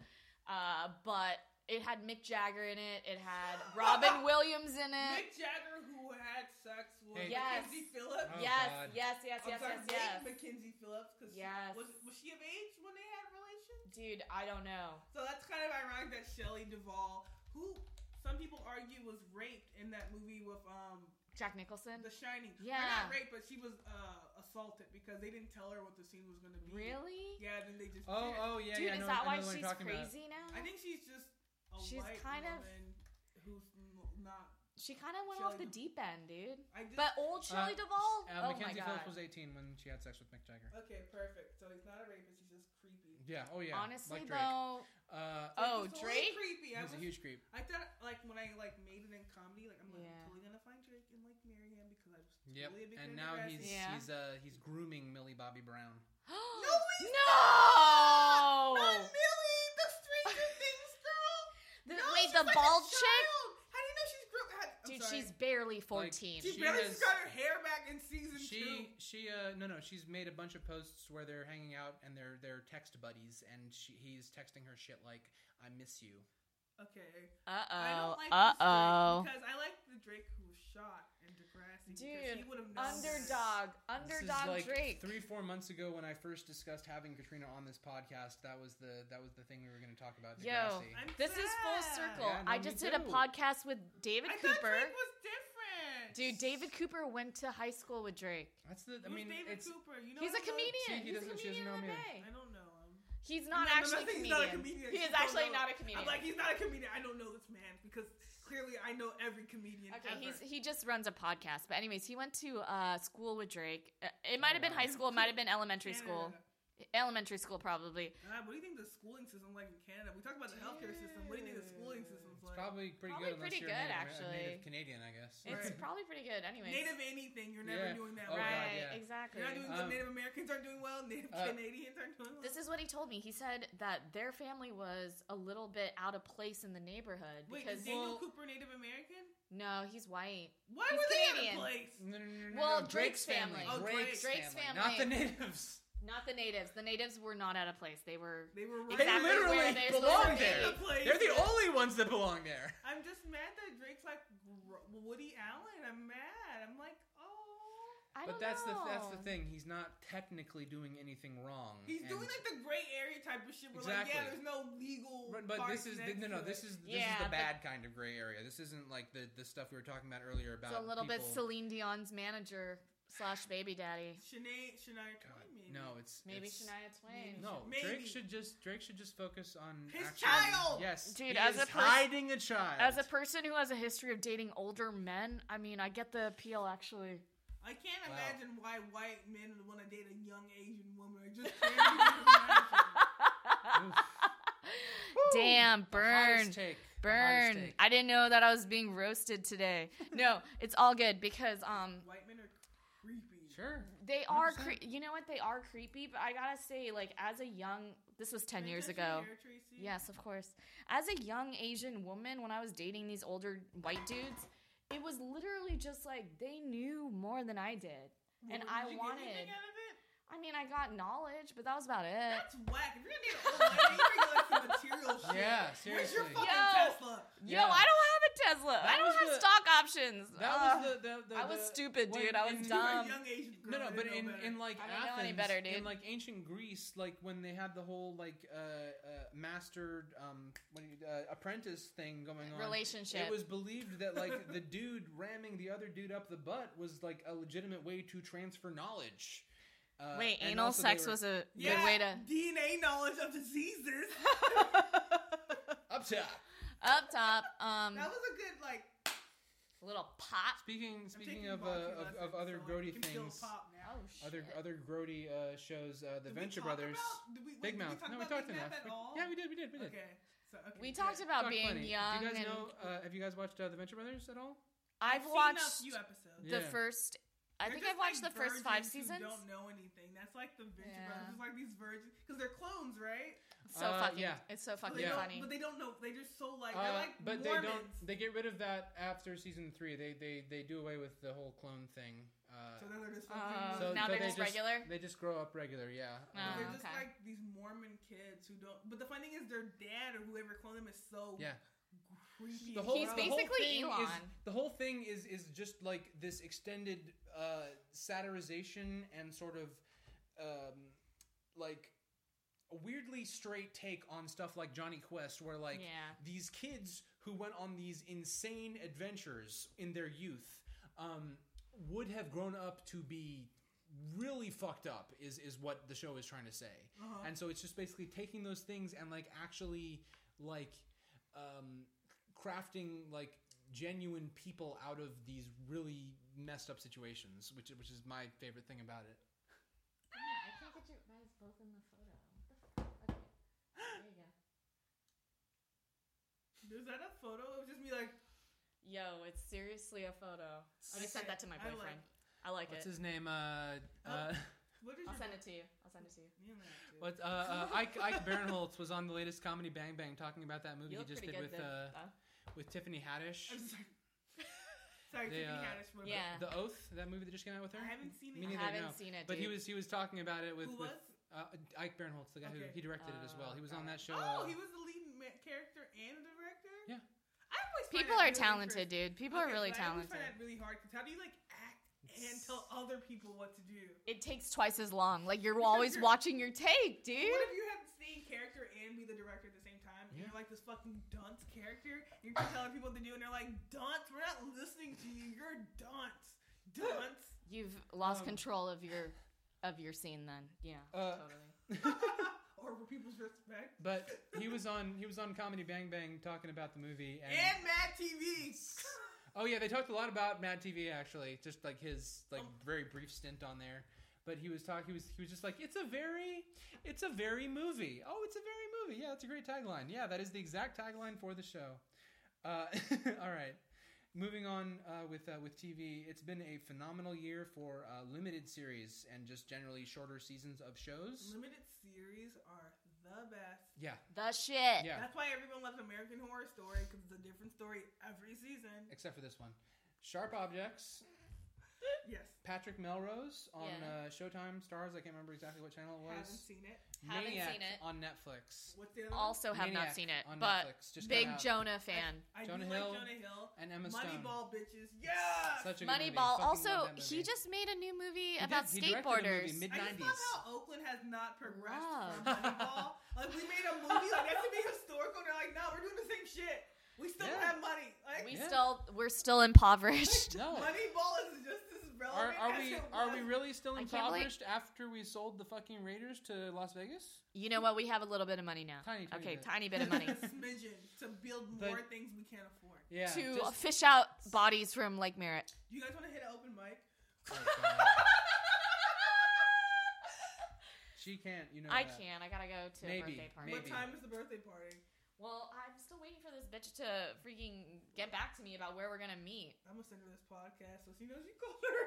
uh, but it had Mick Jagger in it. It had Robin Williams in it.
Mick Jagger, who had sex with
Hey.
Yes.
Mackenzie Phillips.
Oh,
yes,
God.
yes, yes,
I'm
yes,
sorry,
yes,
Nick
yes,
Mackenzie Phillips, because
Yes.
was, was she of age when they had relations?
Dude, I don't know.
So that's kind of ironic that Shelley Duvall, who some people argue was raped in that movie with um
Jack Nicholson?
The Shining. Or
Yeah.
not raped, but she was uh, assaulted because they didn't tell her what the scene was going to be.
Really?
Yeah, then they just.
Oh,
did.
oh yeah.
Dude,
yeah, I
is
know-
that
I
why
know the one
she's
you're talking about.
crazy now?
I think she's just a
She's
white
kind of-
woman who's n- not.
she kind of went
Shelley
off the
Duvall.
deep end, dude.
I just,
But old Shelley Duvall?
Uh,
oh my
Mackenzie
god.
Phillips was 18 when she had sex with Mick Jagger.
okay, perfect. So he's not a rapist. He's just creepy.
Yeah. Oh yeah.
Honestly,
like Drake.
though,
Uh,
Like,
Oh,
he's
Drake?
Creepy. I
he's a
was,
huge creep.
I thought like when I like made it in comedy, like I'm like
Yeah.
totally gonna find Drake and like marry him because I was
Yep.
totally a big
And
fan
now
of
he's
Degrassi.
Yeah.
he's uh he's grooming Millie Bobby Brown.
No, he's
no!
not Millie, the Stranger Things girl.
The-
No,
wait,
she's
the
like a
bald chick?
child. How do you know she's grown? How- I'm
Dude,
sorry.
she's barely 14.
she,
she
barely
has-
got her hair back in season two.
She she uh no no she's made a bunch of posts where they're hanging out and they're they're text buddies and she, he's texting her shit like I miss you.
Okay. I
uh-oh.
don't like this
uh
Drake
oh.
Because I like the Drake who was shot in Degrassi. because
Dude,
he would have known
Underdog.
This is
Underdog
like
Drake.
Three four months ago, when I first discussed having Katrina on this podcast, that was the that was the thing we were going to talk about.
Yo.
Degrassi.
I'm
This is full
sad.
circle.
Yeah, no,
I
me
just did a
too.
podcast with David
I thought
Cooper.
Drake was different.
Dude, David Cooper went to high school with Drake.
That's the. I
Who's
mean,
David
it's
Cooper. You know
He's a
him, though?
comedian.
he
he's a
doesn't- she
comedian
doesn't
in
know me.
the Bay.
I don't know him.
He's not
No, no,
actually
nothing-
comedian.
he's not a comedian.
He
She
is
don't
actually
know.
not a comedian.
I'm like, he's not a comedian. I don't know this man because clearly I know every comedian.
Okay,
ever.
he's he just runs a podcast. But anyways, he went to uh, school with Drake. Uh, It might have been
wow.
Oh,
high school, it might have been elementary
Canada.
school. elementary school probably.
God, what do you think the schooling system's like in Canada? We talk about the healthcare system. What do you think the schooling
It's
system's like?
probably pretty good
Probably
unless
pretty
you're
good,
Native, Amer-
actually.
Native Canadian, I guess.
It's
Right.
probably pretty good, anyways.
Native anything, you're never
Yeah.
doing
Oh,
that
God,
right?
yeah.
right.
Exactly.
You're not doing good.
Um,
Native Americans aren't doing well. Native
uh,
Canadians aren't doing well.
This is what he told me. He said that their family was a little bit out of place in the neighborhood
Wait,
because
is Daniel
Well-
Cooper Native American?
no, he's white.
Why
He's
were they
Canadian.
out of place?
No, no, no, no, no,
Well,
no,
Drake's family.
Oh,
Drake's,
Drake's
family. Not
family.
the natives.
Not the natives. The natives were not out of place. They were
They were right
They
Exactly where
literally
they're
belong
supposed to
there.
be.
out of place.
They're the only ones that belong there.
I'm just mad that Drake's like Gro- Woody Allen. I'm mad. I'm like, oh.
I
But
don't
that's the
know.
that's the thing. He's not technically doing anything wrong.
He's
and-
doing like the gray area type of shit. Where like, yeah,
Exactly.
there's no legal.
But, but this
parts
is the,
next
no no
to
this is
it.
this
Yeah,
is
but-
the bad kind of gray area. This isn't like the the stuff we were talking about earlier about
It's a little bit
people-
Celine Dion's manager slash baby daddy.
Shanae, Shania
God,
Twain. Maybe.
no, it's
Maybe
it's,
Shania Twain.
No,
Maybe.
Drake should just Drake should just focus on
His
actually-
child!
Yes, he
Dude, as
is
a pers-
hiding a child.
As a person who has a history of dating older men, I mean, I get the appeal actually.
I can't
Wow.
imagine why white men would want to date a young Asian woman. I just can't even imagine.
Oof.
Damn,
The hottest
burn.
take. The hottest
Burn.
take.
I didn't know that I was being roasted today. No, it's all good because um
White men are creepy.
Sure.
they are
100%.
cre- you know what they are creepy, but I got to say like as a young this was 10
Can I
years
touch
ago.
your hair, Tracy?
Yes, of course. As a young Asian woman, when I was dating these older white dudes, it was literally just like they knew more than I did.
Well,
and
did
I
you get
wanted-
anything out of it?
I mean, I got knowledge, but that was about it.
That's whack. If you're gonna date an old lady, you bring like some material shit.
Yeah,
Where's your
seriously.
fucking
Yo.
Tesla?
Yo,
Yeah.
I don't have a Tesla. I
That
don't
was
have
the-
stock options.
That
Ugh.
was the, the, the
I was
the-
stupid,
when
dude. I
in-
was
You're a
dumb.
young Asian girl.
No, no,
I
but
didn't
in,
know better.
in like
I don't
Athens,
know any better, dude.
in like ancient Greece, like when they had the whole like uh, uh, master um, what do you- uh, apprentice thing going on,
Relationship.
it was believed that like the dude ramming the other dude up the butt was like a legitimate way to transfer knowledge. Uh,
Wait,
and
anal
also they
sex
were-
was a
yeah,
good way to
DNA knowledge of diseases.
up top.
up top. Um,
that was a good like.
little pop.
Speaking
I'm
speaking
taking
of, uh,
bocce
of
lessons,
of other
so I
Grody
can still
things,
pop now.
Oh shit.
other other Grody uh, shows, uh, the
Did we
Venture
talk
Brothers,
about- did we- wait,
Big
did
Mouth.
We talk
no, we
about
talked
Big
enough.
Mouth at
We-
all?
Yeah, we did. We did. We did.
Okay. So, okay
we
good.
talked about
Talked
being
plenty.
young.
Do you guys
and
know? Uh, have you guys watched uh, the Venture Brothers at all?
I've
seen
watched
a few episodes.
the
Yeah.
first. I
They're
think
just
I've watched
like
the first five
virgins
seasons.
Who don't know anything. That's like the Venture
Yeah.
Brothers. It's like these virgins because they're clones, right?
So
Uh,
fucking.
yeah.
It's so
But
fucking
they don't-
funny.
But they don't know. They're just so like
Uh,
they're like
but
Mormons.
they don't. They get rid of that after season three. They they they do away with the whole clone thing.
so
Uh,
then they're just
Uh,
fucking.
so-
now
so
they're
they
just, regular.
they just grow up regular. Yeah.
Ah,
They're
Um,
just
okay.
like these Mormon kids who don't. But the funny thing is, their dad or whoever cloned them is so
Yeah.
creepy.
the whole,
He's
the
bro.
whole
basically
thing
Elon.
Is, the whole thing is is just like this extended uh, satirization and sort of um, like a weirdly straight take on stuff like Johnny Quest, where like
yeah.
these kids who went on these insane adventures in their youth um, would have grown up to be really fucked up is is what the show is trying to say
Uh-huh.
and so it's just basically taking those things and like actually like um, crafting like genuine people out of these really messed up situations which which is my favorite thing about it
I can't get you guys both in the photo. Okay. There you go.
Is that a photo? It would just be like.
Yo, it's seriously a photo. I just sent that to my
I like-
boyfriend. I like,
what's his
it.
name uh uh
What is
I'll
your
send it to you. I'll send it to you.
Yeah, that too.
What uh, uh, Ike, Ike Barinholtz was on the latest comedy Bang Bang talking about that movie he
You look
just
pretty
did with
good though.
uh,
though.
with Tiffany Haddish.
I'm sorry. Sorry,
They,
Tiffany
uh,
Haddish. but-
yeah.
The Oath, that movie that just came out with her.
I haven't seen
Me
it.
I
neither, no.
haven't seen it,
But he
dude.
was he was talking about it with,
Who
with
was?
uh, Ike Barinholtz, the guy who
Okay.
he directed it as well. He was
Oh,
on that show. uh,
Oh, he was the lead ma- character and a director.
Yeah.
I always find
People
that really
are talented,
interesting.
dude. People are
Okay,
really
but I always
talented.
find that really hard because how do you like act and tell other people what to do?
It takes twice as long. Like you're always
You're-
watching your take, dude.
What if you have the same character and be the director at the same time? And
Yeah.
you're like this fucking dunce character. and You're just telling people what to do, and they're like, "Dunce, we're not listening to you. You're a dunce, dunce."
You've lost
Um,
control of your of your scene then. Yeah.
Uh,
totally.
or for people's respect.
but he was on he was on comedy Bang Bang talking about the movie and,
and Mad TV.
oh yeah they talked a lot about Mad TV actually just like his like
Um,
very brief stint on there. But he was talking. He was he was just like, it's a very, it's a very movie. Oh, it's a very movie. Yeah, it's a great tagline. Yeah, that is the exact tagline for the show. Uh, all right. Moving on uh, with uh, with TV, it's been a phenomenal year for uh, limited series and just generally shorter seasons of shows.
Limited series are the best.
Yeah,
The shit.
yeah.
That's why everyone loves American Horror Story because it's a different story every season.
Except for this one, Sharp Objects.
Yes.
Patrick Melrose on
Yeah.
uh, Showtime Stars. I can't remember exactly what channel it was.
Haven't seen it.
Haven't seen
Maniac
it.
on Netflix.
What's the other one?
Also have
Maniac
not seen it,
on
but
Netflix. Just
big
came out.
Jonah fan.
I
Jonah
do
Hill.
like Jonah Hill.
and Emma Stone.
Moneyball bitches. Yeah.
Such a good movie.
Moneyball.
Fucking
Also,
love that
he
movie.
just made a new movie
did.
about
He directed a movie,
skateboarders.
Mid-
I just
90s.
love how Oakland has not progressed
Love.
from Moneyball. like we made a movie like that to be historical, and they're like, no, we're doing the same shit. We still
Yeah.
don't have money. Like
we
Yeah.
still we're still impoverished.
no.
Moneyball is just as
Are,
relevant.
are
as
we
it
are
was.
we really still
I can't believe-
impoverished after we sold the fucking Raiders to Las Vegas?
you know what? We have a little bit of money now.
Tiny, tiny
okay,
bit.
tiny bit of money
a smidgen to build
The-
more things we can't afford?
Yeah.
to
just-
fish out bodies from Lake Merritt.
Do you guys want to hit an open mic?
Oh, God. she can't. You know.
I
that.
can't. I gotta go to
Maybe,
a birthday party.
What
maybe.
time is the birthday party?
Well, I'm still waiting for this bitch to freaking get back to me about where we're gonna meet.
I'm gonna send her this podcast so she knows you called her.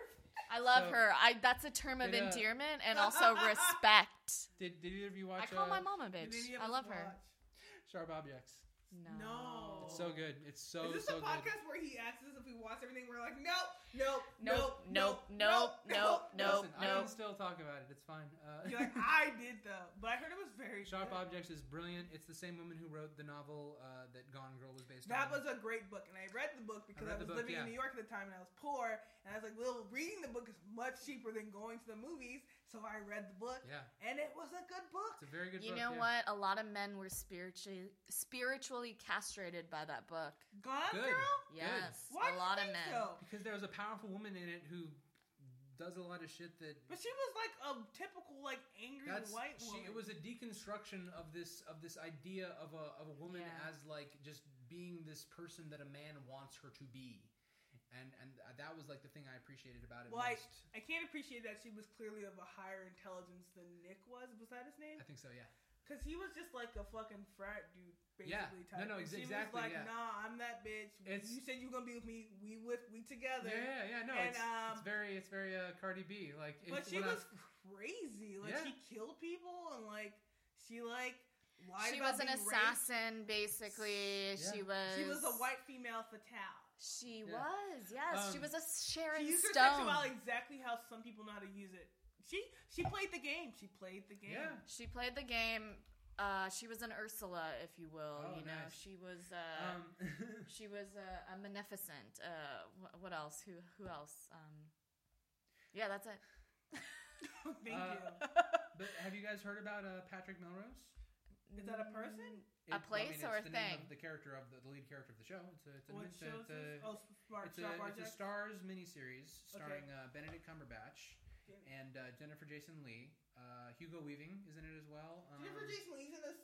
I love
So-
her. I that's a term of
Did, uh,
endearment and also respect.
Did, did either of you watch
I call
uh,
my mom a
Did
bitch.
any of
I
us
love her.
watch?
Sharp Objects?
No.
No.
It's so good. It's so
is this
so good.
the podcast where he asks us if we watch everything? We're like, nope, nope,
Nope,
nope, nope,
nope, nope, nope,
Listen, I
nope.
can still talk about it. It's fine. Uh,
You're like, "Ah." I did though, but I heard it was very
Sharp
good.
Objects is brilliant. It's the same woman who wrote the novel uh, that Gone Girl was based
That
on.
was a great book, and I read the book because
read
I,
the
was
book,
living
yeah.
in New York at the time, and I was poor, and I was like, well, reading the book is much cheaper than going to the movies, so I read the book,
yeah,
and it was a good book.
it's a very good.
You
book,
know
yeah.
what? A lot of men were spiritually spiritually castrated by that book.
Gone
Good.
Girl.
Good.
Yes,
Why do you
a lot of
think
men.
So?
Because there was a powerful woman in it who does a lot of shit that.
But she was like a typical like angry
That's
white
she,
woman.
it was a deconstruction of this of this idea of a of a woman
Yeah.
as like just being this person that a man wants her to be, and and that was like the thing I appreciated about it
Well, I-
most.
I can't appreciate that she was clearly of a higher intelligence than Nick was. Was that his name?
I think so, yeah.
Because he was just like a fucking frat dude,
Yeah.
basically.
No, no,
Type. And
ex-
she
exactly,
was like,
yeah.
nah, I'm that bitch.
It's-
you said you were gonna be with me. We with we together.
Yeah, yeah, yeah. No,
And,
it's, it's
um,
very it's very uh, Cardi B. Like, it-
But she
when I-
was crazy. Like
Yeah.
she killed people and like she like lied
She
about
was an
being raped.
assassin, basically.
Yeah.
She was.
She was a white female fatale.
She
Yeah.
was. Yes, she
Um,
was a Sharon
She used her
Stone.
sexuality exactly how some people know how to use it. She she played the game. She played the game.
Yeah.
She played the game. Uh, she was an Ursula, if you will.
Oh,
you know,
nice.
she was. Uh,
um,
she was uh, a beneficent. Uh, wh- what else? Who? Who else? Um, yeah, that's it.
Thank
Uh,
you.
But have you guys heard about uh, Patrick Melrose?
Is that a person?
A place or a
the name of
thing?
the character of the, the lead character of the show. It's a it's a,
What
it's a,
show
it's
is
a,
this? Oh, Smart
it's a,
Shop
it's a
Project.
Stars miniseries starring uh, Benedict Cumberbatch and uh, Jennifer Jason Lee. Uh, Hugo Weaving is in it as well. Um,
Jennifer Jason Lee's in this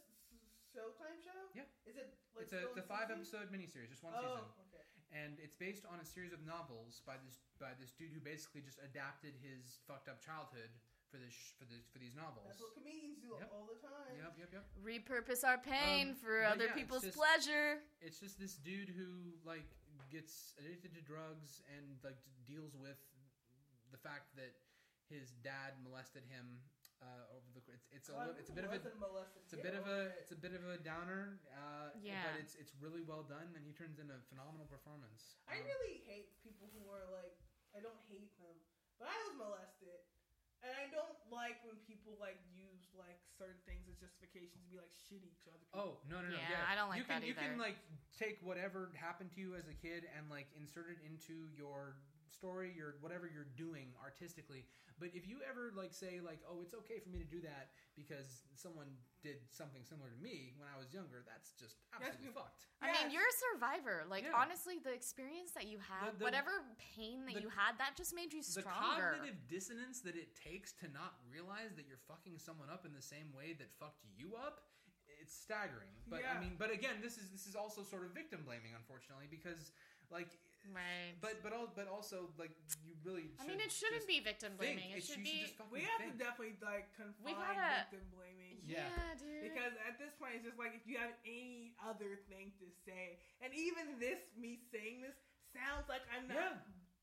Showtime show.
Yeah.
Is it? Like,
it's a it's
still
a
in
five
season?
episode miniseries, just one
oh,
season,
okay.
and it's based on a series of novels by this by this dude who basically just adapted his fucked up childhood for this sh- for this for these novels.
That's what comedians do
Yep.
all the time.
Yep, yep, yep.
Repurpose our pain
Um,
for
but
other
yeah, it's
people's
just-
pleasure.
it's just this dude who like gets addicted to drugs and like d- deals with the fact that his dad molested him uh, over the it's, it's a
God,
little, it's a bit of a it's a bit of a it's a bit of a downer uh,
Yeah.
but it's it's really well done and he turns in a phenomenal performance
I
Um,
really hate people who are like. I don't hate them, but I was molested, and I don't like when people like use like certain things as justification to be like shitty to other people.
Oh no no no!
Yeah, I don't like
you can,
that
You can
either.
like take whatever happened to you as a kid and like insert it into your story, your whatever you're doing artistically. But if you ever like say like, oh, it's okay for me to do that because someone did something similar to me when I was younger, that's just absolutely
you-
fucked.
I mean,
Yes.
you're a survivor. Like
Yeah.
honestly, the experience that you had,
the-
whatever pain that
the-
you had, that just made you
The
stronger.
cognitive dissonance that it takes to not realize that you're fucking someone up in the same way that fucked you up. It's staggering, but I
Yeah.
mean, but again, this is this is also sort of victim blaming, unfortunately, because like
Right.
But but al- but also like you really.
I mean,
should
it shouldn't
just
be victim
think.
blaming. It
It's-
should
you
be.
just fucking
We have to
think.
definitely like confine
gotta-
victim blaming.
Yeah.
Yeah, dude.
Because at this point, it's just like if you have any other thing to say, and even this me saying this sounds like I'm not
Yeah.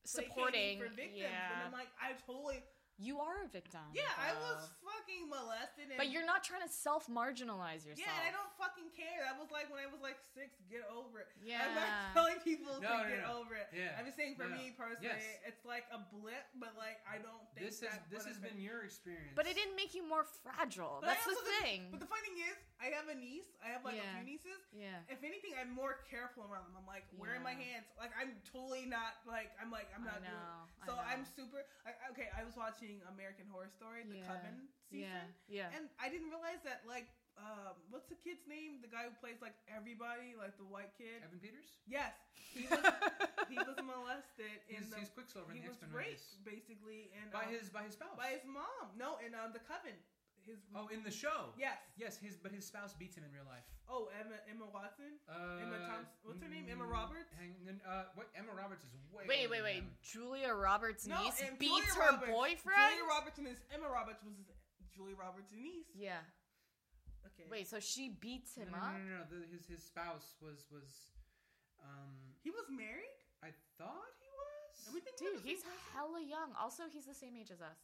placating
supporting.
for victims, and
Yeah.
I'm like I totally
You are a victim.
Oh
yeah I was
though.
fucking molested, and
But you're not trying to self marginalize yourself.
yeah, and I don't fucking care. That was like when I was like six, get over it. I'm not
Yeah.
telling people
No,
to
no,
get
no.
over it.
Yeah.
I'm just saying for
No, no.
me personally,
Yes.
it's like a blip, but like I don't think
This has
that
this
would
has
affect-
been your experience.
But it didn't make you more fragile.
But I
That's the
also didn't-
thing.
But the funny thing is, I have a niece. I have like
Yeah.
a few nieces.
yeah.
If anything, I'm more careful around them. I'm like wearing my
Yeah.
hands. Like I'm totally not like I'm like I'm not.
I know.
Doing,
I
so
know.
I'm super. Like, okay, I was watching American Horror Story, the
Yeah.
Coven season,
Yeah. Yeah.
and I didn't realize that like um, what's the kid's name? The guy who plays like everybody, like the white kid.
Evan Peters.
Yes, he was he was molested in
He's,
the
he's Quicksilver in
he
the
was
X Men
raped basically and um,
by his by his spouse.
by his mom. No, in um, the Coven. His
oh, in the show.
yes.
Yes, his but his spouse beats him in real life.
Oh, Emma Emma Watson.
Uh,
Thompson- what's her name? Emma
mm,
Roberts?
Hang, then, uh, what, Emma Roberts is way.
Wait,
older
wait,
than
wait.
him.
Julia Roberts'
No,
niece
and
beats
Julia
her
Roberts-
boyfriend?
Julia Roberts and his Emma Roberts was his, Julia Roberts' niece.
yeah.
Okay.
Wait, so she beats him
no, no,
up?
Mm-hmm.
No, no, no. The, his his spouse was was. Um,
He was married?
I thought he was.
Are we thinking
Dude,
of the
he's
same person?
hella young. Also, he's the same age as us.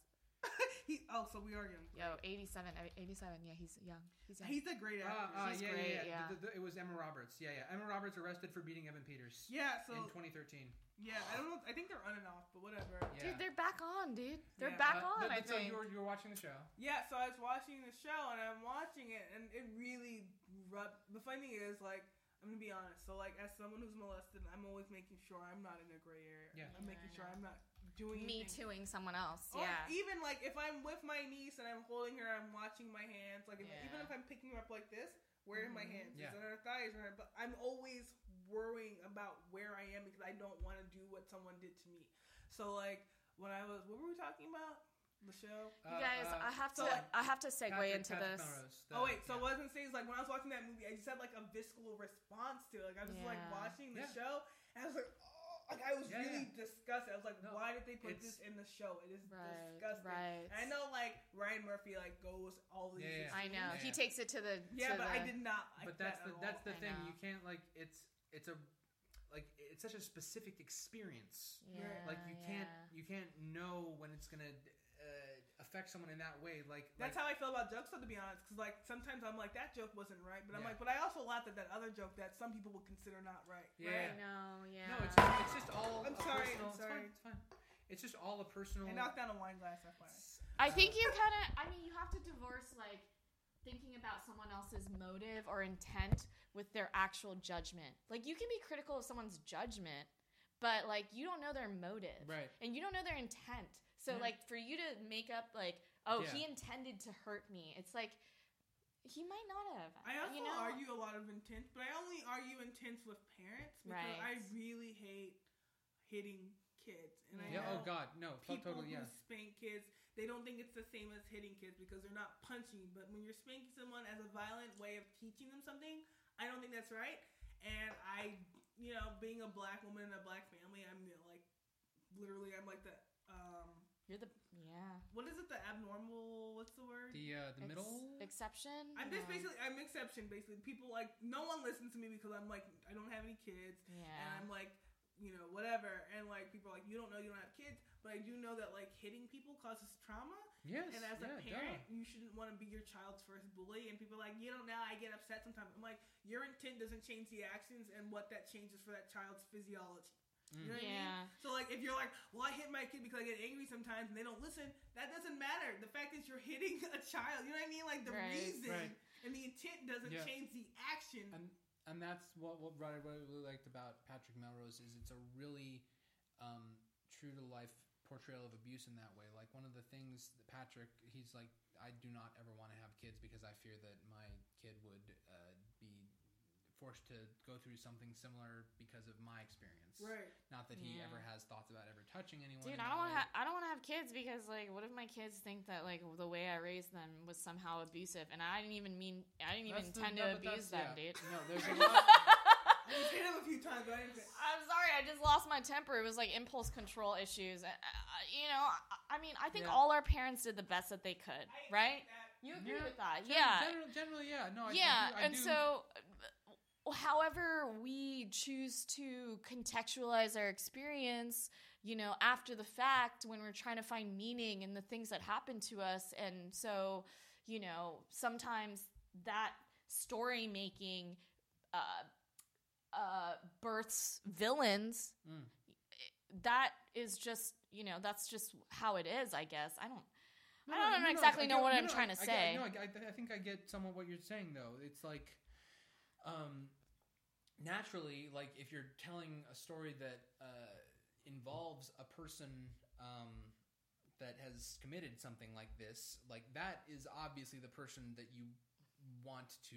he, oh, so we are young.
Yo, 87. uh, 87. Yeah, he's young. He's young.
He's a great
Uh, uh,
actor.
She's
yeah,
great,
yeah, yeah,
yeah.
The- the- the- it was Emma Roberts. Yeah, yeah. Emma Roberts arrested for beating Evan Peters
yeah, so
in 2013.
yeah, I don't know. I think they're on and off, but whatever.
Yeah.
Dude, they're back on, dude. They're
Yeah.
back
Uh,
on,
th-
I
th- so
think.
you were you were watching the show.
Yeah, so I was watching the show and I'm watching it, and it really rubbed. The funny thing is, like, I'm gonna be honest. So, like, as someone who's molested, I'm always making sure I'm not in a gray area.
Yeah.
I'm making sure I'm not doing
Me
anything
tooing someone else.
Or
yeah.
even like if I'm with my niece and I'm holding her, I'm watching my hands. Like if,
Yeah.
even if I'm picking her up like this, where are my
Mhm.
hands?
Yeah.
Is it on her thighs or her? But I'm always worrying about where I am because I don't want to do what someone did to me. So like when I was, what were we talking about? The show.
Uh,
you guys,
uh,
I have to.
so, like,
I have to segue
Patrick-
into
Patrick
this.
Melrose, the-
oh wait, so
yeah.
what I was gonna say is like when I was watching that movie, I just had like a visceral response to it. Like I was just like
Yeah.
watching the
Yeah.
show and I was like. "Oh," Like I was
Yeah,
really disgusted. I was like,
No,
"Why did they put
it's-
this in the show? It is
Right.
disgusting."
Right.
I know like Ryan Murphy like goes all these.
Yeah, yeah.
I know.
Yeah,
He
yeah.
takes it to the.
Yeah,
to
but I
the-
did not like
but that's
that
the
at
that's
all.
the
I
thing.
know.
You can't like it's it's a like it's such a specific experience.
Yeah,
like you can't
yeah.
you can't know when it's gonna uh, affect someone in that way. Like
That's
like,
how I feel about jokes, though, to be honest. Because like sometimes I'm like that joke wasn't right, but I'm
Yeah.
like, but I also laughed at that other joke that some people would consider not right.
yeah.
I know. Yeah.
No, it's just, it's just all.
I'm
a
sorry, I'm
Personal,
sorry.
It's fine. It's fine. It's just all a personal.
I knocked down a wine glass. I find.
I think you kind of. I mean, you have to divorce like thinking about someone else's motive or intent with their actual judgment. Like you can be critical of someone's judgment, but like you don't know their motive,
Right.
And you don't know their intent. So
Yeah.
like for you to make up like, oh,
Yeah.
he intended to hurt me. It's like he might not have.
I also
you know?
argue a lot of intent, but I only argue intense with parents because
Right.
I really hate hitting kids, and I
Yeah. Oh
know
God, no. Fuck
people
totally. Yeah.
who spank kids. They don't think it's the same as hitting kids because they're not punching. But when you're spanking someone as a violent way of teaching them something, I don't think that's right. And I, you know, being a black woman in a black family, I'm you know, like, literally, I'm like the, um,
You're the yeah.
what is it? The abnormal? What's the word?
The uh, the
Ex-
middle.
exception.
I'm just
Yeah.
basically, I'm exception. Basically, people like no one listens to me because I'm like, I don't have any kids and
Yeah.
I'm like, you know, whatever. And like people are like, you don't know you don't have kids, but I do know that like hitting people causes trauma.
Yes.
And as a
yeah,
parent,
duh.
you shouldn't want to be your child's first bully. And people are like, you know, now I get upset sometimes. I'm like, your intent doesn't change the actions and what that changes for that child's physiology.
Mm.
You know what I mean?
Yeah.
So like, if you're like, well, I hit my kid because I get angry sometimes and they don't listen, that doesn't matter. The fact that you're hitting a child, you know what I mean? Like the
Right.
reason
Right.
and the intent doesn't
Yeah.
change the action.
And and that's what what what I really liked about Patrick Melrose is it's a really um, true to life portrayal of abuse in that way. Like one of the things that Patrick, he's like, I do not ever want to have kids because I fear that my kid would uh, be forced to go through something similar because of my experience.
right.
Not that he
Yeah.
ever has thoughts about ever touching anyone.
Dude,
in
I
that
don't want
way.
to. Ha- I don't want to have kids because, like, what if my kids think that like the way I raised them was somehow abusive, and I didn't even mean, I didn't even
That's the-
intend
no,
to
but
abuse
that's-
them,
yeah.
dude.
No, there's a lot.
I've hit him a few times, but I didn't.
I'm sorry, I just lost my temper. It was like impulse control issues. Uh, you know, I, I mean, I think
Yeah.
all our parents did the best that they could,
I
right?
hate that.
You agree
Yeah.
with that?
Gen-
Yeah.
general- generally, yeah. No, I,
yeah,
I do, I
and
do-
so uh, however we choose to contextualize our experience, you know, after the fact when we're trying to find meaning in the things that happen to us and so, you know, sometimes that story making uh uh births villains
Mm.
that is just, you know, that's just how it is, I guess. I don't
No,
I don't
no, no,
exactly know
get-
what
no,
I'm
no,
trying to
I get-
say.
no, I, I- I think I get somewhat what you're saying though. It's like, um, naturally, like if you're telling a story that uh, involves a person um, that has committed something like this, like that is obviously the person that you want to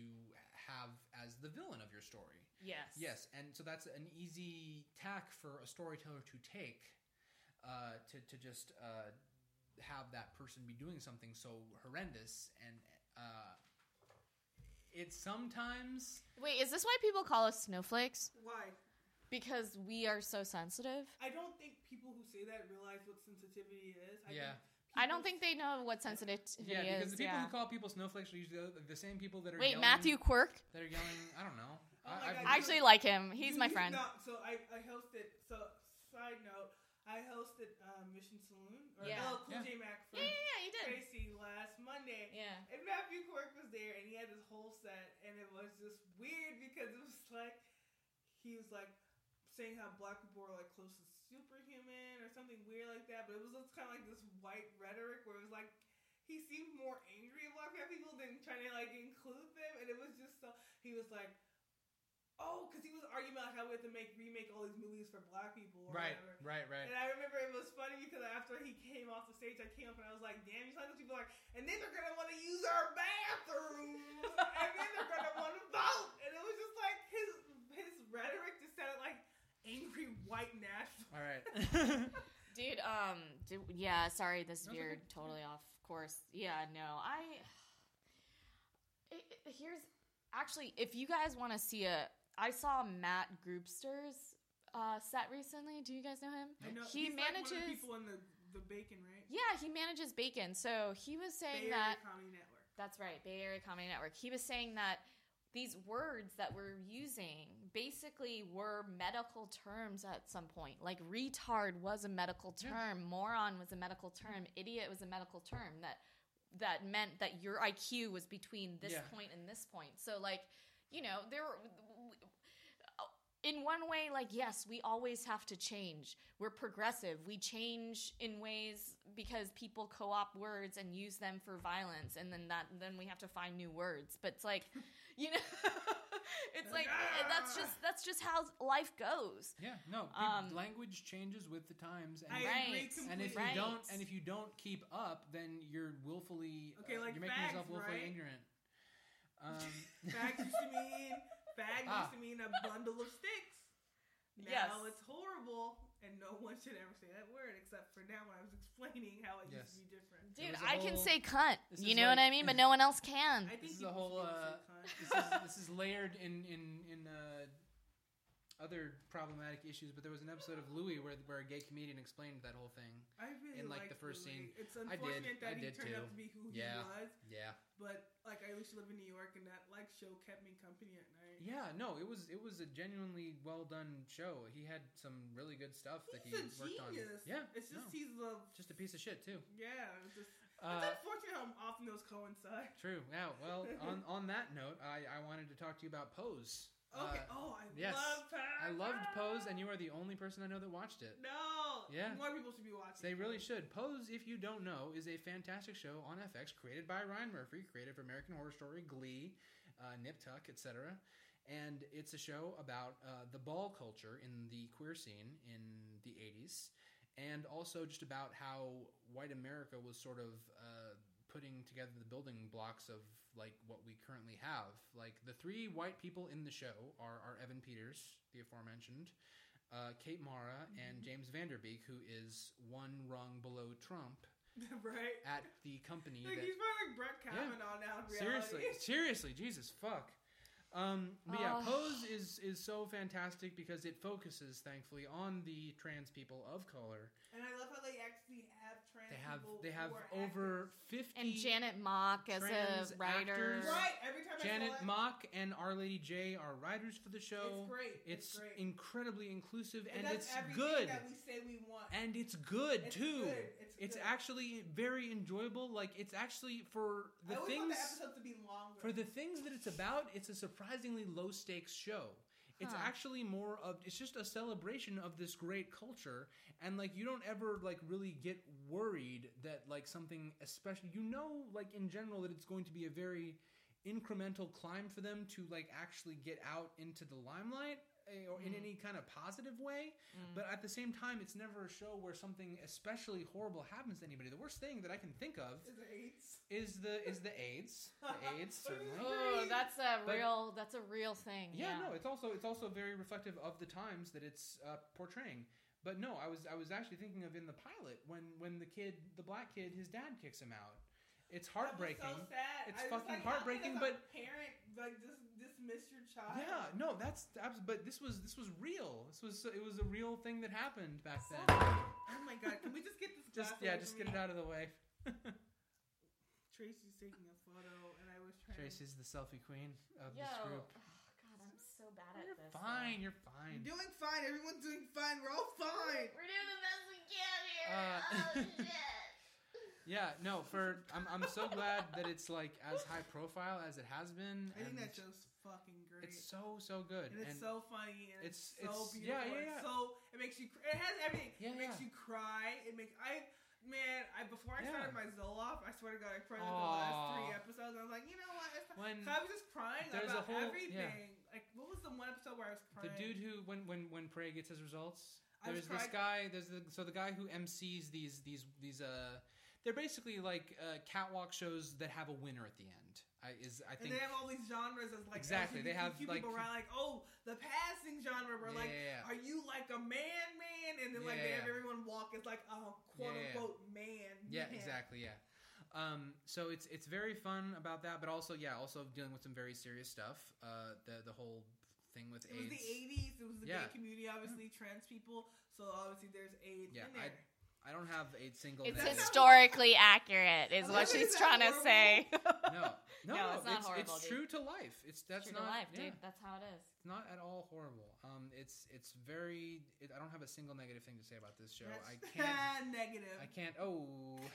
have as the villain of your story.
yes.
Yes, and so that's an easy tack for a storyteller to take, uh, to to just uh, have that person be doing something so horrendous, and uh, it's sometimes
Wait, is this why people call us snowflakes?
Why?
Because we are so sensitive.
I don't think people who say that realize what sensitivity is. I
Yeah.
Think
I don't think they know what sensitivity
yeah, because
is.
the people
yeah.
who call people snowflakes are usually the, the same people that are
Wait,
yelling,
Matthew Quirk?
that are yelling. I don't know.
Oh my God,
I actually like him. He's
You-
my
you-
friend.
No, so I, I hosted. So side note, I hosted uh, Mission Saloon or
Yeah.
LL Cool
Yeah.
J Mac for
Yeah, yeah, yeah, you did.
Tracy last Monday.
Yeah.
And Matthew Quirk was there, and he had this whole set, and it was just weird because it was like he was like saying how black people are like close to superhuman or something weird like that. But it was just kind of like this white rhetoric where it was like he seemed more angry at black people than trying to like include them, and it was just so he was like. Oh, because he was arguing about how we have to make remake all these movies for black people, or
right,
Whatever.
right, right.
And I remember it was funny because after he came off the stage, I came up and I was like, damn, you sound like those people are like, and then they're going to want to use our bathrooms. and then they're going to want to vote. And it was just like his his rhetoric just sounded like angry white nationalists.
All right.
Dude, um, dude, yeah, sorry, this
That's
veered
okay.
totally off course. Yeah, no, I. It, it- here's actually, if you guys want to see a, I saw Matt Groupster's uh, set recently. Do you guys know him?
I know,
He
he's like one of
manages-
the people in the, the bacon, right?
Yeah, he manages Bacon. So he was
Bay
saying that
Area Comedy Network.
That's right, Bay Area Comedy Network. He was saying that these words that we're using basically were medical terms at some point. Like retard was a medical
Yeah. Mm-hmm.
term, moron was a medical term, idiot was a medical term that that meant that your IQ was between this
Yeah.
point and this point. So like, you know, there were in one way like yes, we always have to change we're progressive. We change in ways because people co-opt words and use them for violence, and then that then we have to find new words. But it's like, you know, it's like eh, that's just that's just how life goes.
yeah, no. peop-
Um,
language changes with the times, and
I agree
Right.
completely.
And if
Right.
you don't, and if you don't keep up, then you're willfully
Okay,
uh,
like
you're making yourself
fags,
willfully
right?
ignorant. Um,
Fag used to mean, fag
Ah.
used to mean a bundle of sticks. Now
Yes.
it's horrible, and no one should ever say that word except for now when I was explaining how it
Yes.
used to be different.
There was
Dude,
a
I can
whole-
say cunt.
This
You
is
know what
like-
I mean? But no one else can.
I think
This is
you
a whole,
should be able to
uh,
say
this
cunt.
is this is layered in in in uh, other problematic issues, but there was an episode of Louis where where a gay comedian explained that whole thing.
I really
in, like, the
liked
first scene.
Louis. It's
I did.
unfortunate that
I
he
did
turned out
too.
to be who
Yeah.
he was,
Yeah,
but like I used to live in New York, and that like show kept me company at night.
yeah, no, it was it was a genuinely well done show. He had some really good stuff that
He's
he
a
worked
genius.
on. Yeah,
It's just
no,
he's the
just a piece of shit too.
yeah. It's just
Uh,
it's unfortunate how often those coincide.
True. Yeah. Well, on on that note, I, I wanted to talk to you about Pose.
Okay.
Uh,
oh, I
yes.
love Power.
I loved Pose, and you are the only person I know that watched it.
no.
Yeah.
More people should be watching.
They really should. Pose, if you don't know, is a fantastic show on FX created by Ryan Murphy, created for American Horror Story, Glee, uh, Nip Tuck, etc. And it's a show about uh, the ball culture in the queer scene in the 80s, and also just about how white America was sort of uh, putting together the building blocks of like what we currently have. Like the three white people in the show are, are Evan Peters, the aforementioned, uh, Kate Mara, and James Vanderbeek, who is one rung below Trump
right.
at the company that
Like he's probably like Brett Kavanaugh now. In reality.
seriously, seriously, Jesus fuck. Um, but yeah,
Ugh.
Pose is is so fantastic because it focuses, thankfully, on the trans people of color.
And I love how they actually have trans
They have
people
they
who
have
are
over
actors.
fifty.
and Janet Mock as
trans
a writer.
actors.
Right, every time
Janet
I saw it,
Mock and Our Lady J are writers for the show.
it's great.
It's,
great.
incredibly inclusive and,
that's
it's
everything
good.
that we say we want.
And it's good
It's
too.
good.
It's
good.
actually very enjoyable. Like it's actually for the
I always
things
want the episode to be longer.
for the things that it's about, it's a surprisingly low stakes show. It's
Huh.
actually more of it's just a celebration of this great culture and like you don't ever like really get worried that like something especially you know like in general that it's going to be a very incremental climb for them to like actually get out into the limelight eh, or in
Mm.
any kind of positive way
Mm.
but at the same time it's never a show where something especially horrible happens to anybody the worst thing that i can think of
Is it eights?
is the is the aids the aids
What do you
certainly
Oh,
Agreed.
that's a
But-
real that's a real thing.
yeah, no, it's also it's also very reflective of the times that it's uh, portraying. But no, I was I was actually thinking of in the pilot when when the kid, the black kid, his dad kicks him out. It's heartbreaking.
That was so sad.
It's
I was
fucking
like, how can
heartbreaking,
a
but-
parent like just dismiss your child.
yeah, no, that's abs- but this was this was real. This was it was a real thing that happened back
So-
then.
Oh my god! Can we just get this?
Just
glass
yeah,
away
just
from
get it
me?
out of the way.
Tracy's taking a photo, and I was trying.
Tracy's the selfie queen of
Yo,
this
oh,
group.
God, I'm so bad at
You're
this.
fine. You're
You're
fine.
doing fine. Everyone's doing fine. We're all fine.
We're doing the best we can here.
Uh,
oh shit.
Yeah, no. For I'm I'm so glad that it's like as high profile as it has been.
I
and
think that show's fucking great.
It's so so good.
and it's so funny and it's,
it's-
so
it's-
beautiful.
yeah, yeah,
It's so it makes you. cr- It has everything.
Yeah,
it makes
yeah.
you cry. It makes I man. I before I
Yeah.
started my Zoloft, I swear to God, I cried through the last three
Aw.
episodes. I was like, you know what? It's not,
when
so I was just crying
There's a
about
whole- yeah.
everything. Like what was the one episode where I was
the
crying?
dude who when when when Prey gets his results,
I was
there's this guy.
crying-
There's the so the guy who MCs these these these uh, they're basically like uh, catwalk shows that have a winner at the end. I is I
And
think
they have all these genres as like
Exactly, they have,
LGBTQ people
like-
around like oh the passing genre where
yeah,
like
yeah, yeah.
are you like a man man and then like they
Yeah.
have everyone walk as like a quote
Yeah.
unquote man
Yeah,
man.
exactly. Yeah. Um, so it's it's very fun about that, but also yeah, also dealing with some very serious stuff. Uh, the the whole thing with
It was
AIDS.
the 80s. It was the
Yeah.
gay community, obviously, trans people. So obviously there's AIDS
Yeah,
in
I-
there.
I don't have AIDS single.
It's
that is-
historically accurate, is
Oh,
what
is
she's
that
trying to
horrible?
say.
no, no,
No, it's not
it's,
horrible,
it's
dude.
true to life. It's that's
True to
not
life,
yeah.
dude. That's how it is.
It's not at all horrible. Um, it's it's very. It, I don't have a single negative thing to say about this show. I can't.
That's negative.
I can't. Oh,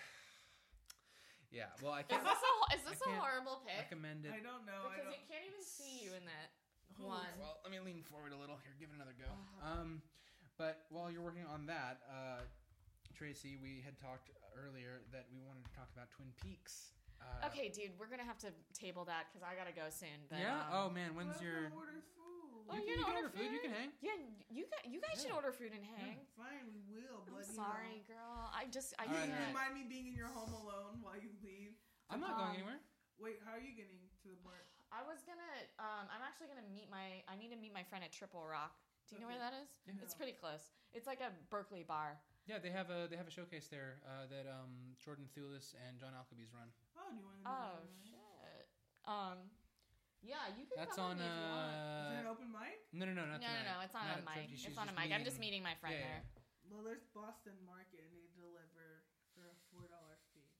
yeah. Well, I
Is
can't
this a, is
I
this a
can't
horrible pick?
recommend it.
I don't know. I
Because
don't.
you can't even see you in that.
Ooh,
One.
Well, let me lean forward a little here. Give it another go.
Ah.
Um, but while you're working on that, uh, Tracy, we had talked earlier that we wanted to talk about Twin Peaks. Uh,
Okay, dude, we're gonna have to table that because I gotta go soon. But,
Yeah.
um,
Oh man, when's
Well,
your?
I ordered food.
Oh,
you,
you're
can, you
gonna
can
order
order food. You
food?
can hang.
Yeah, you guys, you guys should
Yeah.
order food and hang.
Fine, we will,
I'm
but you
sorry,
know.
girl. I just I
All right,
can't.
all
You
right.
remind me being in your home alone while you leave.
I'm not going
Um,
anywhere.
Wait, how are you getting to the bar?
I was gonna. Um, I'm actually gonna meet my. I need to meet my friend at Triple Rock. Do you know where
Okay.
that is?
Yeah.
It's pretty close. It's like a Berkeley bar.
Yeah, they have a they have a showcase there uh, that um, Jordan Thewlis and John Alcabie's run.
Oh, do you want to
Oh
do
shit. Um. Yeah, you can.
That's
come
on.
with me if you
that?
want.
Is there
Uh,
an open mic?
no, no, no, not
no, no,
tonight.
no. It's not,
Not
a
at
mic.
Turkey.
It's
She's
not a
just
mic. I'm just meeting my friend
Yeah, yeah,
there.
Well, there's Boston Market and they deliver for a $4 fee.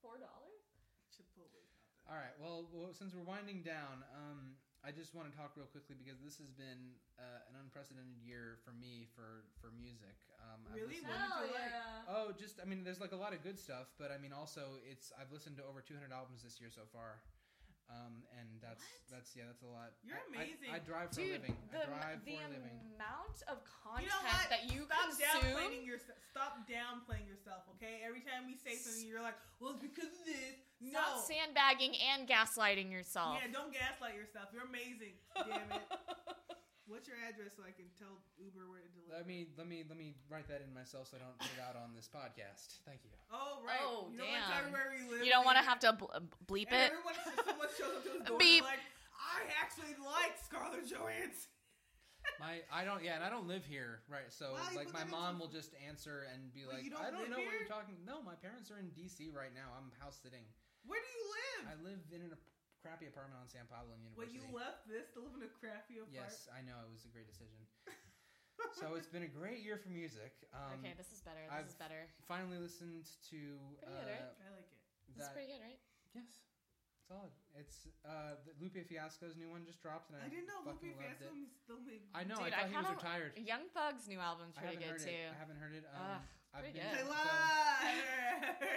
Four dollars.
Chipotle's not that.
All right. Well, well since we're winding down, um, I just want to talk real quickly because this has been uh, an unprecedented year for me for for music. Um, I've
Really?
listened-
What did you like?
Oh, just I mean, there's like a lot of good stuff, but I mean, also it's I've listened to over 200 albums this year so far, um, and that's
What?
that's yeah, that's a lot.
You're
I- I-
amazing.
I, drive for a
Dude,
living.
the,
I drive
the um,
for a living.
amount of
You
content
know what?
that you
Stop
consume.
downplaying yourself. Stop downplaying yourself, okay? Every time we say something, you're like, "Well, it's because of this."
Stop
No,
sandbagging and gaslighting yourself.
yeah, don't gaslight yourself. You're amazing. Damn it. What's your address so I can tell Uber where to deliver?
Let me let me let me write that in myself so I don't put it out on this podcast. Thank you.
Oh right.
Oh,
you Don't want to
damn.
tell where we live.
You don't want to
and-
have to bl- bleep
and
it.
Everyone, someone shows up to his door. Beep.
Beep.
Like, I actually like Scarlett Johansson.
My I don't yeah, and I don't live here, right? So
Why?
like
But
my
then
mom
it's-
will just answer and be
Wait,
like,
you don't
I don't know
live
what
here?
you're talking. No, my parents are in D.C. right now. I'm house sitting.
Where do you live?
I live in an crappy apartment on San Pablo
Well,
University.
you left this to live in a crappy apartment.
Yes, I know it was a great decision. so it's been a great year for music. Um,
okay, this is better. This
I've-
is better.
Finally listened to uh,
Pretty good, right?
I like it.
This is
that.
pretty good, right?
Yes, solid. It's uh, the Lupe Fiasco's new one just dropped, and I,
I didn't know
fucking
Lupe
loved
Fiasco
it.
still made.
I know.
Dude,
I thought he
I
was
kinda-
retired.
Young Thug's new album's
I
pretty
haven't heard
good too.
it. I haven't heard it. Um,
Ugh,
I've
pretty
been
I
good.
so-
Yeah,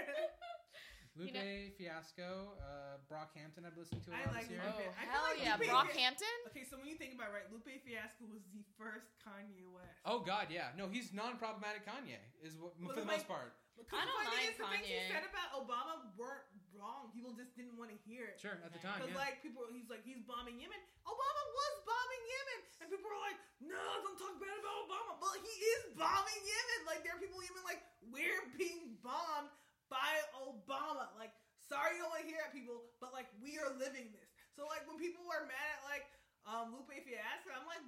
You
Lupe
know-
Fiasco, uh, Brockhampton. I've listened to a
I
lot
like
this year.
Oh,
Lupe. I feel
hell
like
yeah,
Lupe-
Brockhampton.
okay, so when you think about it, right, Lupe Fiasco was the first Kanye West.
Oh God, yeah. No, he's non-problematic. Kanye is what,
Well,
for the
like-
most part.
Because
I don't
the funny is,
mind
the things he
Kanye.
said about Obama weren't wrong. People just didn't want to hear it.
Sure, at the
Okay.
time,
Because
yeah.
like people, he's like he's bombing Yemen. Obama was bombing Yemen, and people are like, "No, don't talk bad about Obama." But he is bombing Yemen. Like there are people in Yemen like we're being bombed by Obama. Like sorry, you don't want to hear it, people, but like we are living this. So like when people are mad at like um, Lupe Fiasco, I'm like,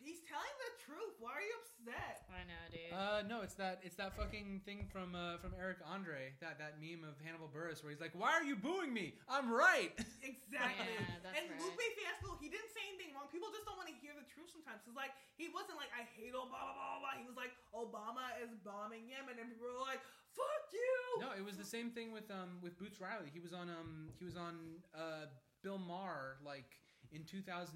he's telling the truth. Why are you upset?
I know, dude.
Uh, no, it's that it's that fucking thing from uh, from Eric Andre that that meme of Hannibal Burris where he's like, "Why are you booing me? I'm right."
Exactly.
Yeah, that's
and
right.
Lupe Fiasco, he didn't say anything wrong. People just don't want to hear the truth sometimes. It's like he wasn't like I hate Obama, blah blah blah. He was like Obama is bombing Yemen, and people were like, "Fuck you."
no, it was the same thing with um with Boots Riley. He was on um he was on uh Bill Maher like in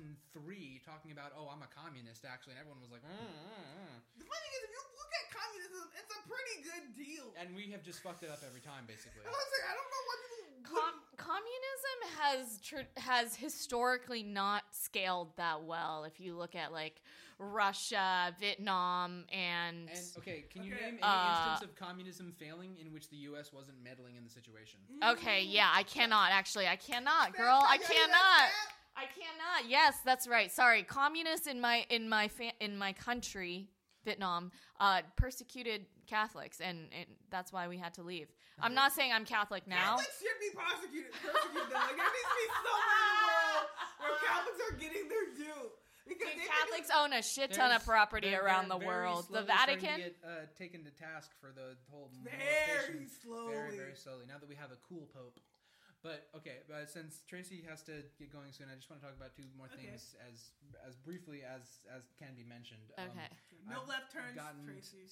2003 talking about, "Oh, I'm a communist actually." And everyone was like, mm, mm, mm.
The funny thing is, if you look at communism, it's a pretty good deal. And
and we have just fucked it up every time basically.
I was like, I don't know why people.
Com- communism has tr- has historically not scaled that well. If you look at like Russia, Vietnam, and,
And okay, can you
Okay.
name any
Uh,
instance of communism failing in which the U.S. wasn't meddling in the situation?
Mm.
okay, yeah, I cannot actually. I cannot, girl. I cannot. I cannot. Yes, that's right. Sorry, communists in my in my fa- in my country, Vietnam, uh, persecuted Catholics, and, and that's why we had to leave. I'm not saying I'm Catholic now.
Catholics should be prosecuted. Persecuted. though. like, there needs to be somewhere in the world where Catholics are getting their due because
Dude,
they've been
Catholics own a shit ton of
There's-
property
they're-
around
they're
the
very
world.
slowly
The
starting to
Vatican.
get, uh, taken to task for the whole
very
molestation.
slowly.
very very slowly. Now that we have a cool pope, but okay. But since Tracy has to get going soon, I just want to talk about two more
Okay.
things as as briefly as as can be mentioned. Um,
Okay.
No
I've
left turns,
gotten-
Tracy.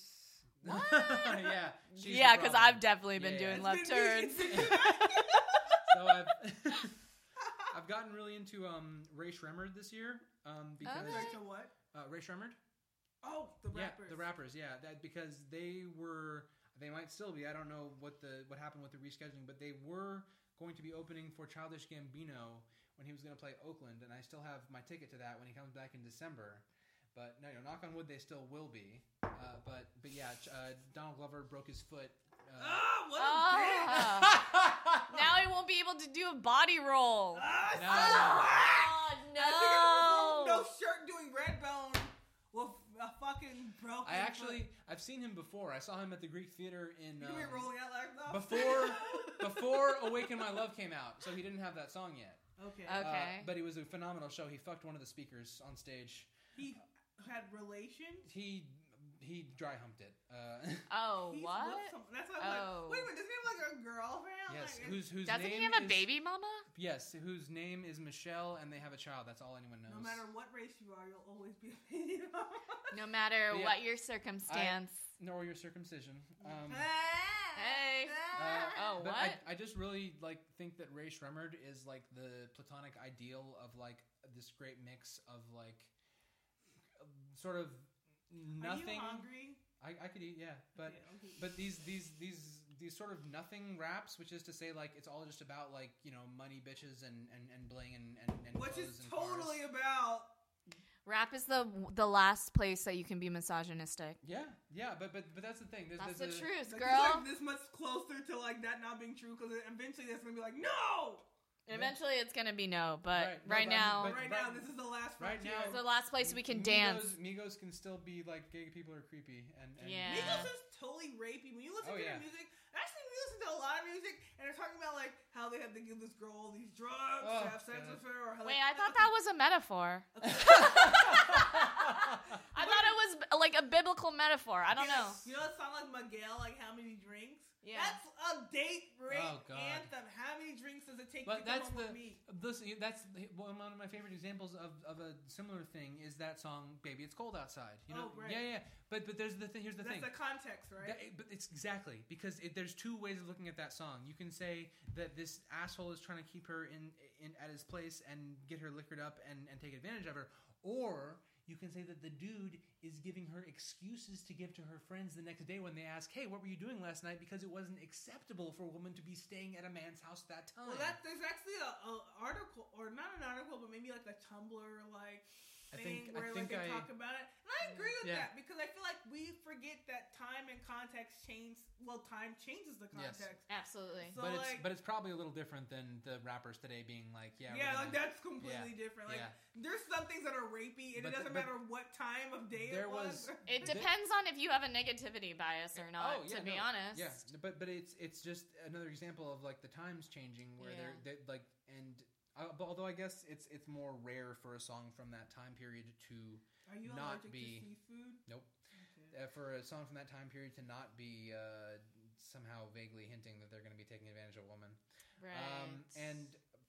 What? yeah. she's the
yeah, because
problem.
I've definitely been
Yeah,
doing
yeah.
left
It's been-
turns.
it's been-
so I've I've gotten really into um Ray Shremmerd this year. Um, because
Okay.
Back to what?
uh, Ray Shremmerd.
Oh, the rappers.
Yeah, the rappers. Yeah, that because they were they might still be. I don't know what the what happened with the rescheduling, but they were going to be opening for Childish Gambino when he was going to play Oakland, and I still have my ticket to that when he comes back in December. But no, you know, knock on wood, they still will be. Uh, but but yeah, Ch- uh, Donald Glover broke his foot. Uh,
Oh, what a bitch.
Oh. now I won't be able to do a body roll.
Ah,
No.
so whack.
Oh
I think I was
no!
no shirt doing Redbone with a fucking broken.
I actually I've seen him before. I saw him at the Greek Theater in
foot. You been
um,
rolling out like that?
before- before oh. "Awaken My Love" came out, so he didn't have that song yet.
okay.
Uh,
Uh,
Okay.
but it was a phenomenal show. He fucked one of the speakers on stage.
he had relations.
He he dry humped it. Uh,
Oh
He's
what?
with someone. That's why I'm
Oh.
like, wait a minute, doesn't he have like a girlfriend?
yes,
Like,
whose whose
Doesn't
name
he have a
is-
baby mama?
Yes, whose name is Michelle, and they have a child. That's all anyone knows.
no matter what race you are, you'll always be a female.
No matter
But yeah,
what your circumstance.
nor your circumcision. Um,
Hey.
uh,
Oh,
but I,
what?
I just really like think that Ray Shremmerd is like the platonic ideal of like this great mix of like sort of
Are you
nothing.
hungry?
I, I could eat, yeah, but
Okay, okay.
but these these these these sort of nothing raps, which is to say, like it's all just about like you know money, bitches, and and and bling, and and, and
which
clothes
is
and cars.
totally about
Rap is the the last place that you can be misogynistic.
yeah, yeah. But but but that's the thing. There's,
That's the
there's a-
truth,
like, it's
girl.
like this much closer to like that not being true because eventually that's gonna be like no.
Eventually, it's gonna be no, but right,
Right, no, but-
But
now,
But
right,
right-
now, this is the last
right
frontier.
it's
now-
the last place we can dance.
Migos, Migos can still be like gay people are creepy, and, and
Yeah.
Migos is totally rapey. When you listen
Oh,
to
yeah.
their music, actually, we listen to a lot of music, and they're talking about like how they have to give this girl all these drugs,
Oh,
to have sex
God.
with her, or how
Wait,
they-
I thought that was a metaphor.
Okay.
I thought it was b- like a biblical metaphor. I don't
Yeah,
know.
like- You know that song like Miguel, like how many drinks?
Yeah.
That's a date rape
Oh, God.
anthem. How many drinks does it take
But
to come
that's
home
the-
with me?
This, that's one of my favorite examples of, of a similar thing is that song "Baby It's Cold Outside." You know,
Oh, right.
yeah, yeah. But but there's the thing. Here's the
that's
thing.
the context, right?
That- but it's exactly because it, there's two ways of looking at that song. You can say that this asshole is trying to keep her in, in at his place and get her liquored up and, and take advantage of her, or you can say that the dude is giving her excuses to give to her friends the next day when they ask, "Hey, what were you doing last night?" Because it wasn't acceptable for a woman to be staying at a man's house that time.
well, that there's actually a, a article, or not an article, but maybe like a Tumblr like
I
thing
think- I
where
think
like
I-
they talk about it, and I agree with
Yeah.
that because I feel like we forget that time and context change. Well, time changes the
Yes.
context.
Absolutely.
So
but it's
like,
but it's probably a little different than the rappers today being like, "Yeah,
yeah,
we're gonna-
like that's completely different. Like
yeah."
there's some things that are rapey, and
But
it
the-
doesn't
but
matter what time of day
there
it was.
was-
It
Th-
depends on if you have a negativity bias or not.
Oh, yeah,
to be
no.
honest.
Yeah, but but it's it's just another example of like the times changing where
Yeah.
they're they, like and uh, but although I guess it's it's more rare for a song from that time period to
Are you
not
allergic
be-
to seafood?
Nope.
Okay.
uh, for a song from that time period to not be uh, somehow vaguely hinting that they're going to be taking advantage of a woman.
Right.
Um, and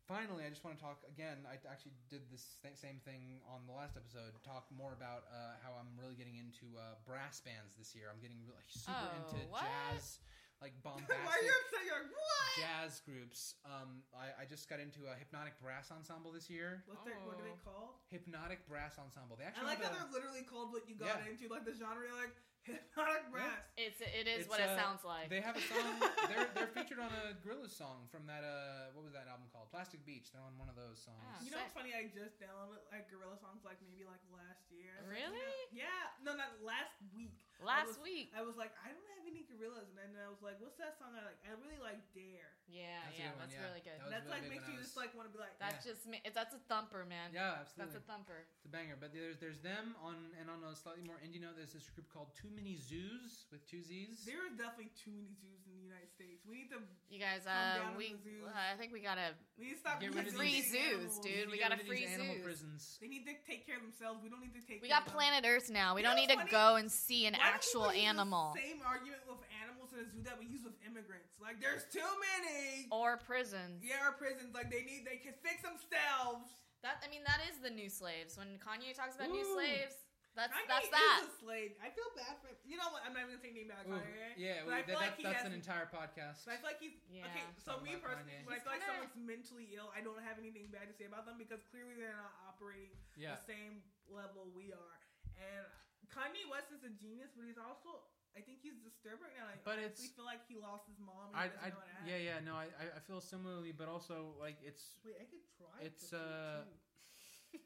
finally, I just want to talk again. I actually did this th- same thing on the last episode. Talk more about uh, how I'm really getting into uh, brass bands this year. I'm getting really super
Oh,
into
what?
jazz, like bombastic.
Why are you upset? You're like, what?
jazz groups. Um, I, I just got into a hypnotic brass ensemble this year.
What's their, what are they
Oh.
called?
Hypnotic brass ensemble. They
I
actually
like
have a-
how they're literally called what you got
Yeah.
into, like the genre, you're like hypnotic brass.
it's it is
it's,
what it
uh,
sounds like.
they have a song. they're they're featured on a Gorillaz song from that uh what was that album called? Plastic Beach. They're on one of those songs.
Ah.
You know what's funny? I just downloaded like Gorilla songs, like maybe like last year. I was like, you
Really?
know- yeah. No, not last week.
Last
was-
week.
I was like, I don't have any gorillas, and then I was like, what's that song I like? I really like Dare.
Yeah,
That's a
yeah,
good one,
that's
yeah.
really good.
That was
That's
really
like
big
makes
when
you
I
just
was-
like want to be like.
That just ma- that's a thumper, man.
Yeah,
That's
absolutely.
a thumper.
it's a banger. But there's there's them on and on a slightly more indie note. There's this group called Too Many Zoos with two Z's.
There are definitely too many zoos in the United States. We need to
You guys,
Calm down
uh,
in
we
the zoos.
uh, I think we gotta
we need to stop
Get rid of
euthanasia
these-
Free zoos,
animals.
dude.
need to
we
get
gotta
rid of these
free
animal
zoos.
prisons.
They need to take care of themselves. We don't need to take.
We
care
got
of them.
planet Earth now. We
You
don't
know
need to
what's funny?
go and see an
Why do
actual
people use
animal
The same argument with animals in a zoo that we use with immigrants. Like, there's too many.
or prisons.
Yeah, our prisons. Like, they need. They can fix themselves.
That I mean, that is the new slaves. When Kanye talks about new
Ooh.
slaves, that's
Kanye
that's
is
that.
a slave. I feel bad for. You know what? I'm not even gonna say name out
Ooh,
Kanye. right?
yeah,
but I
that,
feel like
that,
he
that's
has-
an entire podcast.
But I feel like he's
Yeah.
okay. So
Talking
me
about
personally,
Kanye.
when I feel like
He's kinda-
someone's mentally ill, I don't have anything bad to say about them because clearly they're not operating
Yeah,
the same level we are. And Kanye West is a genius, but he's also. I think he's disturbed right now. Like,
But
I
it's-
honestly feel like he lost his mom. And
I, I
he doesn't know what happened.
yeah yeah no I I- I feel similarly, but also like it's
Wait, I could try.
It's,
to do it,
uh,
too.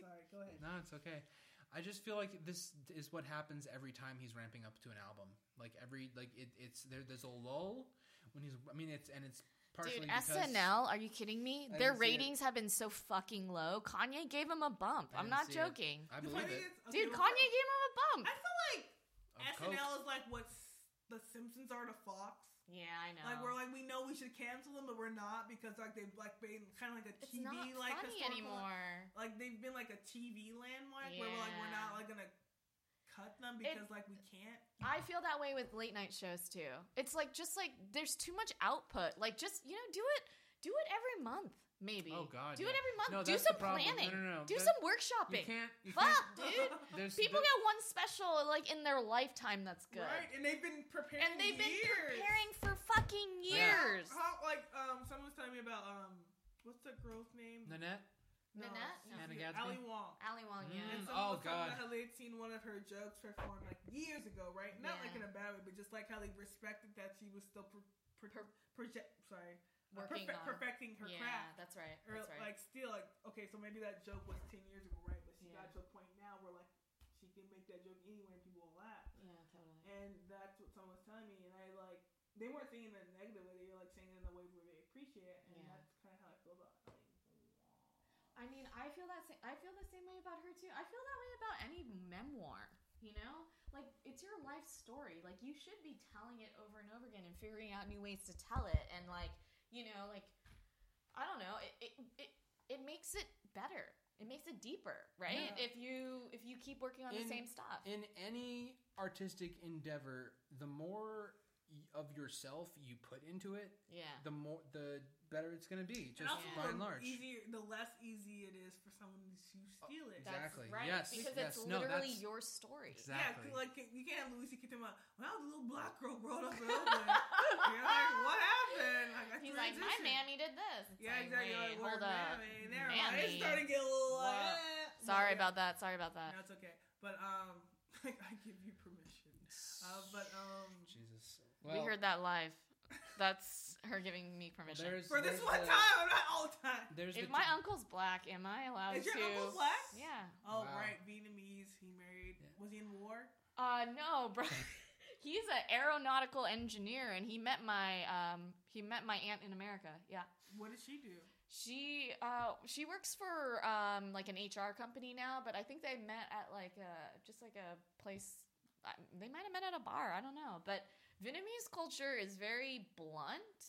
Sorry, go ahead.
No, it's okay. I just feel like this is what happens every time he's ramping up to an album. Like every like it, it's there. There's a lull when he's. I mean, it's and it's partially
Dude,
because,
SNL, are you kidding me?
I didn't
Their
see it.
ratings have been so fucking low. Kanye gave him a bump.
I
I'm
didn't
not
see it.
joking.
I
The
believe
funny
it.
is- okay,
Dude,
well,
Kanye gave him a bump.
I feel like
Of
SNL
Coke.
is like what S- the Simpsons are to Fox.
Yeah, I know.
Like we're like we know we should cancel them, but we're not because like they've like been kind of like a
it's
TV
not
like
funny
historical-
anymore.
Like they've been like a TV landmark where we're like we're
Yeah.
not like gonna cut them because like we can't.
I feel that way with late night shows too. It's like just like there's too much output. Like just you know, do it do it every month, maybe.
Oh, God,
Do
yeah.
it every month.
No,
do
that's
some
the problem. No,
planning.
no, no,
Do
that-
some
You
workshopping.
can't. You
Fuck,
can't
dude.
there's
People
the-
get one special like in their lifetime that's good.
Right, and they've been preparing.
And they've been
years.
preparing for fucking
Yeah.
years.
How, like um, someone was telling me about um, what's the girl's name?
Nanette.
Nanette?
she's
Hannah
good.
Gadsby?
Ali Wong.
Ali Wong, yeah.
Mm,
And someone
oh,
was talking
God.
about how they had seen one of her jokes performed like years ago, right? Not like in a
Yeah.
bad way, but just like how they respected that she was still pro- pro- project. Sorry, uh,
Working
perfect-
on-
perfecting her
yeah,
craft.
that's right.
Or,
That's right.
Like still, like okay, so maybe that joke was ten years ago, right? But she
Yeah.
got to a point now where like she can make that joke anywhere and people will laugh.
yeah, totally.
And that's what someone was telling me, and I like they weren't saying it in a negative way; they were like saying it in a way where they appreciate it, and
Yeah.
that's kind of how I feel about. Like,
I mean, I feel that sa- I feel the same way about her too. I feel that way about any memoir, you know? Like it's your life story. Like you should be telling it over and over again and figuring out new ways to tell it and like, you know, like I don't know, it it it, it makes it better. It makes it deeper, right?
Yeah.
If you if you keep working on
In-
the same stuff.
in any artistic endeavor, the more y- of yourself you put into it,
yeah.
the more the better it's going to be.
And
Just
also,
by and
the
large. Oh,
easier, the less easy it is for someone to steal it.
Exactly.
That's right.
Yes,
Because
yes.
it's
No,
literally
that's-
your story.
Exactly.
Yeah, 'cause, like you can't have Lucy get them out. Well, I was a little black girl growing up in Oakland. You're like, what happened? Like, I
He's like, my
transitioned."
mammy did this. It's
Yeah,
like,
exactly. You're
wait,
Like, word
hold up.
mammy. And they're like,
Mammy.
it's starting to get a little like,
Wow.
eh.
Sorry
But,
about that. Sorry about
yeah.
that.
No, it's okay. But um, I give you permission. Uh, but um,
Jesus.
we heard that live. That's her giving me permission.
there's-
for this
there's
one
the-
time, not all time.
There's
if
the
my
t-
uncle's black, am I allowed
Is
to?
your uncle black?
Yeah.
Oh
Wow.
right, Vietnamese. He married.
Yeah.
Was he in war?
Uh, no, bro. He's an aeronautical engineer, and he met my um he met my aunt in America. Yeah.
What did she do?
She uh she works for um like an HR company now, but I think they met at like a just like a place. I- They might have met at a bar. I don't know, but Vietnamese culture is very blunt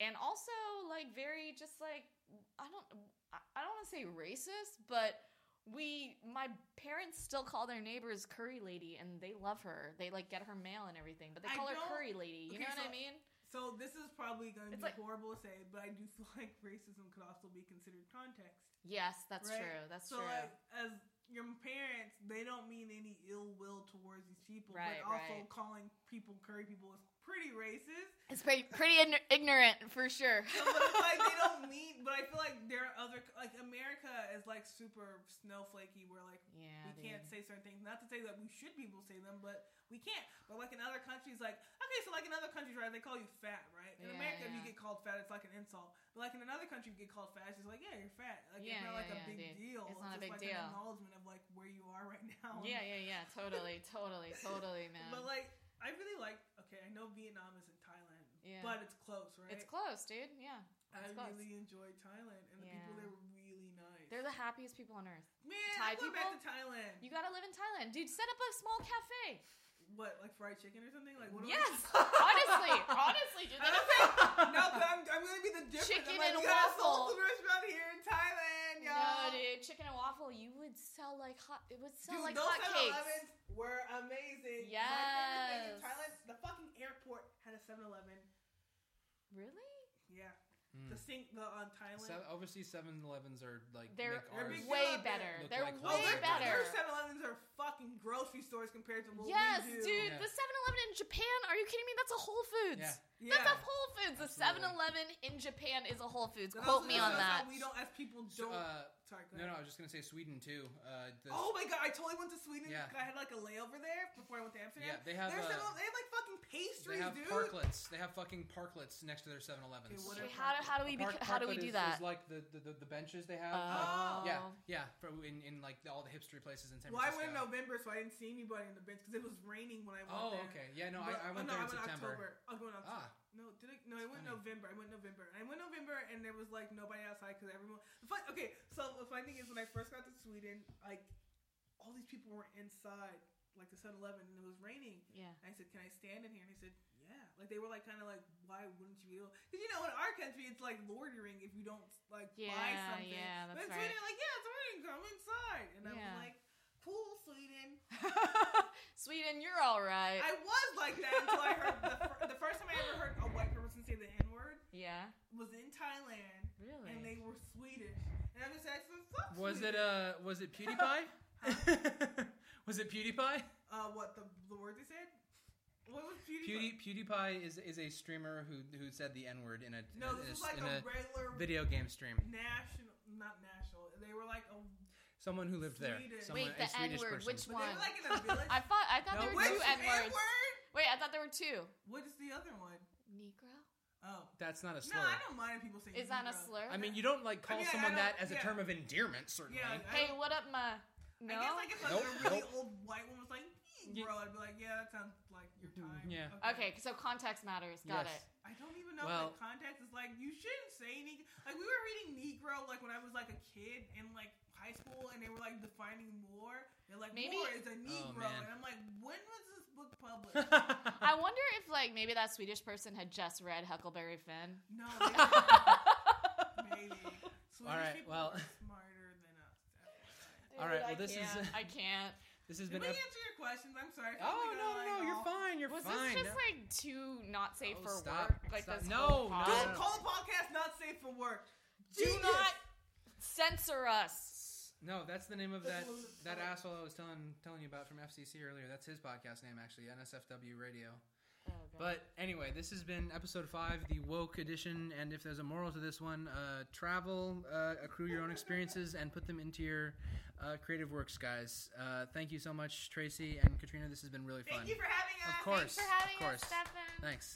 and also like very just like I don't I I don't want to say racist, but we my parents still call their neighbors curry lady and they love her. They like get her mail and everything, but they
I
call her
don't-
curry lady. You
okay,
know what
so-
I mean?
So this is probably going to
It's
be
like-
horrible to say, but I do feel like racism could also be considered context.
Yes, that's
Right.
true. That's
So
true.
like, as your parents, they don't mean any ill will towards these people,
Right,
but also
right.
calling people curry people is pretty racist.
It's pretty, pretty ign- ignorant for sure.
So but it's like they don't mean, but I feel like there are other like America is like super snowflakey, where like we
yeah, dude.
can't say certain things. Not to say that we should be able to say them, but we can't. But like in other countries, like okay, so like in other countries, right? They call you fat, right? In
Yeah,
America, if you get
yeah.
called fat, it's like an insult. But like in another country, if you get called fat, it's just like yeah, you're fat. Like it's
Yeah,
not like
yeah,
a
yeah,
big
dude.
deal.
It's not a
just
big
like
deal.
An acknowledgement of like where you are right now.
Yeah, yeah, yeah. Totally, totally, totally, man.
But like, I really like. Okay, I know Vietnam is in Thailand,
Yeah.
but it's close, right?
it's close, dude. Yeah,
I
it's close.
really enjoyed Thailand, and the people there
Yeah.
were really nice.
they're the happiest people on earth.
Man, I'm
Thai
going back to
people?
Thailand.
You gotta live in Thailand, dude. Set up a small cafe.
what, like fried chicken or something? Like what? am I-
Yes, honestly, honestly, dude.
I don't think. No, but I'm, I'm gonna be the difference. I'm
Chicken
like,
and
we got a soul
waffle.
food restaurant here in Thailand,
No,
y'all.
dude. Chicken and waffle, you would sell like hot. It would sell
Dude,
like
those
hotcakes.
7-Elevens were amazing. My favorite thing in
Yes.
Thailand, the fucking airport had a 7-Eleven.
Really?
Yeah.
Hmm.
Mm.
The sink, the on Thailand.
Se- overseas 7-Elevens are like
They're
make
They're
ours.
big deal
way
out there.
better.
Look
They're
like
Oh,
way
Hollywood.
their,
better.
their 7-Elevens are fucking grocery stores compared to what
Yes,
we do.
dude.
Yeah.
The 7-Eleven in Japan? Are you kidding me? That's a Whole Foods.
Yeah.
Yeah.
That's a Whole Foods. The
Absolutely.
7-Eleven in Japan is a Whole Foods.
That
Quote
also
me
just
on
shows how
that.
We don't, as people
So,
don't.
uh,
sorry, go
no,
ahead.
no, I was just gonna say Sweden too. Uh, the,
Oh my god, I totally went to Sweden.
Yeah.
'cause I had like a layover there before I went to
yeah,
Amsterdam.
they have
There's
uh,
some- they have like fucking
they
pastries,
have
dude.
parklets. They have fucking parklets next to their 7-Elevens.
Okay, what
Okay,
are-
how do, how do we
A park-
beca- how do we
parklet
do
is-
that?
Is like the, the, the, the benches they have. like,
Oh.
yeah, yeah. For in, in like all the hipstery places in San
Well, I
Francisco.
went in November, so I didn't see anybody in the bench because it was raining when I went
Oh,
there.
okay. Yeah, no,
But-
I, I went
oh, no,
there in
I went
September.
October. I went October.
Ah,
No, did I? No, I went
funny.
November. I went November. I went November, and there was like nobody outside because everyone. the fun- okay, so the funny thing is when I first got to Sweden, like all these people were inside, like the 7-Eleven, and it was raining.
Yeah.
I said, "Can I stand in here?" And he said, "Yeah." Like they were like kind of like, "Why wouldn't you?" Because you know, in our country, it's like loitering if you don't like buy
Yeah,
something.
yeah,
but
that's
in
right.
Sweden, like, yeah, it's raining. Come inside, and I
Yeah.
was like, "Cool, Sweden."
Sweden, you're all right.
I was like that until I heard the, fir- the first time I ever heard a white person say the N word
yeah.
was in Thailand,
Really?
and they were Swedish. And I was like, "Fuck
was it
Sweden."
uh was it PewDiePie? was it PewDiePie?
uh what the the word they said? What was beauty?
Pewdie, PewDiePie is is a streamer who who said the N word in a
No,
in, a,
this is like
in
a
a
regular
video game stream.
national, not national. They were like a
Someone who lived there.
Sweden.
Someone, a
Wait, the
Swedish
N-word,
person.
which
But they
one?
were like in a village.
I thought I thought
No,
there were
which
two N words.
N-word?
Wait, I thought there were two.
What is the other one?
Negro?
Oh.
That's not a slur.
No, I don't mind people saying
Is that a
Negro.
slur?
I mean, you don't like call
mean, I- I
someone
don't-
that as
yeah.
a term of endearment, certainly.
Yeah, I,
hey,
don't-
what up, my? No.
I guess like if like
Nope,
a really
nope.
old white woman was like,
Ye-
bro, I'd be like, yeah, that sounds like your time.
Yeah.
okay, so context matters. Got
Yes.
it.
I don't even know
Well-
if the context is like you shouldn't say Negro. Like we were reading Negro like when I was like a kid in like high school, and they were like defining war. They're like
Maybe-
war is a Negro,
Oh, man.
and I'm like, when was this book published?
I wonder if like maybe that Swedish person had just read Huckleberry Finn.
no, maybe. maybe. Swedish
right,
people
well.
are smarter than us.
All right,
I
well, this is-
can't. I can't.
This has
Did
been.
we
Ep-
answer your questions? I'm sorry. if
oh no
we got
no no!
like
You're
all-
fine. You're
Was
fine.
this just
No-
like too not safe
Oh,
for
stop,
work? Like
stop.
this
No,
whole pod?
no, no,
Don't
no.
call podcast not safe for work.
Do
Genius.
not censor us.
No, that's the name of that
That's what it's
that
called.
asshole I was telling telling you about from FCC earlier. That's his podcast name actually, NSFW Radio. But anyway, this has been episode five, the woke edition. And if there's a moral to this one, uh, travel, uh, accrue your own experiences, and put them into your uh, creative works, guys. Uh, thank you so much, Tracy and Katrina. This has been really fun.
Thank you for having us.
of course,
Thanks for having
of course.
us, Stefan.
Thanks.